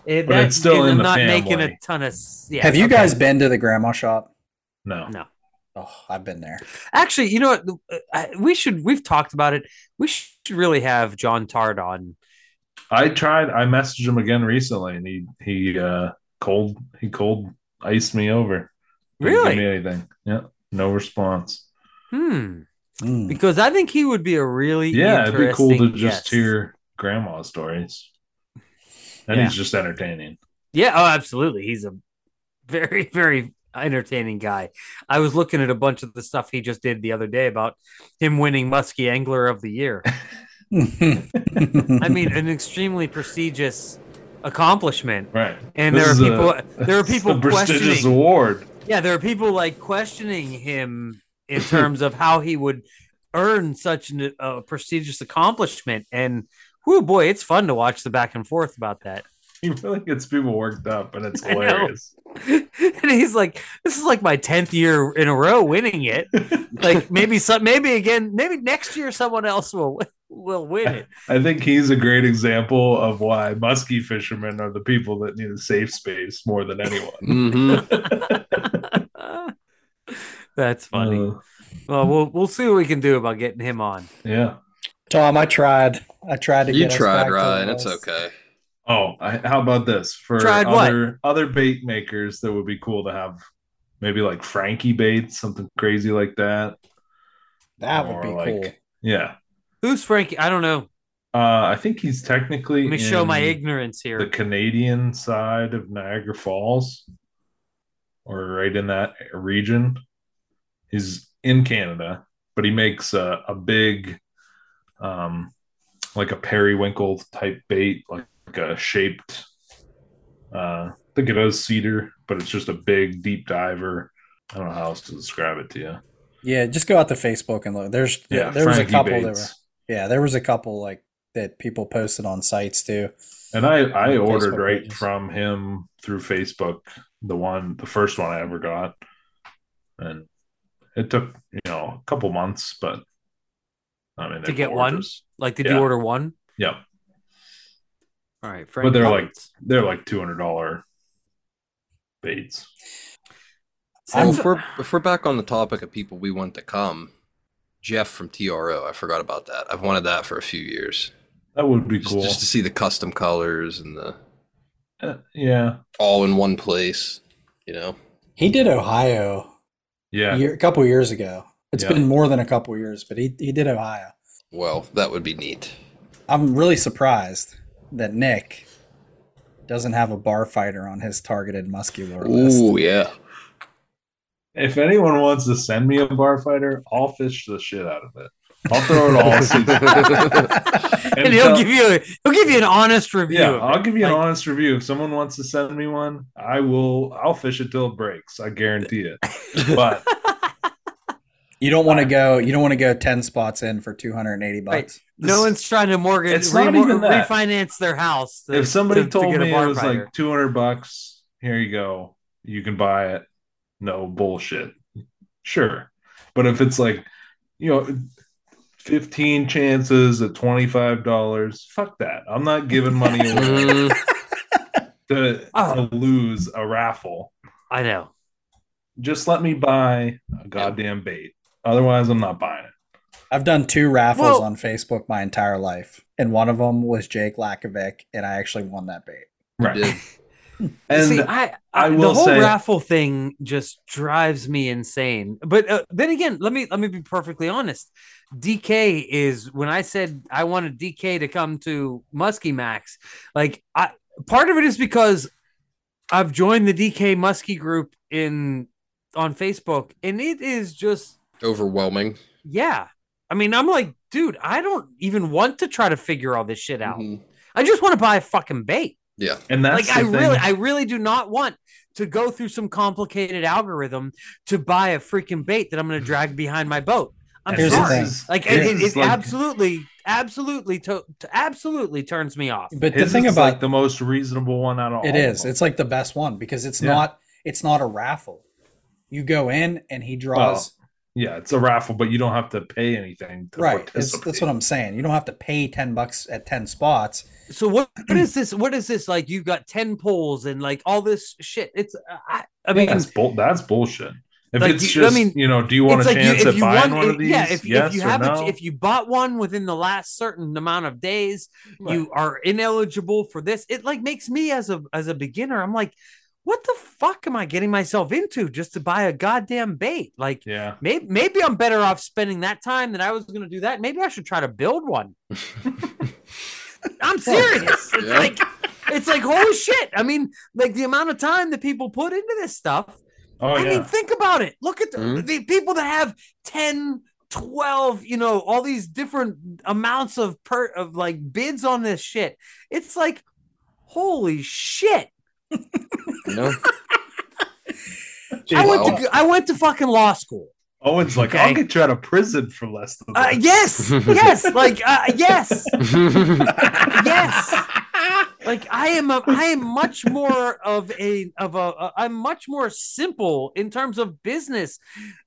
Speaker 5: it,
Speaker 4: But it's still
Speaker 5: it-
Speaker 4: in
Speaker 5: I'm
Speaker 4: the
Speaker 5: not making
Speaker 4: family.
Speaker 5: a ton of. s- Yeah,
Speaker 2: Have you
Speaker 5: okay.
Speaker 2: guys been to the grandma shop?
Speaker 4: No.
Speaker 5: No.
Speaker 2: Oh, I've been there.
Speaker 5: actually? You know what? Uh, I- We should. We've talked about it. We should really have John Tard on.
Speaker 4: I tried. I messaged him again recently, and he he uh cold he cold iced me over. Didn't
Speaker 5: Really?
Speaker 4: give me anything? Yeah, no response.
Speaker 5: Hmm.
Speaker 2: Mm. (laughs)
Speaker 4: (laughs)
Speaker 5: Because I think he would be a really
Speaker 4: Yeah, it'd be cool to
Speaker 5: interesting
Speaker 4: just
Speaker 5: guest.
Speaker 4: hear grandma stories. And
Speaker 5: Yeah.
Speaker 4: he's just entertaining.
Speaker 5: Yeah, oh, absolutely. He's a very, (laughs) very entertaining guy. I was looking at a bunch of the stuff he just did the other day about him winning Muskie Angler of the Year. I mean,
Speaker 4: (laughs)
Speaker 5: an extremely prestigious accomplishment.
Speaker 4: Right.
Speaker 5: And
Speaker 4: This
Speaker 5: there are
Speaker 4: is
Speaker 5: people
Speaker 4: (laughs)
Speaker 5: there are people
Speaker 4: a prestigious
Speaker 5: questioning.
Speaker 4: award. (laughs)
Speaker 5: Yeah, there are people like questioning him in terms of how he would earn such a prestigious accomplishment. And whoo boy, it's fun to watch the back and forth about that. (laughs)
Speaker 4: He really gets people worked up, and it's
Speaker 5: I know.
Speaker 4: hilarious.
Speaker 5: and he's like, "This is like my tenth year in a row
Speaker 4: (laughs)
Speaker 5: winning it. Like maybe some, maybe again, maybe next year someone else will will
Speaker 4: (laughs)
Speaker 5: win it." (laughs)
Speaker 4: I think he's a great example of why musky fishermen are the people that need a safe space more than anyone.
Speaker 5: (laughs)
Speaker 3: hmm
Speaker 5: That's funny.
Speaker 4: Uh,
Speaker 5: well, we'll we'll see what we can do about getting him on.
Speaker 4: yeah.
Speaker 2: Tom, I tried. I tried to
Speaker 3: You
Speaker 2: get us back
Speaker 3: tried,
Speaker 2: to the
Speaker 3: Ryan. It's
Speaker 2: list.
Speaker 3: okay.
Speaker 4: Oh, I, how about this for
Speaker 5: Tried what?
Speaker 4: other other bait makers that would be cool to have? Maybe like Frankie baits, something crazy like that.
Speaker 2: That would be
Speaker 4: Or, like,
Speaker 2: cool.
Speaker 4: Yeah,
Speaker 5: Who's Frankie? I don't know.
Speaker 4: uh, I think he's technically
Speaker 5: Let me show
Speaker 4: in
Speaker 5: my ignorance here.
Speaker 4: the Canadian side of Niagara Falls, or right in that region. He's in Canada, but he makes a, a big, um, like a periwinkle type bait, like a shaped Uh, I think it is cedar, but it's just a big deep diver. I don't know how else to describe it to you.
Speaker 2: Yeah, just go out to Facebook and look. There's
Speaker 4: Yeah,
Speaker 2: there was a
Speaker 4: Frankie
Speaker 2: couple that
Speaker 4: Bates.
Speaker 2: were yeah, there was a couple like that people posted on sites too.
Speaker 4: And I I
Speaker 2: Facebook
Speaker 4: ordered right
Speaker 2: pages.
Speaker 4: from him through Facebook, the one the first one I ever got. And it took, you know, a couple months, but I mean
Speaker 5: To
Speaker 4: they're
Speaker 5: get one?
Speaker 4: gorgeous.
Speaker 5: Like, did
Speaker 4: Yeah.
Speaker 5: you order one?
Speaker 4: Yeah.
Speaker 5: All right, Frank
Speaker 4: they're like-
Speaker 5: Roberts.
Speaker 4: They're like two hundred dollar baits. "Oh,
Speaker 3: Well,
Speaker 5: Sounds-
Speaker 3: if we're if we're back on the topic of people we want to come, Jeff from TRO, I forgot about that. I've wanted that for a few years,
Speaker 4: That would be
Speaker 3: just,
Speaker 4: cool.
Speaker 3: just to see the custom colors and the
Speaker 4: Uh, yeah.
Speaker 3: all in one place. You know,
Speaker 2: He did Ohio
Speaker 4: Yeah.
Speaker 2: a, year, a couple years ago. It's
Speaker 4: Yeah.
Speaker 2: been more than a couple years, but he, he did Ohio.
Speaker 3: well, that would be neat.
Speaker 2: I'm really surprised that Nick doesn't have a bar fighter on his targeted muscular list.
Speaker 3: Ooh, yeah.
Speaker 4: If anyone wants to send me a bar fighter, I'll fish the shit out of it. I'll throw
Speaker 5: (laughs)
Speaker 4: it all. season.
Speaker 5: (laughs) and,
Speaker 4: And
Speaker 5: he'll
Speaker 4: tell-
Speaker 5: give you a, he'll give you an honest review.
Speaker 4: Yeah, uh,
Speaker 5: of it.
Speaker 4: I'll give you an
Speaker 5: Like-
Speaker 4: honest review. If someone wants to send me one, I will. I'll fish it till it breaks. I guarantee it. But
Speaker 2: You don't want to go. You don't want to go ten spots in for 280
Speaker 5: Right.
Speaker 2: bucks.
Speaker 5: no one's trying to mortgage
Speaker 4: It's not even that.
Speaker 5: refinance their house. (laughs) to-
Speaker 4: if somebody
Speaker 5: to- to
Speaker 4: told
Speaker 5: get a
Speaker 4: me
Speaker 5: bar
Speaker 4: it was
Speaker 5: fighter.
Speaker 4: like two hundred bucks, here you go, you can buy it. No bullshit. Sure, but if it's like, you know. 15 chances at $25. Fuck that. I'm not giving money
Speaker 5: (laughs)
Speaker 4: away
Speaker 3: Mm,
Speaker 4: to, to
Speaker 5: Oh.
Speaker 4: lose a raffle.
Speaker 5: I know.
Speaker 4: Just let me buy a goddamn bait. Otherwise, I'm not buying it.
Speaker 2: I've done two raffles
Speaker 5: Well-
Speaker 2: on Facebook my entire life, and one of them was Jake Lakovic, and I actually won that bait.
Speaker 4: Right.
Speaker 3: (laughs) yeah.
Speaker 4: And
Speaker 5: See, I, I,
Speaker 4: I
Speaker 5: the
Speaker 4: will
Speaker 5: whole
Speaker 4: say-
Speaker 5: raffle thing just drives me insane. But uh, then again, let me let me be perfectly honest. DK is when I said I wanted DK to come to Muskie Max. Like, I part of it is because I've joined the DK Muskie group in on Facebook, and it is just
Speaker 3: Overwhelming.
Speaker 5: yeah. I mean, I'm like, dude, I don't even want to try to figure all this shit out.
Speaker 4: Mm-hmm.
Speaker 3: Mhm.
Speaker 5: I just want to buy a fucking bait
Speaker 3: Yeah.
Speaker 4: and that's
Speaker 5: like I
Speaker 4: the thing.
Speaker 5: really, I really do not want to go through some complicated algorithm to buy a freaking bait that I'm going to drag behind my boat. I'm
Speaker 2: Here's the
Speaker 5: sorry.
Speaker 2: thing.
Speaker 5: Like
Speaker 4: this
Speaker 5: it, it,
Speaker 4: is
Speaker 5: it
Speaker 4: like-
Speaker 5: absolutely, absolutely, to, to absolutely turns me off.
Speaker 2: But the
Speaker 4: his
Speaker 2: thing
Speaker 4: is,
Speaker 2: about
Speaker 4: like the most reasonable one out of
Speaker 2: it
Speaker 4: all of
Speaker 2: is
Speaker 4: them.
Speaker 2: it's like the best one because it's
Speaker 4: Yeah.
Speaker 2: not it's not a raffle. You go in and he draws.
Speaker 4: yeah, it's a raffle, but you don't have to pay anything. To
Speaker 2: right. It's, that's what
Speaker 4: participate.
Speaker 2: I'm saying. You don't have to pay ten bucks at ten spots.
Speaker 5: So what, what is this? What is this? Like you've got ten poles and like all this shit. It's I, I mean,
Speaker 4: That's bull. That's bullshit. If
Speaker 5: Like,
Speaker 4: it's
Speaker 5: you- I
Speaker 4: just,
Speaker 5: mean,
Speaker 4: you know, do you want a
Speaker 5: it's like
Speaker 4: chance
Speaker 5: you, if
Speaker 4: at
Speaker 5: you
Speaker 4: buying
Speaker 5: want,
Speaker 4: one of these?
Speaker 5: yeah. If,
Speaker 4: yes
Speaker 5: if you
Speaker 4: or
Speaker 5: have,
Speaker 4: no?
Speaker 5: a, if you bought one within the last certain amount of days, you are ineligible for this. It like makes me as a as a beginner, I'm like, what the fuck am I getting myself into just to buy a goddamn bait? Like
Speaker 4: yeah,
Speaker 5: maybe maybe I'm better off spending that time than I was going to do that. Maybe I should try to build one. I'm serious. It's
Speaker 3: Yeah.
Speaker 5: like it's like holy shit. I mean, like the amount of time that people put into this stuff
Speaker 4: oh
Speaker 5: I
Speaker 4: yeah, Hmm?
Speaker 5: mean, think about it. Look at the,
Speaker 3: Mhm.
Speaker 5: the people that have 10, 12, you know, all these different amounts of per of like bids on this shit. It's like, holy shit.
Speaker 3: You know.
Speaker 5: I
Speaker 3: Wow.
Speaker 5: went to I went to fucking law school.
Speaker 4: Owen's like,
Speaker 5: Okay.
Speaker 4: I'll get you out of prison for less than (laughs)
Speaker 5: Uh,
Speaker 4: this.
Speaker 5: yes, yes, like uh, yes, yes. Like I am a, I am much more of a of a a- I'm much more simple in terms of business,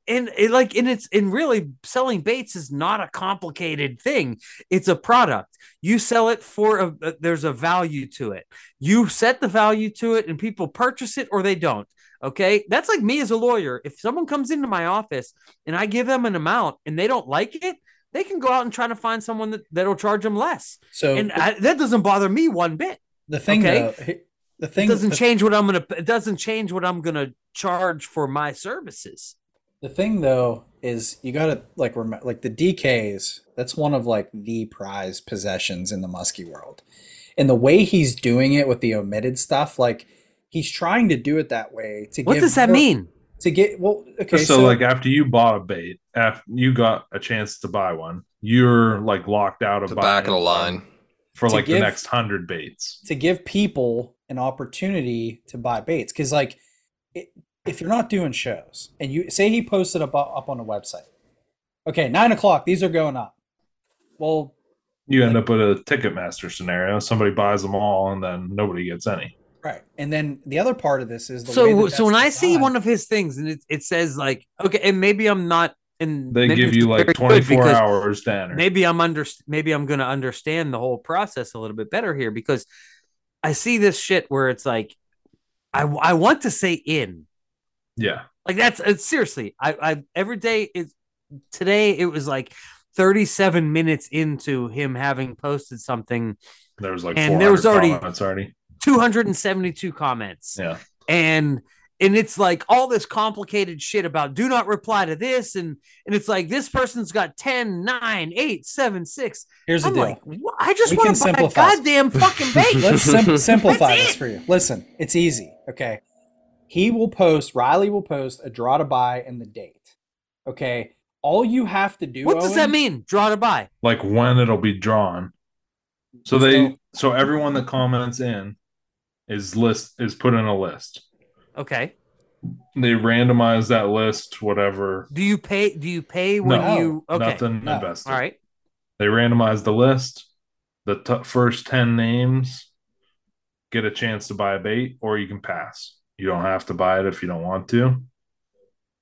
Speaker 5: and it, like and it's and really selling baits is not a complicated thing. It's a product. You sell it for a, a- there's a value to it. You set the value to it, and people purchase it or they don't. Okay, that's like me as a lawyer. If someone comes into my office and I give them an amount and they don't like it, they can go out and try to find someone that, that'll charge them less.
Speaker 2: So
Speaker 5: And
Speaker 2: the,
Speaker 5: I, that doesn't bother me one bit.
Speaker 2: the thing
Speaker 5: okay.
Speaker 2: though, he- the
Speaker 5: It
Speaker 2: thing
Speaker 5: doesn't
Speaker 2: the,
Speaker 5: change what I'm gonna. It doesn't change what I'm gonna charge for my services.
Speaker 2: the thing though is you gotta like remember like the DKs. That's one of like the prize possessions in the muskie world, and the way he's doing it with the omitted stuff, like he's trying to do it that way to.
Speaker 5: What
Speaker 2: give
Speaker 5: does that
Speaker 2: more-
Speaker 5: mean?
Speaker 2: To get well, okay,
Speaker 4: so, like after you bought a bait, after you got a chance to buy one, you're like locked out of
Speaker 3: the
Speaker 4: buying
Speaker 3: back of the
Speaker 4: one
Speaker 3: line.
Speaker 4: for
Speaker 2: To
Speaker 4: like
Speaker 2: give-
Speaker 4: the next hundred baits.
Speaker 2: to give people an opportunity to buy baits because like it, if you're not doing shows and you say he posted up up on a website, okay, nine o'clock, these are going up. Well,
Speaker 4: You end up with a Ticketmaster scenario. Somebody buys them all, and then nobody gets any.
Speaker 2: right, and then the other part of this is the way
Speaker 5: so
Speaker 2: that
Speaker 5: so when
Speaker 2: that's
Speaker 5: I see
Speaker 2: designed-
Speaker 5: one of his things and it, it says like okay, and maybe I'm not and
Speaker 4: They
Speaker 5: maybe
Speaker 4: give
Speaker 5: it's
Speaker 4: you
Speaker 5: very
Speaker 4: like
Speaker 5: good
Speaker 4: 24
Speaker 5: because
Speaker 4: hours to enter.
Speaker 5: Maybe I'm under maybe I'm gonna understand the whole process a little bit better here because I see this shit where it's like I I want to say in
Speaker 4: yeah,
Speaker 5: Like that's it's, seriously. I, I every day is today. It was like thirty-seven minutes into him having posted something,
Speaker 4: there was like
Speaker 5: And there was
Speaker 4: 400
Speaker 5: already-
Speaker 4: comments already.
Speaker 5: two hundred and seventy-two comments,
Speaker 4: Yeah,
Speaker 5: and and it's like all this complicated shit about do not reply to this, and and it's like this person's got 10, 9, 8, 7, 6.
Speaker 2: here's the
Speaker 5: I'm
Speaker 2: deal.
Speaker 5: like, "Wha- I just
Speaker 2: We
Speaker 5: want
Speaker 2: can
Speaker 5: to buy a
Speaker 2: simplify.
Speaker 5: goddamn fucking
Speaker 2: (laughs)
Speaker 5: bait.
Speaker 2: Let's sim- simplify
Speaker 5: (laughs) That's
Speaker 2: this
Speaker 5: it.
Speaker 2: for you. Listen, it's easy. Okay. He will post, Riley will post a draw to buy and the date. Okay. All you have to do.
Speaker 5: what does that
Speaker 2: Owen-
Speaker 5: mean? Draw to buy.
Speaker 4: like when it'll be drawn. So they
Speaker 2: So-
Speaker 4: so everyone that comments in is list is put in a list.
Speaker 5: Okay.
Speaker 4: They randomize that list, whatever.
Speaker 5: Do you pay? Do you pay when
Speaker 4: No,
Speaker 5: you? Okay.
Speaker 4: Nothing
Speaker 2: No.
Speaker 4: invested.
Speaker 5: All right.
Speaker 4: They randomize the list. The t- first 10 names get a chance to buy a bait, or you can pass. You don't have to buy it if you don't want to.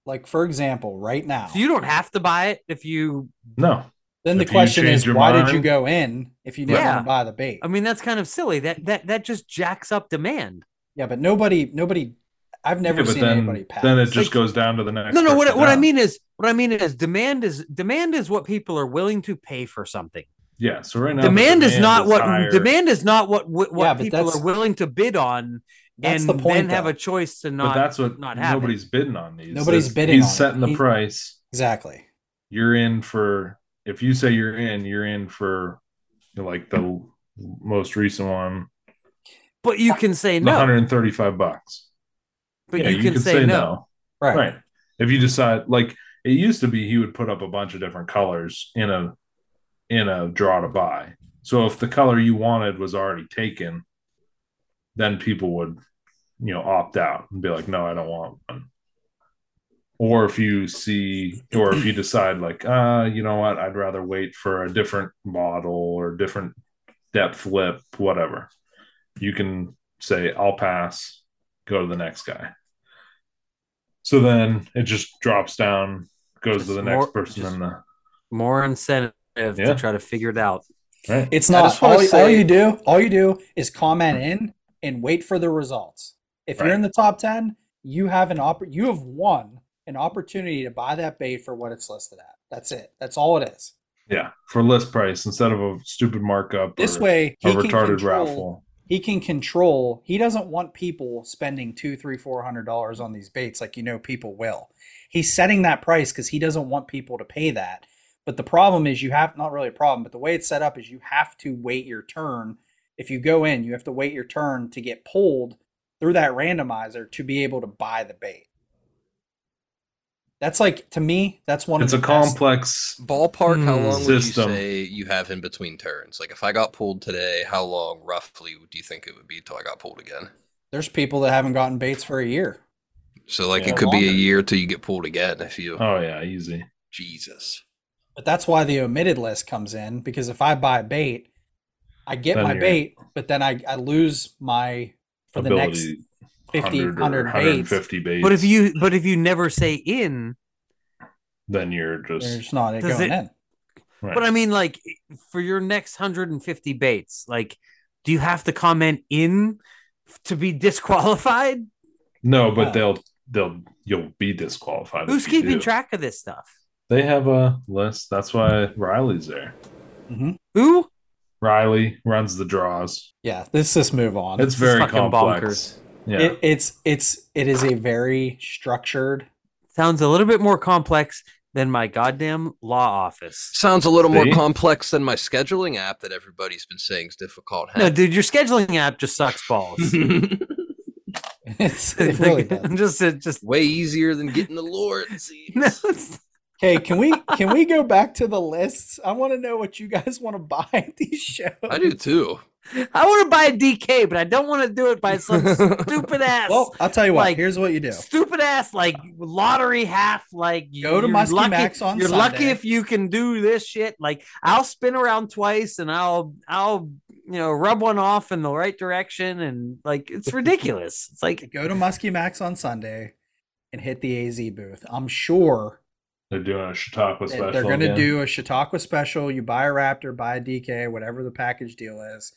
Speaker 2: Like, for example, right now.
Speaker 5: So you don't have to buy it if you
Speaker 4: No.
Speaker 2: then the
Speaker 4: if you
Speaker 2: question
Speaker 4: change
Speaker 2: is,
Speaker 4: your
Speaker 2: why did you
Speaker 4: mind-
Speaker 2: go in if you didn't
Speaker 5: Yeah.
Speaker 2: want to buy the bait?
Speaker 5: I mean, that's kind of silly. That that that just jacks up demand.
Speaker 2: yeah, but nobody, nobody, I've never
Speaker 4: Yeah, but
Speaker 2: seen anybody
Speaker 4: then,
Speaker 2: pass.
Speaker 4: then it just
Speaker 5: Like-
Speaker 4: goes down to the next.
Speaker 5: No, no. What
Speaker 4: person
Speaker 5: what I
Speaker 4: down.
Speaker 5: mean is what I mean is demand is demand is what people are willing to pay for something.
Speaker 4: Yeah. So right now, the
Speaker 5: demand, is not what
Speaker 4: higher.
Speaker 5: demand is not what what, what
Speaker 2: Yeah, but
Speaker 5: people
Speaker 2: that's-
Speaker 5: are willing to bid on,
Speaker 2: That's
Speaker 5: and
Speaker 2: the point.
Speaker 5: then have
Speaker 2: though.
Speaker 5: a choice to
Speaker 4: But
Speaker 5: not.
Speaker 4: that's what
Speaker 5: not have it.
Speaker 4: nobody's bidding on these.
Speaker 2: Nobody's
Speaker 4: It's-
Speaker 2: bidding
Speaker 4: He's
Speaker 2: on it.
Speaker 4: setting the
Speaker 2: He-
Speaker 4: price.
Speaker 2: exactly.
Speaker 4: You're in for if you say you're in, you're in for like the most recent one,
Speaker 5: but you can say
Speaker 4: the
Speaker 5: no.
Speaker 4: 135 bucks.
Speaker 5: But
Speaker 4: Yeah,
Speaker 5: you, can say, no.
Speaker 2: Right.
Speaker 4: Right. If you decide like it used to be he would put up a bunch of different colors in a in a draw to buy. So if the color you wanted was already taken, then people would, you know, opt out and be like, no, I don't want one. Or if you see or if you decide like, uh, you know what, I'd rather wait for a different model or different depth lip, whatever. You can say, I'll pass, go to the next guy. So then it just drops down, goes
Speaker 5: Just
Speaker 4: to the
Speaker 5: more-
Speaker 4: next person
Speaker 5: just-
Speaker 4: in the
Speaker 5: More incentive
Speaker 4: Yeah.
Speaker 5: to try to figure it out.
Speaker 4: right.
Speaker 2: It's
Speaker 1: I
Speaker 2: not
Speaker 1: just wanna
Speaker 2: all, all
Speaker 1: say-
Speaker 2: you do. All you do is comment in and wait for the results. If you're
Speaker 4: Right.
Speaker 2: in the top ten, you have an opp- You have won an opportunity to buy that bait for what it's listed at. That's it. That's all it is.
Speaker 4: Yeah, for list price instead of a stupid markup.
Speaker 2: This
Speaker 4: or
Speaker 2: way,
Speaker 4: a
Speaker 2: he can
Speaker 4: retarded
Speaker 2: control.
Speaker 4: raffle.
Speaker 2: He can control. He doesn't want people spending two, three, four hundred dollars on these baits, like you know people will. He's setting that price because he doesn't want people to pay that. But the problem is, you have not really a problem, but the way it's set up is you have to wait your turn. If you go in, you have to wait your turn to get pulled through that randomizer to be able to buy the bait. That's like to me, that's one
Speaker 4: It's a
Speaker 2: of the best-
Speaker 4: complex.
Speaker 3: Ballpark, how
Speaker 5: Hmm.
Speaker 3: long would you
Speaker 4: System.
Speaker 3: say you have in between turns? Like, if I got pulled today, how long roughly do you think it would be till I got pulled again?
Speaker 2: There's people that haven't gotten baits for a year.
Speaker 3: So, like,
Speaker 4: Yeah.
Speaker 3: it could be a
Speaker 2: Longer.
Speaker 3: year till you get pulled again. If you,
Speaker 4: Oh yeah, easy.
Speaker 3: Jesus,
Speaker 2: But that's why the omitted list comes in because if I buy bait, I get
Speaker 4: Then
Speaker 2: my
Speaker 4: you're-
Speaker 2: bait, but then I, I lose my for the next
Speaker 4: Ability
Speaker 2: 50,
Speaker 4: 100 or
Speaker 2: 100 baits.
Speaker 4: 150 baits.
Speaker 5: But if you but if you never say in,
Speaker 4: then you're just
Speaker 2: There's not it
Speaker 5: Does
Speaker 2: going
Speaker 5: it-
Speaker 2: in.
Speaker 4: right.
Speaker 5: But I mean, like for your next 150 baits, like do you have to comment in f- to be disqualified?
Speaker 4: no, but
Speaker 2: Oh.
Speaker 4: they'll they'll you'll be disqualified.
Speaker 5: Who's
Speaker 4: if you
Speaker 5: keeping
Speaker 4: do.
Speaker 5: track of this stuff?
Speaker 4: They have a list. That's why Riley's there.
Speaker 2: Mhm.
Speaker 5: Who?
Speaker 4: Riley runs the draws.
Speaker 2: Yeah, let's just move on.
Speaker 4: It's
Speaker 5: is
Speaker 4: very
Speaker 5: fucking
Speaker 4: complex. Yeah,
Speaker 2: It, it's it's it is a very structured. (laughs)
Speaker 5: Sounds a little bit more complex than my goddamn law office.
Speaker 3: sounds a little
Speaker 4: See?
Speaker 3: more complex than my scheduling app that everybody's been saying is difficult.
Speaker 5: No, dude, your scheduling app just sucks
Speaker 2: (laughs)
Speaker 5: balls. (laughs)
Speaker 2: It's it really does.
Speaker 5: just it just
Speaker 3: way easier than getting the lore. It
Speaker 5: no,
Speaker 3: seems.
Speaker 5: it's-
Speaker 2: Hey, can we can we go back to the lists? I want to know what you guys (laughs) want to buy at these shows.
Speaker 3: I do too.
Speaker 5: (laughs) I want to buy a DK, but I don't want to do it by some stupid ass,
Speaker 2: Well, I'll tell you what.
Speaker 5: Like-
Speaker 2: here's what you do.
Speaker 5: stupid ass like lottery half. Like
Speaker 2: Go to
Speaker 5: you're
Speaker 2: Muskie
Speaker 5: lucky-
Speaker 2: Max on
Speaker 5: You're lucky
Speaker 2: Sunday.
Speaker 5: if you can do this shit. Like I'll spin around twice, and I'll I'll you know rub one off in the right direction, and like it's ridiculous. it's like
Speaker 2: Go to Muskie Max on Sunday and hit the AZ booth. I'm sure
Speaker 4: They're doing a Chautauqua
Speaker 2: that
Speaker 4: special.
Speaker 2: they're going to
Speaker 4: again.
Speaker 2: do a Chautauqua special. You buy a Raptor, buy a DK, whatever the package deal is.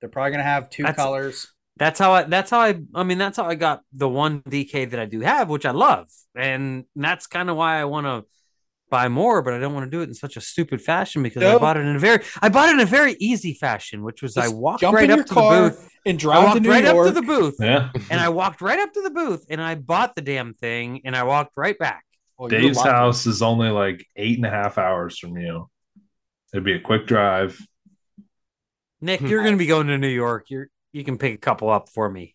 Speaker 2: They're probably going to have two
Speaker 5: That's-
Speaker 2: colors.
Speaker 5: That's how I. That's how I. I mean, that's how I got the one DK that I do have, which I love, and that's kind of why I want to buy more, but I don't want to do it in such a stupid fashion because I
Speaker 2: No.
Speaker 5: bought it in a very. I bought it in a very easy fashion, which was I
Speaker 2: Just
Speaker 5: walked
Speaker 2: jump
Speaker 5: right
Speaker 2: in
Speaker 5: up
Speaker 2: your
Speaker 5: to
Speaker 2: car
Speaker 5: the booth.
Speaker 2: and
Speaker 5: I
Speaker 2: drive to
Speaker 5: walked
Speaker 2: New
Speaker 5: right
Speaker 2: York.
Speaker 5: up to the booth,
Speaker 2: (laughs)
Speaker 4: Yeah.
Speaker 5: and I walked right up to the booth, and I bought the damn thing, and I walked right back.
Speaker 2: Well, Oh, you're
Speaker 4: Dave's
Speaker 2: lucky.
Speaker 4: house is only like eight and a half hours from you. It'd be a quick drive.
Speaker 5: Nick,
Speaker 3: Hmm.
Speaker 5: you're going to be going to New York. You're you can pick a couple up for me.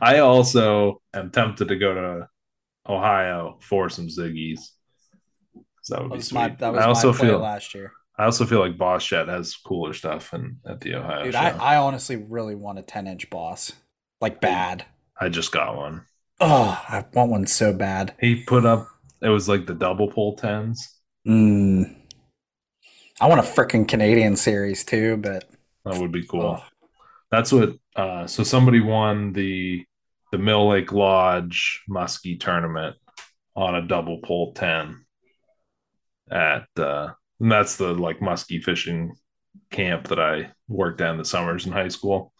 Speaker 4: I also am tempted to go to Ohio for some Ziggies. So that would
Speaker 2: That
Speaker 4: be
Speaker 2: was
Speaker 4: sweet.
Speaker 2: my, that was
Speaker 4: I also
Speaker 2: my play
Speaker 4: feel
Speaker 2: last year.
Speaker 4: I also feel like Boss Jet has cooler stuff in, at the Ohio
Speaker 2: Dude,
Speaker 4: show.
Speaker 2: I,
Speaker 4: I,
Speaker 2: I honestly really want a 10 inch boss. Like bad.
Speaker 4: just got one.
Speaker 2: Oh, I want one so bad.
Speaker 4: He put up it was like the double pull tens.
Speaker 2: Mm. I want a freaking Canadian series too, but
Speaker 4: That would be cool.
Speaker 2: Oh.
Speaker 4: That's what uh so somebody won the the Mill Lake Lodge Muskie tournament on a double pull 10 at uh and that's the like muskie fishing camp that I worked at in the summers in high school.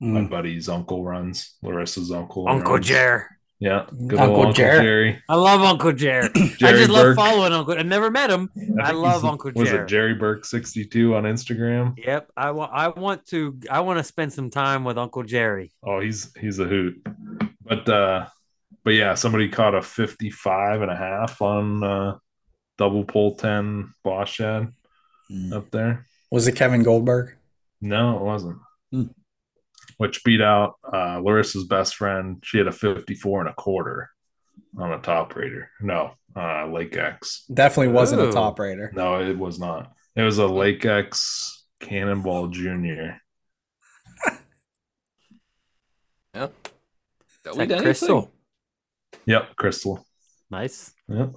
Speaker 4: My
Speaker 2: mm,
Speaker 4: buddy's uncle runs, Larissa's uncle.
Speaker 5: Uncle
Speaker 4: runs.
Speaker 5: Jer.
Speaker 4: Yeah. Good
Speaker 2: Uncle
Speaker 4: old Uncle
Speaker 2: Jer.
Speaker 4: Jerry.
Speaker 5: I love Uncle Jer. I
Speaker 4: Jerry
Speaker 5: just
Speaker 4: Burke.
Speaker 5: love following Uncle. I never met him.
Speaker 4: think
Speaker 5: I love
Speaker 4: he's-
Speaker 5: Uncle
Speaker 4: Was
Speaker 5: Jer.
Speaker 4: it Jerry Burke 62 on Instagram?
Speaker 5: Yep, I want. I want to. I want to spend some time with Uncle Jerry.
Speaker 4: Oh, he's he's a hoot. But uh but yeah, somebody caught a 55 and a half on uh double pull 10 boss shed
Speaker 2: mm.
Speaker 4: up there.
Speaker 2: Was it Kevin Goldberg?
Speaker 4: No, it wasn't.
Speaker 2: Hmm.
Speaker 4: Which beat out uh Larissa's best friend. She had a 54 and a quarter on a top raider. No, uh Lake X.
Speaker 2: Definitely wasn't
Speaker 5: Ooh.
Speaker 2: a top raider.
Speaker 4: No, it was not. It was a Lake X Cannonball Junior.
Speaker 3: Yeah. That
Speaker 5: Is that
Speaker 3: we done
Speaker 5: Crystal?
Speaker 3: anything?
Speaker 4: Yep, Crystal.
Speaker 5: Nice.
Speaker 4: Yep.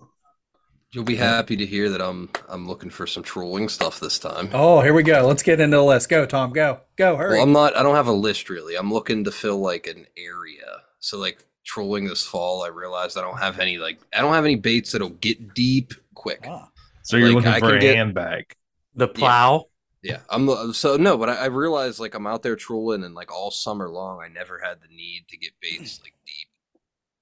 Speaker 3: You'll be happy to hear that I'm I'm looking for some trolling stuff this time.
Speaker 2: Oh, here we go. Let's get into the list. Go, Tom. Go. Go. Hurry.
Speaker 3: Well, I'm not. I don't have a list really. I'm looking to fill like an area. So like trolling this fall, I realized I don't have any like I don't have any baits that'll get deep quick.
Speaker 2: Ah.
Speaker 4: So you're
Speaker 3: Like,
Speaker 4: looking
Speaker 3: I
Speaker 4: for
Speaker 3: can
Speaker 4: a
Speaker 3: get-
Speaker 4: handbag.
Speaker 5: The plow.
Speaker 3: Yeah, I'm uh, so no, but I, I realized like I'm out there trolling and like all summer long, I never had the need to get baits like deep.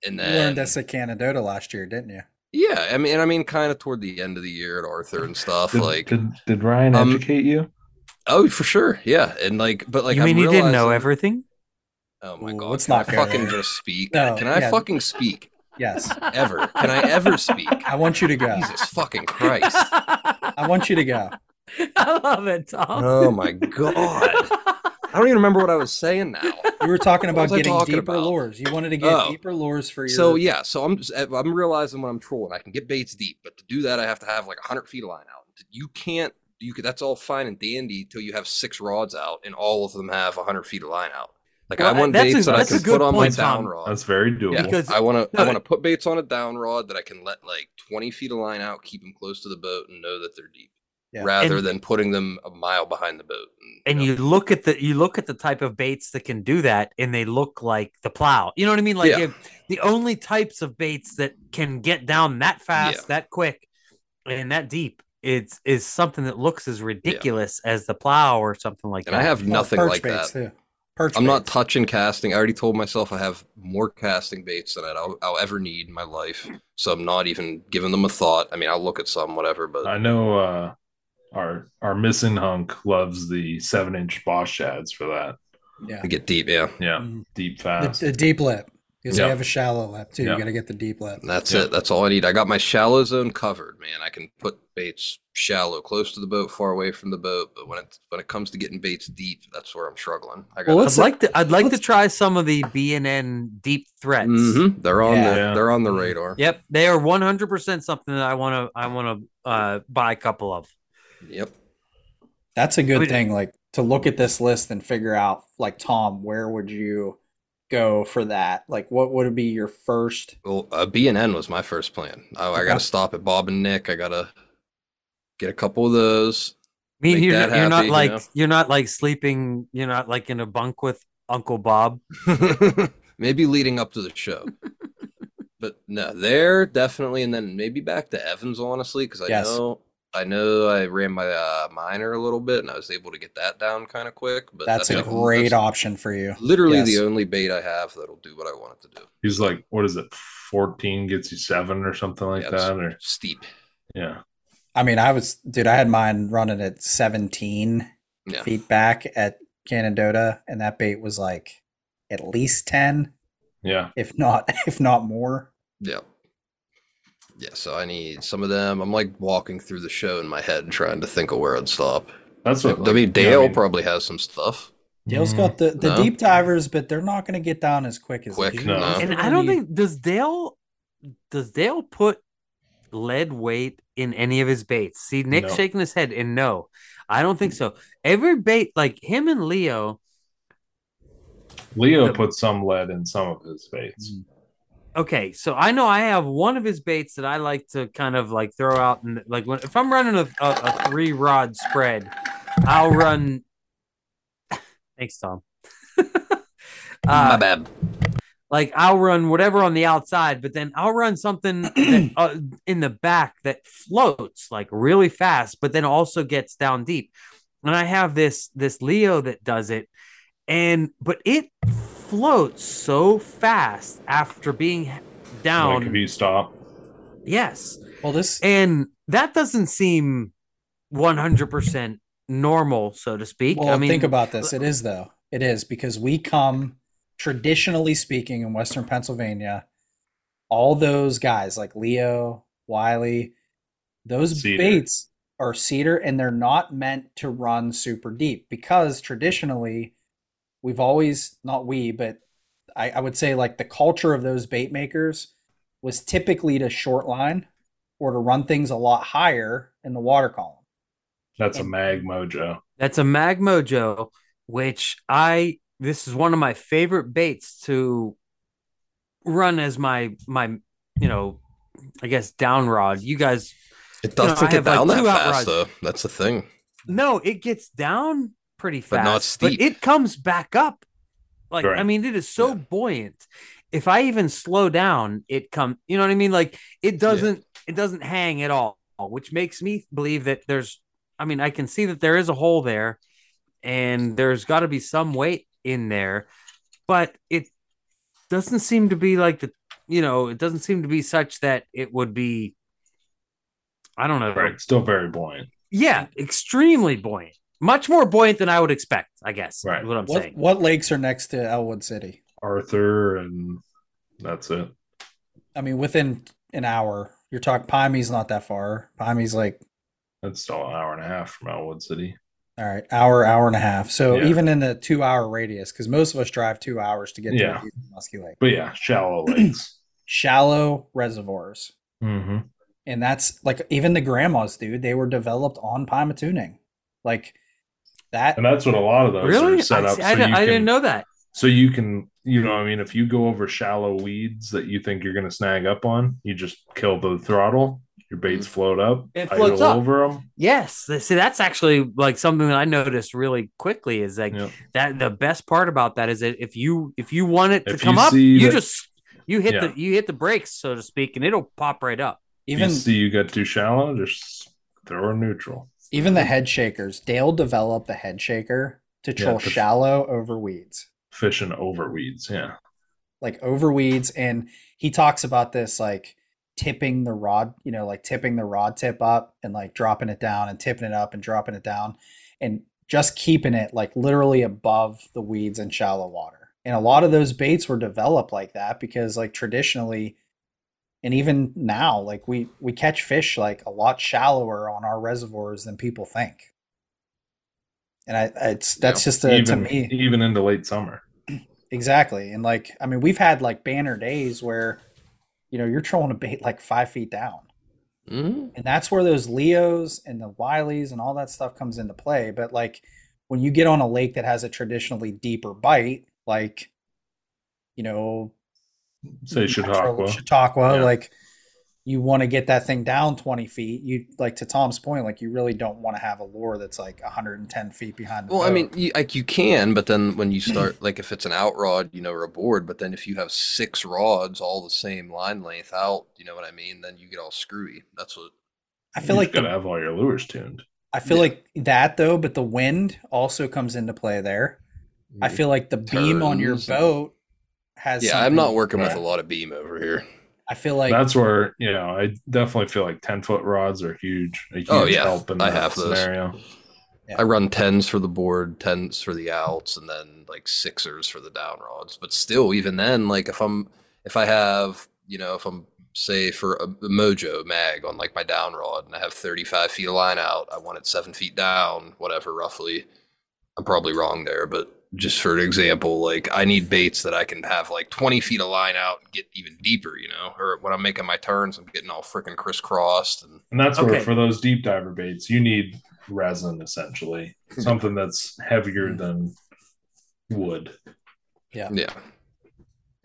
Speaker 3: And
Speaker 2: you learned
Speaker 3: then
Speaker 2: this at Canadota last year, didn't you?
Speaker 3: yeah, I mean, and I mean, kind of toward the end of the year at Arthur and stuff,
Speaker 4: Did,
Speaker 3: like
Speaker 4: did, did Ryan
Speaker 3: Um,
Speaker 4: educate you?
Speaker 3: oh for sure, yeah, and like but like
Speaker 5: you
Speaker 3: I'm
Speaker 5: mean you didn't know
Speaker 3: realizing-
Speaker 5: everything?
Speaker 3: Oh my
Speaker 2: Ooh,
Speaker 3: god,
Speaker 2: let's
Speaker 3: can
Speaker 2: not
Speaker 3: I
Speaker 2: go
Speaker 3: fucking
Speaker 2: there.
Speaker 3: just speak?
Speaker 2: No,
Speaker 3: can I
Speaker 2: yeah.
Speaker 3: fucking speak (laughs)
Speaker 2: Yes.
Speaker 3: ever? Can I ever speak?
Speaker 2: (laughs) I want you to go.
Speaker 3: Jesus fucking Christ!
Speaker 2: I want you to go.
Speaker 5: (laughs) I love it, Tom.
Speaker 3: Oh my god, I don't even remember what I was saying now.
Speaker 2: You were talking
Speaker 3: What
Speaker 2: about
Speaker 3: was I
Speaker 2: getting
Speaker 3: talking
Speaker 2: deeper
Speaker 3: about?
Speaker 2: lures. You wanted to get
Speaker 3: Oh.
Speaker 2: deeper lures for your.
Speaker 3: So yeah, so I'm just, eh, I'm realizing when I'm trolling, I can get baits deep, but to do that, I have to have like 100 feet of line out. You can't. You could, that's all fine and dandy till you have six rods out, and all of them have 100 feet of line out. Like I
Speaker 5: Well,
Speaker 3: want
Speaker 5: that's a-
Speaker 3: baits that I
Speaker 5: that's a
Speaker 3: can
Speaker 5: good
Speaker 3: put on
Speaker 5: point,
Speaker 3: my down
Speaker 5: Tom.
Speaker 3: rod.
Speaker 4: That's very doable.
Speaker 3: Yeah,
Speaker 5: Because-
Speaker 3: I want to. I
Speaker 5: no,
Speaker 3: want to put baits on a down rod that I can let like 20 feet of line out, keep them close to the boat, and know that they're deep,
Speaker 2: Yeah.
Speaker 3: rather
Speaker 5: And-
Speaker 3: than putting them a mile behind the boat.
Speaker 5: And
Speaker 3: know.
Speaker 5: you look at the you look at the type of baits that can do that, and they look like the plow. You know what I mean? Like
Speaker 3: Yeah.
Speaker 5: if, the only types of baits that can get down that fast,
Speaker 3: Yeah.
Speaker 5: that quick, and that deep. It's is something that looks as ridiculous as the plow or something like
Speaker 3: and
Speaker 5: that.
Speaker 3: I have
Speaker 2: Oh,
Speaker 3: nothing
Speaker 2: perch
Speaker 3: like that.
Speaker 2: baits, Too. Perch
Speaker 3: I'm not
Speaker 2: baits.
Speaker 3: touching casting. I already told myself I have more casting baits than I'll, I'll ever need in my life. So I'm not even giving them a thought. I mean, I'll look at some, whatever, but
Speaker 4: I know uh, our our missing hunk loves the seven inch boss shads for that.
Speaker 2: Yeah.
Speaker 3: I get deep. Yeah.
Speaker 4: Yeah,
Speaker 2: Mhm.
Speaker 4: deep
Speaker 2: The,
Speaker 3: (laughs)
Speaker 4: fast.
Speaker 2: the deep lip. Because
Speaker 4: Yeah.
Speaker 2: they have a shallow lip too.
Speaker 4: Yeah.
Speaker 2: You got to get the deep lip.
Speaker 3: That's
Speaker 4: Yeah.
Speaker 3: it. That's all I need. I got my shallow zone covered, man. I can put baits shallow, close to the boat, far away from the boat. But when it when it comes to getting baits deep, that's where I'm struggling. I got.
Speaker 2: Well,
Speaker 5: I'd
Speaker 2: let's-
Speaker 5: like to. I'd like to
Speaker 2: let's-
Speaker 5: try some of the B and N deep threats.
Speaker 3: Mhm. They're on the
Speaker 4: Yeah.
Speaker 3: they're on the radar.
Speaker 5: Yep, they are one hundred percent something that I want to. I want to uh, buy a couple of.
Speaker 3: Yep.
Speaker 2: That's a
Speaker 5: I
Speaker 2: good
Speaker 5: mean-
Speaker 2: thing, like to look at this list and figure out, like Tom, where would you go for that? Like, what would be your first?
Speaker 3: Well, uh, B and N was my first plan. Oh, I
Speaker 2: Okay.
Speaker 3: got to stop at Bob and Nick. I got to get a couple of those.
Speaker 5: I mean,
Speaker 3: Make
Speaker 5: you're,
Speaker 3: that
Speaker 5: you're not
Speaker 3: happy, you
Speaker 5: like
Speaker 3: know?
Speaker 5: you're not like sleeping. You're not like in a bunk with Uncle Bob.
Speaker 3: (laughs) maybe leading up to the show. but no, there definitely, and then maybe back to Evans, honestly, because I
Speaker 2: Yes.
Speaker 3: know I know I ran my uh, minor a little bit, and I was able to get that down kind of quick. But
Speaker 2: That's a
Speaker 3: like-
Speaker 2: great
Speaker 3: that's
Speaker 2: option for you.
Speaker 3: Literally
Speaker 2: Yes.
Speaker 3: the only bait I have that'll do what I want it to do.
Speaker 4: He's like, what is it? 14 gets you seven or something like
Speaker 3: Yeah, it's
Speaker 4: that. Or,
Speaker 3: steep.
Speaker 4: yeah.
Speaker 2: I mean, I was, dude, I had mine running at 17
Speaker 3: Yeah.
Speaker 2: feet back at Canandota, and that bait was like at least 10,
Speaker 4: Yeah.
Speaker 2: if not, (laughs) if not more.
Speaker 3: Yeah. Yeah, so I need some of them. I'm like walking through the show in my head trying to think of where I'd stop.
Speaker 4: That's what
Speaker 3: I
Speaker 4: like,
Speaker 3: mean,
Speaker 4: yeah,
Speaker 3: Dale
Speaker 4: mean,
Speaker 3: probably has some stuff.
Speaker 2: Dale's
Speaker 4: mm,
Speaker 2: got the, the
Speaker 3: No.
Speaker 2: deep divers, but they're not going to get down as quick as
Speaker 3: Quick,
Speaker 2: you.
Speaker 4: no.
Speaker 2: Those are
Speaker 5: And I
Speaker 2: gonna
Speaker 5: don't
Speaker 2: be-
Speaker 5: think does Dale does Dale put lead weight in any of his baits. See Nick
Speaker 4: No.
Speaker 5: shaking his head and no, I don't think so. Every bait like him and Leo.
Speaker 4: Leo
Speaker 5: the-
Speaker 4: put some lead in some of his baits.
Speaker 3: Mm.
Speaker 5: Okay, so I know I have one of his baits that I like to kind of like throw out and like when if I'm running a, a, a three rod spread, I'll run. (laughs) Thanks, Tom. (laughs)
Speaker 3: My
Speaker 5: uh,
Speaker 3: bad.
Speaker 5: like I'll run whatever on the outside, but then I'll run something that, uh, in the back that floats like really fast, but then also gets down deep. And I have this this Leo that does it, and but it floats so fast after being
Speaker 4: Like,
Speaker 5: down.
Speaker 4: if you stop,
Speaker 5: yes,
Speaker 2: Well, this,
Speaker 5: and that doesn't seem one hundred percent normal, so to speak.
Speaker 2: Well,
Speaker 5: I mean,
Speaker 2: think about this. It is though. It is because we come traditionally speaking in Western Pennsylvania, all those guys like Leo, Wiley, those
Speaker 4: Cedar.
Speaker 2: baits are cedar and they're not meant to run super deep because traditionally we've always not we, but I, I would say like the culture of those bait makers was typically to short line or to run things a lot higher in the water column.
Speaker 4: that's a mag mojo.
Speaker 5: That's a Magmojo, which I this is one of my favorite baits to run as my my you know I guess down rod. You guys
Speaker 3: It
Speaker 5: know,
Speaker 3: doesn't
Speaker 5: I
Speaker 3: get
Speaker 5: have, like,
Speaker 3: down
Speaker 5: two
Speaker 3: that fast,
Speaker 5: outrides.
Speaker 3: though. That's the thing.
Speaker 5: no, it gets down pretty fast,
Speaker 3: But not steep.
Speaker 5: it comes back up. Like I
Speaker 4: Right.
Speaker 5: mean, it is so
Speaker 3: Yeah.
Speaker 5: buoyant. If I even slow down, it come. You know what I mean? Like it doesn't it doesn't hang at all, which makes me believe that there's. I mean, I can see that there is a hole there, and there's got to be some weight in there, but it doesn't seem to be like the. You know, it doesn't seem to be such that it would be. I don't know.
Speaker 4: Right. Still very buoyant.
Speaker 5: Yeah, extremely buoyant. Much more buoyant than I would expect, I guess.
Speaker 4: Right.
Speaker 5: Is what I'm
Speaker 2: What,
Speaker 5: saying.
Speaker 2: what lakes are next to Elwood City?
Speaker 4: Arthur, and that's it.
Speaker 2: I mean, within an hour, you're talking Pymie's not that far. Pymie's like,
Speaker 4: That's still an hour and a half from Elwood City.
Speaker 2: all right, hour, hour and a half. So
Speaker 4: Yeah.
Speaker 2: even in a two hour radius, because most of us drive two hours to get to
Speaker 4: Yeah.
Speaker 2: a Muskie Lake.
Speaker 4: But yeah,
Speaker 5: (clears throat)
Speaker 4: shallow lakes.
Speaker 2: Shallow reservoirs.
Speaker 4: mm-hmm.
Speaker 2: And that's like even the grandmas, dude, they were developed on Pima tuning. Like that
Speaker 4: And that's what a lot of those
Speaker 5: Really?
Speaker 4: are set
Speaker 5: I,
Speaker 4: up.
Speaker 5: see-
Speaker 4: so
Speaker 5: I,
Speaker 4: you
Speaker 5: di- I
Speaker 4: can-
Speaker 5: didn't know that.
Speaker 4: So you can, you know, I mean, if you go over shallow weeds that you think you're going to snag up on, you just kill the throttle. Your baits float up.
Speaker 5: Mm. It
Speaker 4: idle
Speaker 5: floats up.
Speaker 4: over them.
Speaker 5: Yes. th- See, that's actually like something that I noticed really quickly is like
Speaker 4: Yeah.
Speaker 5: that the best part about that is that if you if you want it to
Speaker 4: If
Speaker 5: come
Speaker 4: you
Speaker 5: up,
Speaker 4: see
Speaker 5: you
Speaker 4: that-
Speaker 5: just you hit
Speaker 4: Yeah.
Speaker 5: the you hit the brakes, so to speak, and it'll pop right up.
Speaker 4: If you
Speaker 2: even
Speaker 4: see you got too shallow, just throw a neutral.
Speaker 2: even the head shakers, Dale developed the head shaker to troll
Speaker 4: the-
Speaker 2: shallow over weeds.
Speaker 4: Fishing over weeds. Yeah.
Speaker 2: like over weeds and he talks about this like tipping the rod you know like tipping the rod tip up and like dropping it down and tipping it up and dropping it down and just keeping it like literally above the weeds in shallow water And a lot of those baits were developed like that because like traditionally and even now like we we catch fish like a lot shallower on our reservoirs than people think. And I it's that's
Speaker 3: Yeah,
Speaker 2: just a, to
Speaker 4: even
Speaker 2: me
Speaker 4: even into late summer.
Speaker 2: Exactly. And like, I mean, we've had like banner days where, you know, you're trolling a bait like five feet down.
Speaker 3: Mhm.
Speaker 2: And that's where those Leos and the Wileys and all that stuff comes into play. But like when you get on a lake that has a traditionally deeper bite, like, you know,
Speaker 4: Say
Speaker 2: natural
Speaker 4: Chautauqua.
Speaker 2: Chautauqua,
Speaker 4: Yeah.
Speaker 2: like you want to get that thing down 20 feet. You like to Tom's point, like you really don't want to have a lure that's like 110 feet behind the
Speaker 3: Well, I
Speaker 2: boat.
Speaker 3: mean, you, like you can, but then when you start, like if it's an out rod, you know, or a board, but then if you have six rods all the same line length out, you know what I mean? Then you get all screwy. That's what.
Speaker 2: I feel
Speaker 4: you
Speaker 2: like
Speaker 4: just
Speaker 2: the
Speaker 4: gotta have all your lures tuned.
Speaker 2: I feel
Speaker 3: Yeah.
Speaker 2: like that though, but the wind also comes into play there. I feel like the beam on your
Speaker 3: Mm. Turns and-
Speaker 2: boat has.
Speaker 3: Yeah, I'm not
Speaker 2: something-
Speaker 3: working with
Speaker 4: Right.
Speaker 3: a lot of beam over here.
Speaker 2: I feel like
Speaker 4: That's where you know I definitely feel like ten foot rods are huge. A huge
Speaker 3: Oh, yeah.
Speaker 4: help in
Speaker 3: I
Speaker 4: that
Speaker 3: have those.
Speaker 4: scenario.
Speaker 2: Yeah.
Speaker 3: I run tens for the board, tens for the outs, and then like sixers for the down rods. But still, even then, like if I'm if I have you know if I'm say for a, a mojo mag on like my down rod and I have 35 feet of line out, I want it seven feet down, whatever roughly. I'm probably wrong there, but just for an example, like I need baits that I can have like 20 feet of line out and get even deeper, you know. Or when I'm making my turns, I'm getting all freaking crisscrossed and
Speaker 4: And that's where
Speaker 5: Okay.
Speaker 4: for those deep diver baits, you need resin essentially, something that's
Speaker 3: Hmm.
Speaker 4: heavier than wood.
Speaker 3: yeah.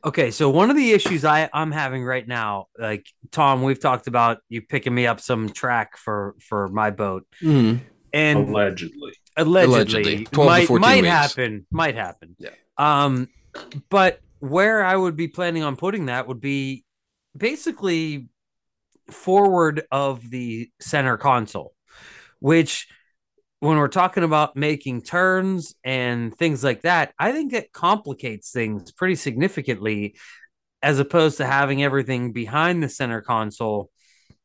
Speaker 5: Okay, so one of the issues I I'm having right now, like Tom, we've talked about you picking me up some track for for my boat,
Speaker 4: Oh,
Speaker 5: and
Speaker 4: Allegedly,
Speaker 5: allegedly,
Speaker 3: Allegedly. 12 to
Speaker 5: might
Speaker 3: 14
Speaker 5: might
Speaker 3: weeks.
Speaker 5: happen, might happen.
Speaker 3: Yeah.
Speaker 5: Um, but where I would be planning on putting that would be basically forward of the center console, which when we're talking about making turns and things like that, I think that complicates things pretty significantly as opposed to having everything behind the center console,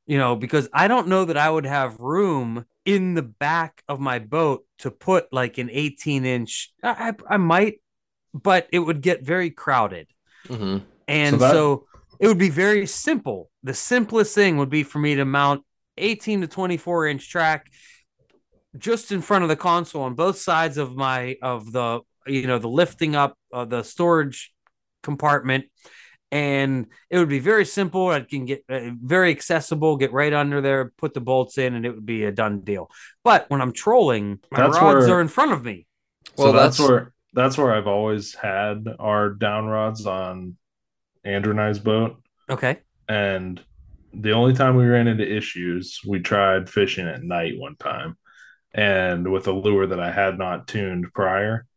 Speaker 5: you know, because I don't know that I would have room in the back of my boat to put like an 18 inch. I, I, I might, but it would get very crowded.
Speaker 3: hmm
Speaker 5: And
Speaker 4: So that-
Speaker 5: so it would be very simple. The simplest thing would be for me to mount 18 to 24 inch track just in front of the console on both sides of my of the you know the lifting up of the storage compartment and it would be very simple i can get uh, very accessible get right under there put the bolts in and it would be a done deal but when i'm trolling my
Speaker 4: That's
Speaker 5: rods
Speaker 4: where-
Speaker 5: are in front of me
Speaker 4: so that's, where that's where I've always had our down rods on Andrew and I's boat,
Speaker 5: okay
Speaker 4: and the only time we ran into issues, we tried fishing at night one time, and with a lure that I had not tuned prior,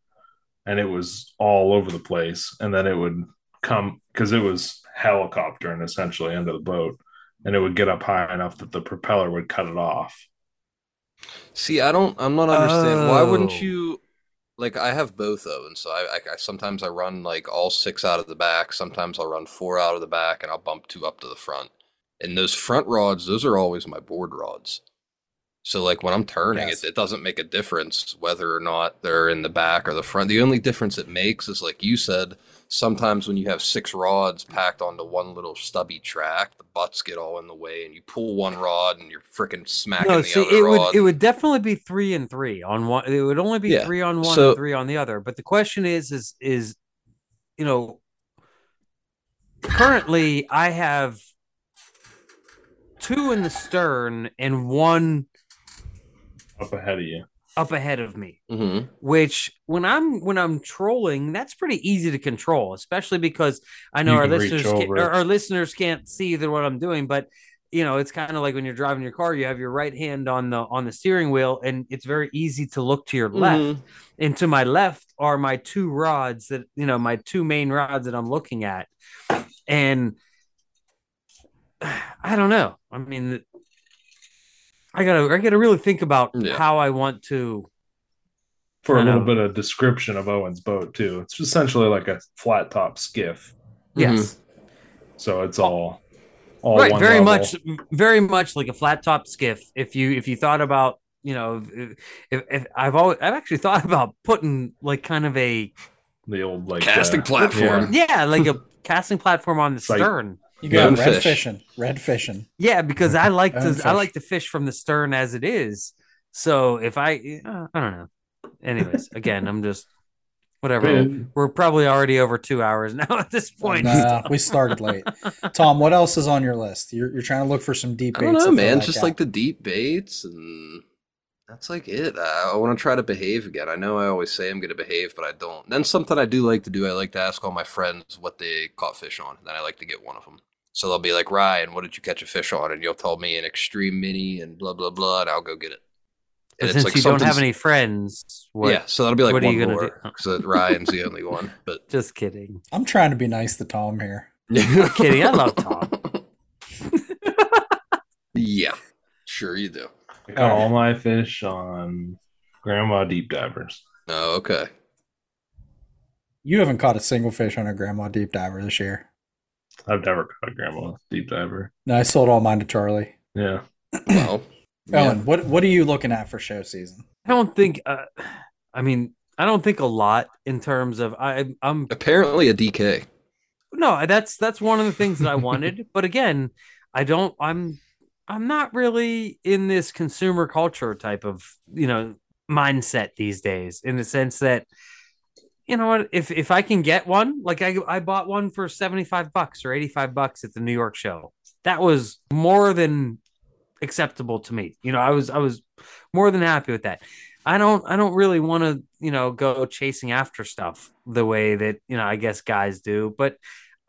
Speaker 4: and it was all over the place, and then it would come because it was helicoptering essentially into the boat, and it would get up high enough that the propeller would cut it off.
Speaker 3: See, I don't. I'm not understanding. Why
Speaker 5: Oh.
Speaker 3: wouldn't you? Like, I have both of them, so I, I, I sometimes I run like all six out of the back. Sometimes I'll run four out of the back, and I'll bump two up to the front. And those front rods, those are always my board rods. So like when I'm turning,
Speaker 2: Yes.
Speaker 3: it, it doesn't make a difference whether or not they're in the back or the front. The only difference it makes is like you said, sometimes when you have six rods packed onto one little stubby track, the butts get all in the way, and you pull one rod and you're freaking smacking
Speaker 5: no
Speaker 3: the
Speaker 5: see
Speaker 3: other
Speaker 5: it
Speaker 3: rod.
Speaker 5: would it would definitely be three and three on one it would only be
Speaker 3: Yeah.
Speaker 5: three on one
Speaker 3: So-
Speaker 5: and three on the other but the question is is is you know currently i have two in the stern and one
Speaker 4: Up ahead of you.
Speaker 5: up ahead of me
Speaker 3: hmm
Speaker 5: which when i'm when i'm trolling that's pretty easy to control especially because i know
Speaker 4: You
Speaker 5: our
Speaker 4: can reach
Speaker 5: listeners can,
Speaker 4: over.
Speaker 5: or our listeners can't see either what i'm doing but you know it's kind of like when you're driving your car you have your right hand on the on the steering wheel and it's very easy to look to your left
Speaker 3: Mm-hmm.
Speaker 5: and to my left are my two rods that you know my two main rods that i'm looking at and (sighs) i don't know i mean i gotta i gotta really think about
Speaker 3: Yeah.
Speaker 5: how i want to
Speaker 4: For a
Speaker 5: I
Speaker 4: little
Speaker 5: know.
Speaker 4: bit of description of Owen's boat too, it's essentially like a flat top skiff, Mm-hmm.
Speaker 5: yes
Speaker 4: so it's all all
Speaker 5: right
Speaker 4: one
Speaker 5: very
Speaker 4: level.
Speaker 5: much very much like a flat top skiff if you if you thought about you know if, if, if i've always i've actually thought about putting like kind of a
Speaker 4: the old like
Speaker 3: Casting
Speaker 4: uh,
Speaker 3: platform.
Speaker 5: Yeah, like a casting platform on the
Speaker 4: It's like-
Speaker 5: stern.
Speaker 2: You got
Speaker 3: Goldfish.
Speaker 2: red fishing. Red fishing.
Speaker 5: Yeah, because I like to
Speaker 2: And
Speaker 5: I
Speaker 2: fish.
Speaker 5: like to fish from the stern as it is. So if I uh, I don't know. Anyways, again, I'm just whatever.
Speaker 4: Yeah.
Speaker 5: We're probably already over two hours now (laughs) at this point.
Speaker 2: Nah, uh, we started
Speaker 3: (laughs)
Speaker 2: late. Tom, what else is on your list? You're, you're trying to look for some deep
Speaker 3: I
Speaker 2: baits.
Speaker 3: don't know,
Speaker 2: to fill
Speaker 3: man.
Speaker 2: that
Speaker 3: Just
Speaker 2: gap.
Speaker 3: like the deep baits, and that's like it. I, I want to try to behave again. I know I always say I'm going to behave, but I don't. Then something I do like to do, I like to ask all my friends what they caught fish on, and then I like to get one of them. So they'll be like, Ryan, what did you catch a fish on? And you'll tell me an extreme mini and blah blah blah, and I'll go get it.
Speaker 5: But since you don't have
Speaker 3: something's-
Speaker 5: any friends, what?
Speaker 3: yeah, so that'll be like
Speaker 5: what are
Speaker 3: one
Speaker 5: you gonna
Speaker 3: more
Speaker 5: do?
Speaker 3: because Ryan's the only one. But
Speaker 5: (laughs) Just kidding.
Speaker 2: I'm trying to be nice to Tom here.
Speaker 5: kidding, I love Tom.
Speaker 3: (laughs) yeah, sure you do.
Speaker 4: I got all my fish on Grandma Deep Divers.
Speaker 3: Oh,
Speaker 5: (clears throat)
Speaker 3: okay.
Speaker 2: You haven't caught a single fish on a grandma deep diver this year.
Speaker 4: I've never caught a Grandma Deep Diver.
Speaker 2: No, I sold all mine to Charlie.
Speaker 4: Yeah,
Speaker 5: Oh,
Speaker 3: Well, yeah.
Speaker 2: Ellen, what what are you looking at for show season?
Speaker 5: I don't think. Uh, I mean, I don't think a lot in terms of I, I'm
Speaker 3: apparently a
Speaker 5: (laughs)
Speaker 3: DK.
Speaker 5: no that's that's one of the things that i wanted but again i don't i'm i'm not really in this consumer culture type of you know mindset these days in the sense that you know what if if i can get one like i i bought one for 75 bucks or 85 bucks at the new york show that was more than acceptable to me you know i was i was more than happy with that i don't i don't really want to you know go chasing after stuff the way that you know i guess guys do but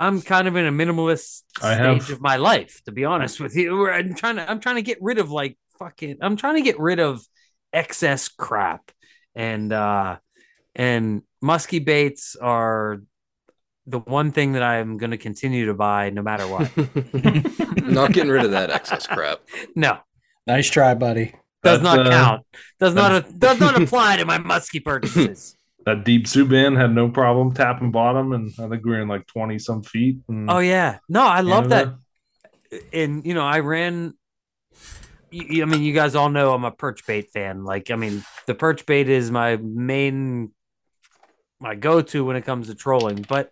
Speaker 5: i'm kind of in a minimalist
Speaker 4: I
Speaker 5: stage
Speaker 4: have-
Speaker 5: of my life to be honest with you where i'm trying to i'm trying to get rid of like fucking i'm trying to get rid of excess crap and uh and musky baits are the one thing that i'm going to continue to buy no
Speaker 4: (laughs)
Speaker 5: matter what
Speaker 3: Not getting rid of that excess crap.
Speaker 5: no
Speaker 2: Nice try, buddy.
Speaker 5: does
Speaker 4: That's,
Speaker 5: not
Speaker 4: uh,
Speaker 5: count does not does not apply to my musky purchases
Speaker 4: that deep Subban had no problem tapping bottom, and I think we were in like twenty some feet. in
Speaker 5: oh yeah no i love that
Speaker 4: Canada.
Speaker 5: and you know i ran y- y- i mean you guys all know i'm a perch bait fan like i mean the perch bait is my main my go-to when it comes to trolling but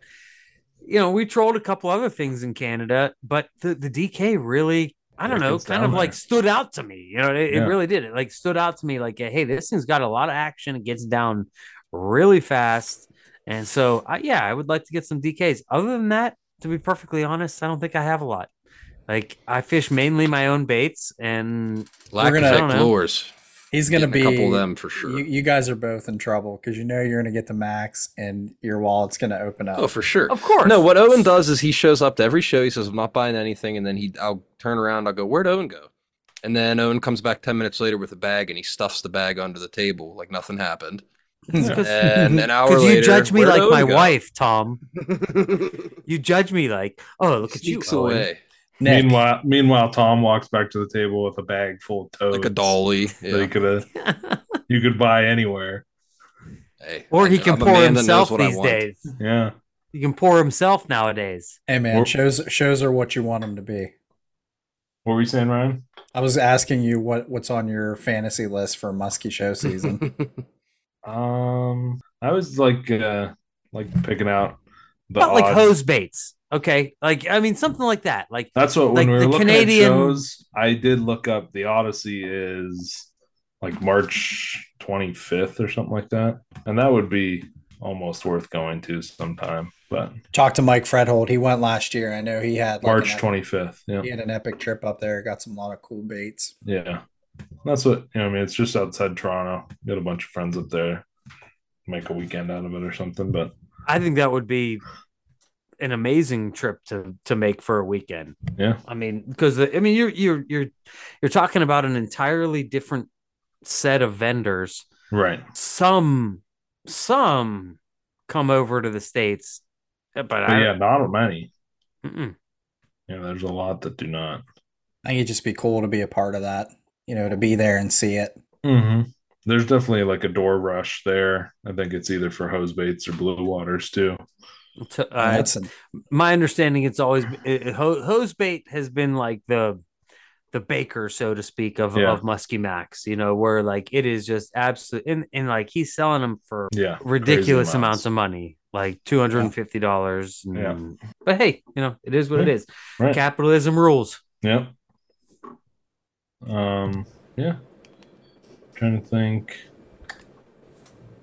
Speaker 5: you know we trolled a couple other things in canada but the, the dk really i don't
Speaker 4: It
Speaker 5: know
Speaker 4: gets
Speaker 5: kind
Speaker 4: down
Speaker 5: of like
Speaker 4: there.
Speaker 5: stood out to me you know it,
Speaker 4: Yeah.
Speaker 5: it really did it like stood out to me like uh, hey this thing's got a lot of action it gets down really fast and so I, yeah i would like to get some dks other than that to be perfectly honest i don't think i have a lot like I fish mainly my own baits, and
Speaker 3: Lack
Speaker 2: gonna- I
Speaker 5: don't
Speaker 3: effect
Speaker 5: know.
Speaker 3: lures.
Speaker 2: He's gonna
Speaker 3: Getting
Speaker 2: be
Speaker 3: a couple of them for sure.
Speaker 2: You, you guys are both in trouble because you know you're gonna get the max and your wallet's gonna open up.
Speaker 3: oh, for sure.
Speaker 5: of course,
Speaker 3: No, what Owen does is he shows up to every show. He says, "I'm not buying anything," and then he, I'll turn around. I'll go, "Where'd Owen go?" And then Owen comes back ten minutes later with a bag, and he stuffs the bag under the table like nothing
Speaker 5: (laughs)
Speaker 3: happened. And an hour
Speaker 5: because
Speaker 3: later,
Speaker 5: you judge me
Speaker 3: "Where'd
Speaker 5: like
Speaker 3: Owen
Speaker 5: my
Speaker 3: go?"
Speaker 5: wife,
Speaker 3: (laughs)
Speaker 5: Tom. You judge me like, oh, look at you,
Speaker 3: Sneaks
Speaker 5: Owen.
Speaker 3: away
Speaker 2: Nick,
Speaker 4: Meanwhile, meanwhile, Tom walks back to the table with a bag full of toads,
Speaker 3: like a dolly.
Speaker 4: That
Speaker 3: Yeah.
Speaker 4: you could have, you could buy anywhere.
Speaker 3: Hey,
Speaker 5: (laughs) or he
Speaker 3: I'm
Speaker 5: can
Speaker 3: a
Speaker 5: pour
Speaker 3: man that knows
Speaker 5: himself
Speaker 3: what I
Speaker 5: these
Speaker 3: want.
Speaker 5: days.
Speaker 4: Yeah,
Speaker 5: He can pour himself nowadays.
Speaker 2: hey man,
Speaker 4: We're-
Speaker 2: shows shows are what you want them to be.
Speaker 4: what were you saying, Ryan?
Speaker 2: I was asking you what what's on your fantasy list for musky show season.
Speaker 3: (laughs)
Speaker 4: Um, I was like, uh, like picking out the
Speaker 5: Not like
Speaker 4: odds.
Speaker 5: hose baits, okay? Like I mean, something like that. Like
Speaker 4: That's what
Speaker 5: Like
Speaker 4: when we
Speaker 5: the
Speaker 4: were looking
Speaker 5: Canadian-
Speaker 4: at shows, I did look up the Odyssey is like March 25th or something like that. And that would be almost worth going to sometime. But
Speaker 2: Talked to Mike Fredhold. He went last year. I know he had like,
Speaker 4: March
Speaker 2: an-
Speaker 4: 25th. Yeah.
Speaker 2: He had an epic trip up there. Got some lot of cool baits.
Speaker 4: Yeah. That's what you know, I mean, it's just outside Toronto. Got a bunch of friends up there. Make a weekend out of it or something. But
Speaker 5: I think that would be an amazing trip to to make for a weekend.
Speaker 4: Yeah.
Speaker 5: I mean, because I mean, you're you're you're you're talking about an entirely different set of vendors.
Speaker 4: right.
Speaker 5: Some some come over to the states, uh, but,
Speaker 4: But
Speaker 5: I
Speaker 4: yeah, not many.
Speaker 5: mm-mm.
Speaker 4: You know, there's a lot that do not.
Speaker 2: I think it'd just be cool to be a part of that. You know, to be there and see it.
Speaker 4: Mm-hmm. There's definitely like a door rush there. I think it's either for hose baits or blue waters too.
Speaker 5: To-
Speaker 2: And
Speaker 5: uh,
Speaker 2: that's a-
Speaker 5: my understanding it's always it, it- ho- hose bait has been like the the baker, so to speak, of,
Speaker 4: Yeah.
Speaker 5: of Muskie Max, you know, where like it is just absolute and, and like he's selling them for
Speaker 4: Yeah.
Speaker 5: ridiculous
Speaker 4: crazy
Speaker 5: amounts. of money, like two hundred and fifty dollars.
Speaker 4: Yeah.
Speaker 5: But hey, you know, it is what it
Speaker 4: Yeah.
Speaker 5: is.
Speaker 4: Right.
Speaker 5: Capitalism rules.
Speaker 4: Yep. Um. Yeah. Trying to think.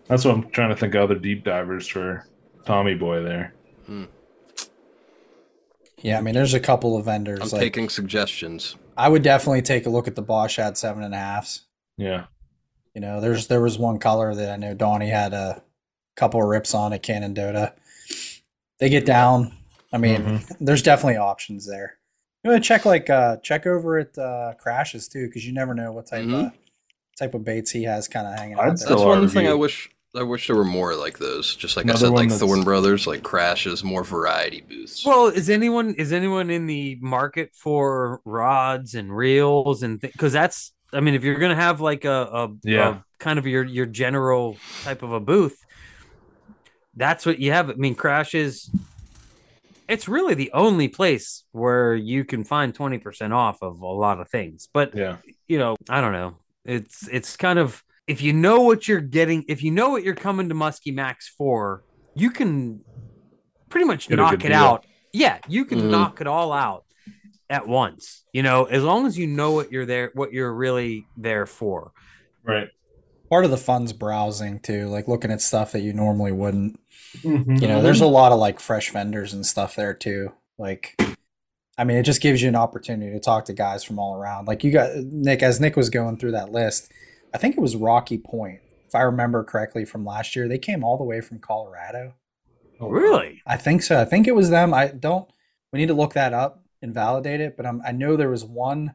Speaker 4: That's what I'm trying to think. Of other deep divers for Tommy Boy there.
Speaker 2: Yeah, I mean, there's a couple of vendors.
Speaker 3: I'm
Speaker 2: like,
Speaker 3: taking suggestions.
Speaker 2: I would definitely take a look at the Bosch had seven and a halfs.
Speaker 4: Yeah.
Speaker 2: You know, there's there was one color that I know Donnie had a couple of rips on at Canandota. They get down. I mean,
Speaker 4: Mm-hmm.
Speaker 2: (laughs) there's definitely options there. You want to check like uh check over at uh crashes too, because you never know what type of
Speaker 3: Mhm.
Speaker 2: type of baits he has kind of hanging
Speaker 4: Mm-hmm. I'd
Speaker 2: out there.
Speaker 4: still
Speaker 3: That's one thing
Speaker 4: argue.
Speaker 3: I wish. I wish there were more like those. Just like
Speaker 4: Another
Speaker 3: I said,
Speaker 4: one
Speaker 3: like
Speaker 4: that's-
Speaker 3: Thorn Brothers, like crashes, more variety booths.
Speaker 5: Well, is anyone is anyone in the market for rods and reels and because that's I mean, if you're gonna have like a, a
Speaker 4: Yeah.
Speaker 5: a kind of your your general type of a booth, that's what you have. I mean, crashes. It's really the only place where you can find twenty percent off of a lot of things, but
Speaker 4: Yeah.
Speaker 5: you know, I don't know. It's it's kind of if you know what you're getting, if you know what you're coming to Muskie Max for, you can pretty much
Speaker 4: Get a
Speaker 5: knock it
Speaker 4: good deal.
Speaker 5: out. Yeah, you can
Speaker 3: Mhm.
Speaker 5: knock it all out at once. You know, as long as you know what you're there, what you're really there for.
Speaker 4: Right.
Speaker 2: Part of the fun's browsing too, like looking at stuff that you normally wouldn't.
Speaker 4: Mm-hmm.
Speaker 2: you know there's a lot of like fresh vendors and stuff there too like i mean it just gives you an opportunity to talk to guys from all around like you got nick as nick was going through that list i think it was rocky point if i remember correctly from last year they came all the way from colorado
Speaker 4: Oh,
Speaker 5: Really?
Speaker 2: i think so i think it was them i don't we need to look that up and validate it but i i know there was one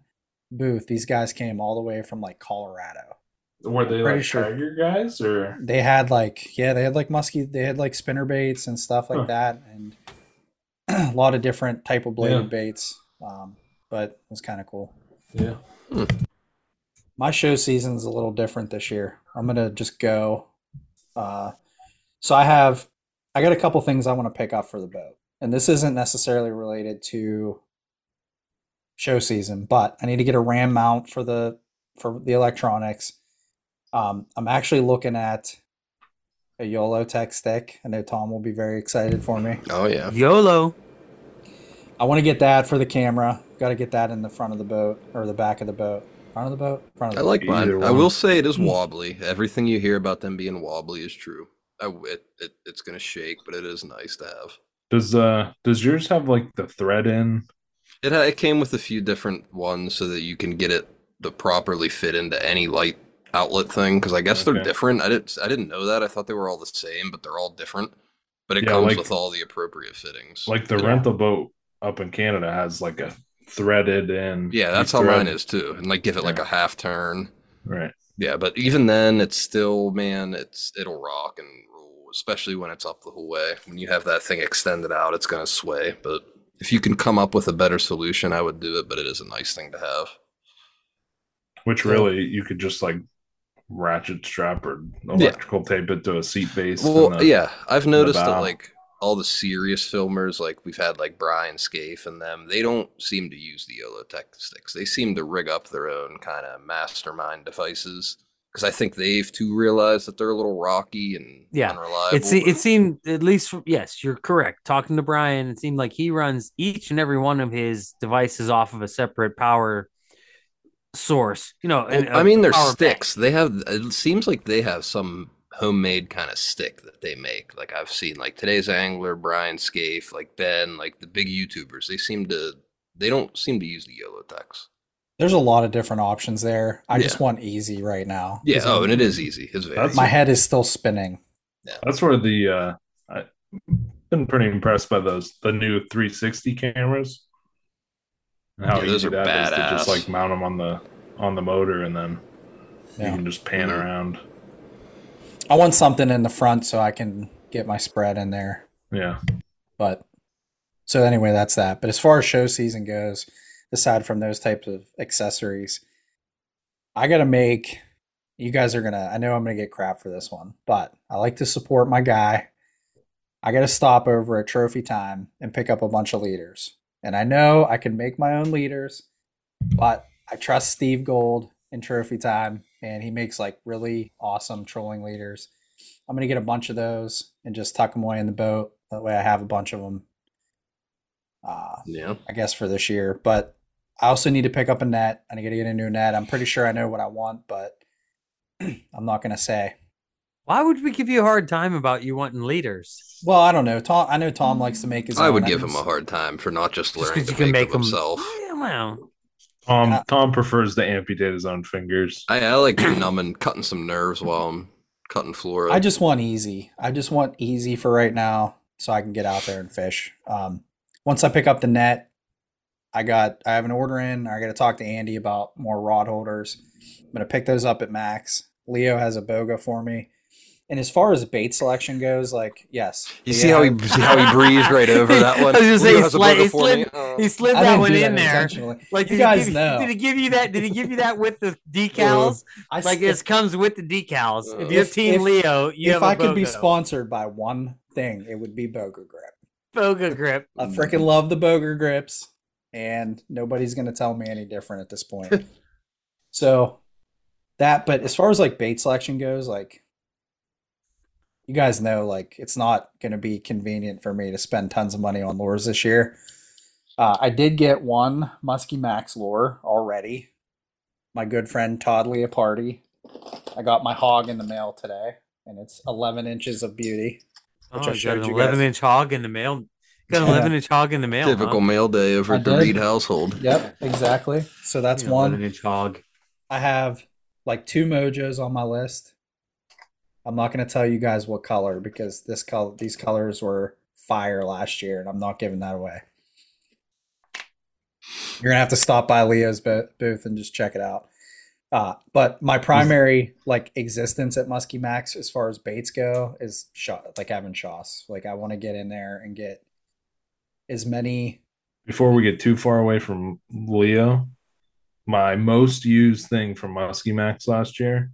Speaker 2: booth these guys came all the way from like colorado
Speaker 4: Were they
Speaker 2: Pretty
Speaker 4: like
Speaker 2: sure.
Speaker 4: tiger guys or?
Speaker 2: they had like yeah they had like musky they had like spinner baits and stuff like
Speaker 4: Huh.
Speaker 2: that and (clears throat) a lot of different type of bladed
Speaker 4: Yeah.
Speaker 2: baits um, but it was kind of cool
Speaker 4: Yeah.
Speaker 2: my show season's a little different this year i'm gonna just go uh, so i have i got a couple things i want to pick up for the boat and this isn't necessarily related to show season but i need to get a ram mount for the for the electronics um, i'm actually looking at a yolo tech stick i know tom will be very excited for me
Speaker 3: Oh yeah.
Speaker 5: YOLO.
Speaker 2: I want to get that for the camera. Got to get that in the front of the boat or the back of the boat. Front of the boat. Front of
Speaker 3: I
Speaker 2: the
Speaker 3: like
Speaker 4: Either
Speaker 3: mine. I
Speaker 4: one. Hmm.
Speaker 3: will say it is wobbly. Everything you hear about them being wobbly is true. I, w- it, it, it's gonna shake, but it is nice to have.
Speaker 4: Does uh does yours have like the thread in?
Speaker 3: It ha- it came with a few different ones so that you can get it to properly fit into any light outlet thing. Because I guess they're
Speaker 4: Okay.
Speaker 3: different. I didn't I didn't know that. I thought they were all the same, but they're all different. But it
Speaker 4: Yeah,
Speaker 3: comes
Speaker 4: like-
Speaker 3: with all the appropriate fittings.
Speaker 4: Like the
Speaker 5: Yeah.
Speaker 4: rental boat up in Canada has like a threaded in.
Speaker 3: yeah, that's
Speaker 4: You
Speaker 3: how
Speaker 4: thread-
Speaker 3: mine is too. And like give it like
Speaker 4: Yeah.
Speaker 3: a half turn.
Speaker 4: Right.
Speaker 3: Yeah, but even then, it's still, man, it's it'll rock and roll, especially when it's up the whole way. When you have that thing extended out, it's gonna sway. But if you can come up with a better solution, I would do it. But it is a nice thing to have.
Speaker 4: Which really you could just like ratchet strap or electrical tape it to a seat base.
Speaker 3: Well,
Speaker 4: and uh, a-
Speaker 3: yeah, I've noticed that
Speaker 4: bow.
Speaker 3: like all the serious filmers, like we've had like Brian Scaife and them, they don't seem to use the YOLO tech sticks. They seem to rig up their own kind of mastermind devices because I think they've too realized that they're a little rocky and
Speaker 5: Yeah.
Speaker 3: unreliable.
Speaker 5: It, se-
Speaker 3: but-
Speaker 5: it seemed, at least, yes, you're correct. Talking to Brian, it seemed like he runs each and every one of his devices off of a separate power source. You know,
Speaker 3: Well,
Speaker 5: and
Speaker 3: I
Speaker 5: a
Speaker 3: mean, they're
Speaker 5: uh, power bank.
Speaker 3: sticks. They have. It seems like they have some homemade kind of stick that they make. Like I've seen, like today's angler Brian Scaife, like Ben, like the big YouTubers. They seem to. They don't seem to use the yellow ducks.
Speaker 2: There's a lot of different options there. I just
Speaker 3: Yeah.
Speaker 2: want easy right now.
Speaker 3: Yeah.
Speaker 2: 'Cause
Speaker 3: Oh, and it is easy. It's very.
Speaker 4: That's-
Speaker 2: My head is still spinning.
Speaker 4: That's where the uh I've been pretty impressed by those the new 360 cameras. And how
Speaker 3: Yeah, those
Speaker 4: easy
Speaker 3: are
Speaker 4: that is to
Speaker 3: badass.
Speaker 4: just like mount them on the on the motor and then
Speaker 2: Yeah.
Speaker 4: you can just pan
Speaker 3: Mhm.
Speaker 4: around.
Speaker 2: I want something in the front so I can get my spread in there.
Speaker 4: Yeah.
Speaker 2: But so anyway, that's that. But as far as show season goes, aside from those types of accessories, I gotta make. You guys are gonna. I know I'm gonna get crap for this one, but I like to support my guy. I gotta stop over at Trophy Time and pick up a bunch of leaders, and I know I can make my own leaders, but I trust Steve Gold in Trophy Time, and he makes like really awesome trolling leaders. I'm gonna get a bunch of those and just tuck them away in the boat. That way, I have a bunch of them. Uh,
Speaker 3: Yeah.
Speaker 2: I guess for this year, but I also need to pick up a net. I need to get a new net. I'm pretty sure I know what I want, but (clears throat) I'm not gonna say.
Speaker 5: Why would we give you a hard time about you wanting leaders?
Speaker 2: Well, I don't know. Tom, I know Tom likes to make his.
Speaker 3: I
Speaker 2: own
Speaker 3: would give
Speaker 2: nets.
Speaker 3: him a hard time for not just
Speaker 5: Just
Speaker 3: learning
Speaker 5: 'cause
Speaker 3: to
Speaker 5: you can
Speaker 3: make,
Speaker 5: make
Speaker 3: them
Speaker 5: 'em-
Speaker 3: himself.
Speaker 5: (laughs) Oh, Yeah, well,
Speaker 4: Tom
Speaker 2: Yeah.
Speaker 4: Tom prefers to amputate his own fingers.
Speaker 3: I, I like numbing, cutting some nerves while I'm cutting flora.
Speaker 2: I just want easy. I just want easy for right now, so I can get out there and fish. Um, once I pick up the net, I got I have an order in. I got to talk to Andy about more rod holders. I'm gonna pick those up at Max. Leo has a boga for me. And as far as bait selection goes, like yes,
Speaker 3: you see how he see how he breezed right over that one.
Speaker 5: I was gonna say,
Speaker 3: Leo
Speaker 5: he
Speaker 3: has a
Speaker 5: slid-
Speaker 3: bugger
Speaker 5: he
Speaker 3: for
Speaker 5: slid-
Speaker 3: me. Uh,
Speaker 5: he slid
Speaker 2: I
Speaker 5: that
Speaker 2: didn't
Speaker 5: one
Speaker 2: do
Speaker 5: in
Speaker 2: that
Speaker 5: there.
Speaker 2: intentionally.
Speaker 5: Like,
Speaker 2: You
Speaker 5: did he
Speaker 2: guys
Speaker 5: give
Speaker 2: know.
Speaker 5: Did he give you that? Did he give you that with the decals?
Speaker 2: I
Speaker 5: like
Speaker 2: skipped
Speaker 5: this comes with the decals. If
Speaker 3: If-
Speaker 5: you're Team
Speaker 2: Uh, if-
Speaker 5: Leo, you
Speaker 2: if
Speaker 5: have a
Speaker 2: I could be
Speaker 5: BOGO.
Speaker 2: sponsored by one thing, it would be Boger Grip.
Speaker 5: Boga grip.
Speaker 2: I freaking love the Boger Grips, and nobody's going to tell me any different at this point. so that, but as far as like bait selection goes, like you guys know, like it's not going to be convenient for me to spend tons of money on lures this year. Uh, I did get one Muskie Max lure already. My good friend Todd Leopardi. I got my hog in the mail today, and it's 11 inches of beauty.
Speaker 5: Oh,
Speaker 2: I
Speaker 5: you got
Speaker 2: showed
Speaker 5: an
Speaker 2: you guys.
Speaker 5: 11 inch hog in the mail. You Got an
Speaker 2: Yeah.
Speaker 5: 11 inch hog in the mail.
Speaker 3: typical mail day over
Speaker 2: I
Speaker 3: at the
Speaker 2: did.
Speaker 3: Reed household.
Speaker 2: Yep, exactly. So that's one.
Speaker 5: 11 inch hog.
Speaker 2: I have like two mojos on my list. I'm not gonna tell you guys what color because this color these colors were fire last year, and I'm not giving that away. You're gonna have to stop by Leo's bo- booth and just check it out. Uh, but my primary like existence at Muskie Max, as far as baits go, is shot like having Shoss. Like I want to get in there and get as many.
Speaker 4: Before we get too far away from Leo, my most used thing from Muskie Max last year,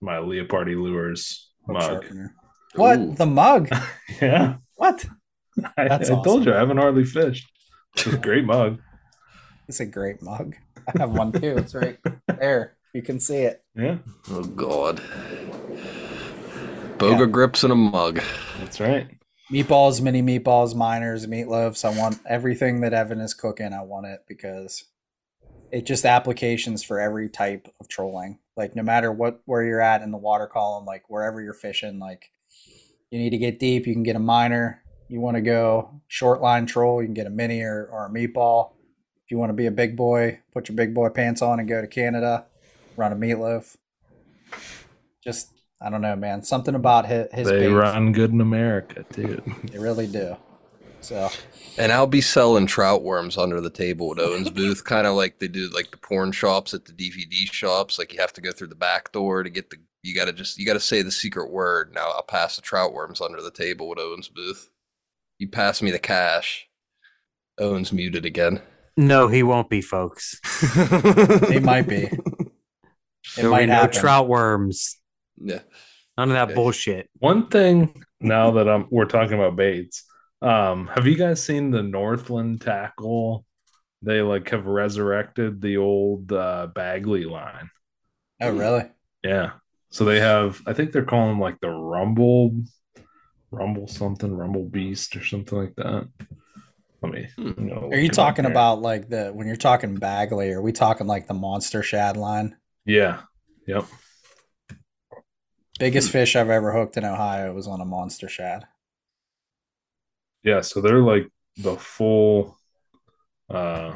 Speaker 4: my Leopardi Lures
Speaker 2: hook
Speaker 4: mug.
Speaker 2: sharpener- What
Speaker 3: Ooh.
Speaker 2: the mug?
Speaker 4: (laughs) Yeah.
Speaker 2: What?
Speaker 4: I,
Speaker 2: That's
Speaker 4: I
Speaker 2: awesome.
Speaker 4: told you I haven't hardly fished. It's a great mug.
Speaker 2: It's a great mug. (laughs) I have one too. It's (laughs) right there. You can see it.
Speaker 4: Yeah,
Speaker 3: Oh God. Boga grips in a mug.
Speaker 4: that's right.
Speaker 2: Meatballs, mini meatballs, miners, meatloaves. I want everything that Evan is cooking. I want it because it just applications for every type of trolling. Like no matter what where you're at in the water column, like wherever you're fishing, like you need to get deep, you can get a miner. You want to go short line troll, you can get a mini or, or a meatball. If you want to be a big boy, put your big boy pants on and go to Canada, run a meatloaf. Just I don't know, man. Something about his, his
Speaker 4: they
Speaker 2: baits.
Speaker 4: run good in America too.
Speaker 2: They really do. So
Speaker 3: And I'll be selling trout worms under the table at (laughs) Owen's booth, kind of like they do like the porn shops at the DVD shops. Like you have to go through the back door to get the. You gotta just you gotta say the secret word. Now I'll pass the trout worms under the table at Owen's booth. You pass me the cash. Owen's muted again.
Speaker 5: No, he won't be, folks.
Speaker 2: they might be. It
Speaker 3: There'll
Speaker 2: might
Speaker 3: be no
Speaker 5: No
Speaker 2: happen.
Speaker 5: trout worms.
Speaker 3: Yeah.
Speaker 5: None of that
Speaker 3: Okay.
Speaker 5: bullshit.
Speaker 4: One thing now that I'm we're talking about baits, um, have you guys seen the Northland tackle? They like have resurrected the old uh, Bagley line.
Speaker 2: oh, really?
Speaker 4: Yeah, so they have. I think they're calling them, like the Rumble, Rumble something, Rumble Beast or something like that. Let me.
Speaker 3: Hmm.
Speaker 4: I'm gonna look
Speaker 2: Are you
Speaker 4: it up
Speaker 2: talking
Speaker 4: here.
Speaker 2: about like the when you're talking Bagley? Are we talking like the monster shad line?
Speaker 4: Yeah. Yep.
Speaker 2: Biggest fish I've ever hooked in Ohio was on a monster shad.
Speaker 4: Yeah, so they're like the full uh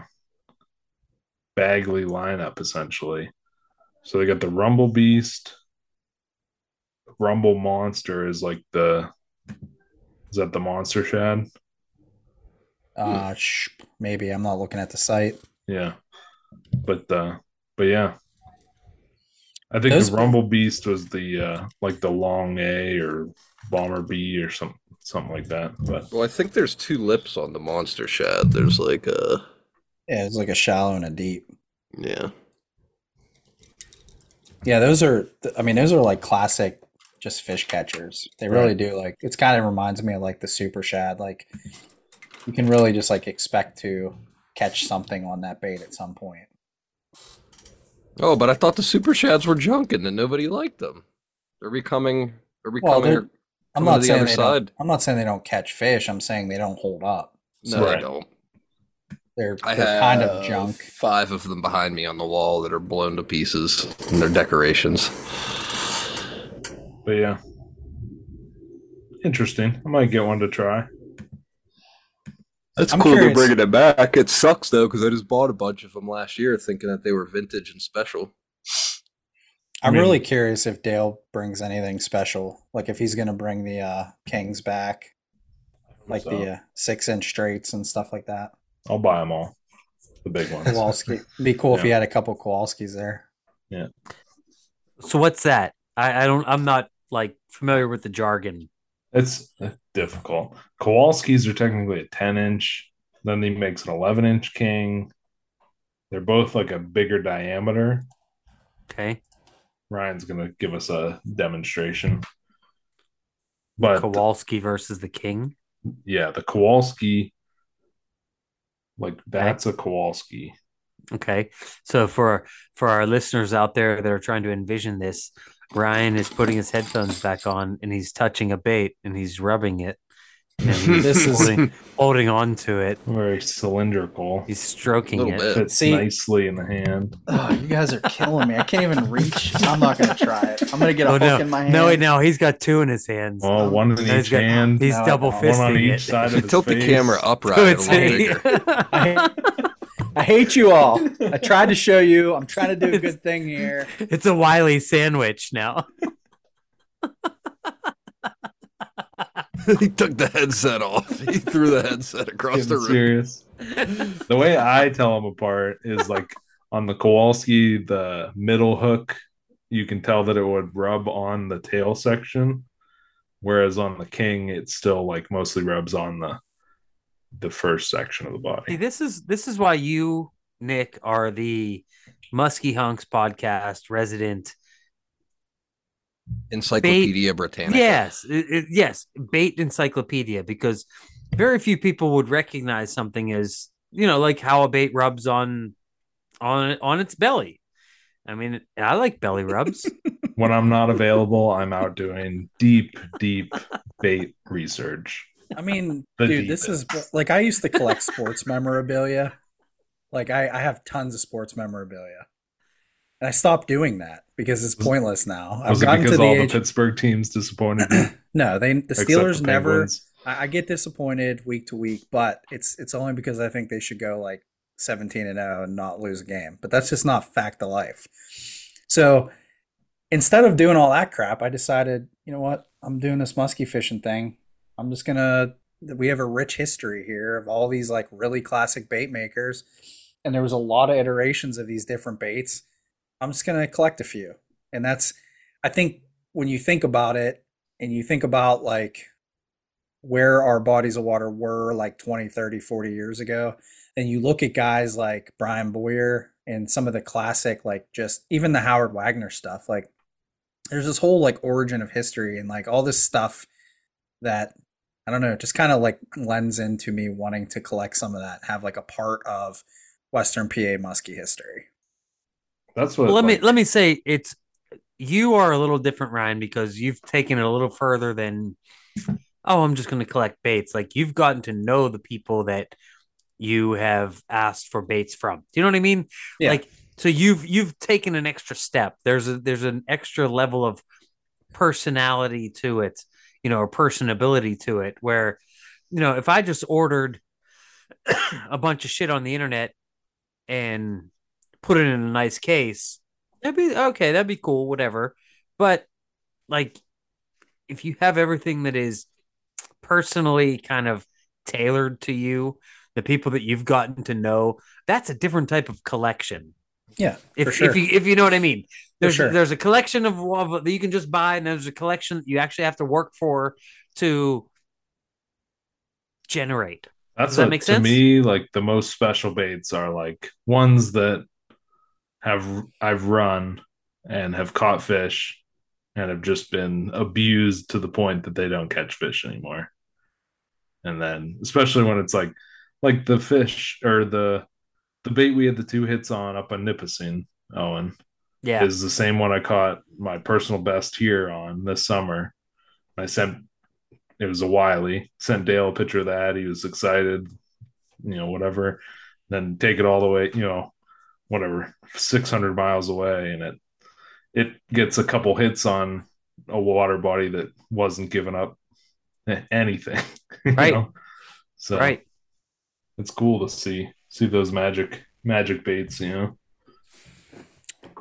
Speaker 4: Bagley lineup essentially. So they got the Rumble Beast. Rumble Monster is like the is that the monster shad?
Speaker 2: Uh, sh- maybe I'm not looking at the site.
Speaker 4: Yeah. But uh but yeah. I think
Speaker 2: Those-
Speaker 4: the Rumble Beast was the uh like the long A or bomber B or something something like that. But
Speaker 3: Well, I think there's two lips on the monster shad. There's like a
Speaker 2: Yeah, it's like a shallow and a deep.
Speaker 3: yeah.
Speaker 2: Yeah, those are. th- I mean, those are like classic, just fish catchers. They really
Speaker 4: Right.
Speaker 2: do. Like, it's kind of reminds me of like the super shad. Like, you can really just like expect to catch something on that bait at some point.
Speaker 3: Oh, but I thought the super shads were junk and that nobody liked them. Are we coming? Are we
Speaker 2: Well,
Speaker 3: coming?
Speaker 2: they're-
Speaker 3: or-
Speaker 2: I'm
Speaker 3: Come to
Speaker 2: not
Speaker 3: the
Speaker 2: saying
Speaker 3: other
Speaker 2: they don't,
Speaker 3: side.
Speaker 2: I'm not saying they don't catch fish. I'm saying they don't hold up.
Speaker 3: No,
Speaker 4: Right.
Speaker 3: I don't.
Speaker 2: They're,
Speaker 3: I
Speaker 2: they're
Speaker 3: have
Speaker 2: kind of junk.
Speaker 3: Five of them behind me on the wall that are blown to pieces and they're decorations.
Speaker 4: But yeah. Interesting. I might get one to try.
Speaker 3: That's
Speaker 2: I'm
Speaker 3: cool
Speaker 2: curious-
Speaker 3: they're bringing it back. It sucks though because I just bought a bunch of them last year, thinking that they were vintage and special.
Speaker 4: I
Speaker 2: I'm
Speaker 4: mean-
Speaker 2: really curious if Dale brings anything special. Like if he's gonna bring the uh Kings back, like
Speaker 4: So,
Speaker 2: the uh, six inch straights and stuff like (laughs) that.
Speaker 4: I'll buy them all. The big ones.
Speaker 2: Kowalski. Be cool if he had a couple Kowalskis there.
Speaker 5: So what's that? I, I don't. I'm not like familiar with the jargon.
Speaker 4: It's uh, difficult. Kowalski's are technically a 10 inch. Then he makes an 11 inch king. They're both like a bigger diameter.
Speaker 5: Okay.
Speaker 4: Ryan's going to give us a demonstration. But uh,
Speaker 5: Kowalski versus the King.
Speaker 4: yeah, the Kowalski, like that's a Kowalski.
Speaker 5: Okay. So for for our listeners out there that are trying to envision this, Ryan is putting his headphones back on and he's touching a bait and he's rubbing it.
Speaker 4: (laughs)
Speaker 5: And he's
Speaker 2: This is-
Speaker 5: holding, holding on to it.
Speaker 4: Very cylindrical.
Speaker 5: He's stroking
Speaker 3: Little
Speaker 5: it.
Speaker 3: bit.
Speaker 4: Fits
Speaker 2: See-
Speaker 4: nicely in the hand.
Speaker 2: Oh, you guys are killing me. I can't even reach. I'm not gonna try it. I'm gonna get a
Speaker 5: Oh,
Speaker 2: hook
Speaker 5: no.
Speaker 2: in my hand.
Speaker 5: No, wait, no, he's got two in his hands.
Speaker 4: Well, one in
Speaker 5: He's
Speaker 4: each
Speaker 5: got-
Speaker 4: hand.
Speaker 5: He's
Speaker 2: No, I
Speaker 5: double
Speaker 2: don't.
Speaker 4: one on
Speaker 5: fisting
Speaker 4: each
Speaker 5: it.
Speaker 4: side
Speaker 5: (laughs)
Speaker 4: of his
Speaker 3: Tilt the
Speaker 4: face.
Speaker 3: camera upright
Speaker 5: So
Speaker 3: a
Speaker 5: it's
Speaker 3: little bigger.
Speaker 2: I hate, I hate you all. I tried to show you. I'm trying to do a (laughs) good thing here.
Speaker 5: (laughs) It's a Wiley sandwich now.
Speaker 3: (laughs) he took the headset off. (laughs) He threw the headset across the
Speaker 4: Getting
Speaker 3: room.
Speaker 4: serious. The way I tell them apart is like on the Kowalski, the middle hook, you can tell that it would rub on the tail section, whereas on the King, it still like mostly rubs on the the first section of the
Speaker 5: See,
Speaker 4: body.
Speaker 5: this is this is why you, Nick, are the Muskie Hunks podcast resident.
Speaker 3: Encyclopedia Britannica.
Speaker 5: Yes, it- it- yes, bait encyclopedia because very few people would recognize something as you know like how a bait rubs on on on its belly. I mean, I like belly rubs.
Speaker 4: When I'm not available, I'm out doing deep, deep bait research.
Speaker 2: I mean,
Speaker 4: (laughs) The
Speaker 2: dude, this is like I used to collect sports memorabilia. Like I, I have tons of sports memorabilia, and I stopped doing that because it's pointless now. I've
Speaker 4: Was it
Speaker 2: gotten to
Speaker 4: because
Speaker 2: the
Speaker 4: all the
Speaker 2: age.
Speaker 4: Pittsburgh teams disappointed
Speaker 2: (clears throat)
Speaker 4: you?
Speaker 2: no, they the
Speaker 4: Except
Speaker 2: Steelers
Speaker 4: the
Speaker 2: never.
Speaker 4: Penguins?
Speaker 2: I, I get disappointed week to week, but it's it's only because I think they should go like seventeen and zero and not lose a game. But that's just not fact of life. So instead of doing all that crap, I decided, you know what? I'm doing this musky fishing thing. I'm just gonna. We have a rich history here of all these like really classic bait makers, and there was a lot of iterations of these different baits. I'm just gonna collect a few, and that's. I think when you think about it, and you think about like where our bodies of water were like 20, 30, 40 years ago, and you look at guys like Brian Boyer and some of the classic, like just even the Howard Wagner stuff, like there's this whole like origin of history and like all this stuff that I don't know, just kind of like lends into me wanting to collect some of that, have like a part of Western PA muskie history.
Speaker 4: That's what.
Speaker 5: Well, let
Speaker 4: like,
Speaker 5: me let me say it's you are a little different, Ryan, because you've taken it a little further than oh, I'm just going to collect baits. Like you've gotten to know the people that you have asked for baits from. Do you know what I mean?
Speaker 2: Yeah.
Speaker 5: Like so you've you've taken an extra step. There's a there's an extra level of personality to it, you know, or personability to it where you know, if I just ordered (coughs) a bunch of shit on the internet and put it in a nice case, that'd be okay. That'd be cool, whatever. But like, if you have everything that is personally kind of tailored to you, the people that you've gotten to know, that's a different type of collection.
Speaker 2: Yeah,
Speaker 5: If,
Speaker 2: for sure.
Speaker 5: if you if you know what I mean, there's
Speaker 2: sure.
Speaker 5: there's a collection of, of that you can just buy, and there's a collection that you actually have to work for to generate.
Speaker 4: That's
Speaker 5: Does that
Speaker 4: what,
Speaker 5: make
Speaker 4: to
Speaker 5: sense?
Speaker 4: me like the most special baits are like ones that have I've run and have caught fish and have just been abused to the point that they don't catch fish anymore. And then especially when it's like like the fish or the the bait we had the two hits on up on Nipissing Owen,
Speaker 5: Yeah.
Speaker 4: is the same one I caught my personal best here on this summer. I sent it was a Wiley. Sent Dale a picture of that. He was excited, you know, whatever. Then take it all the way, you know, whatever, six hundred miles away, and it it gets a couple hits on a water body that wasn't giving up anything. (laughs) you
Speaker 5: Right.
Speaker 4: know? So
Speaker 5: Right.
Speaker 4: it's cool to see see those magic magic baits, you know.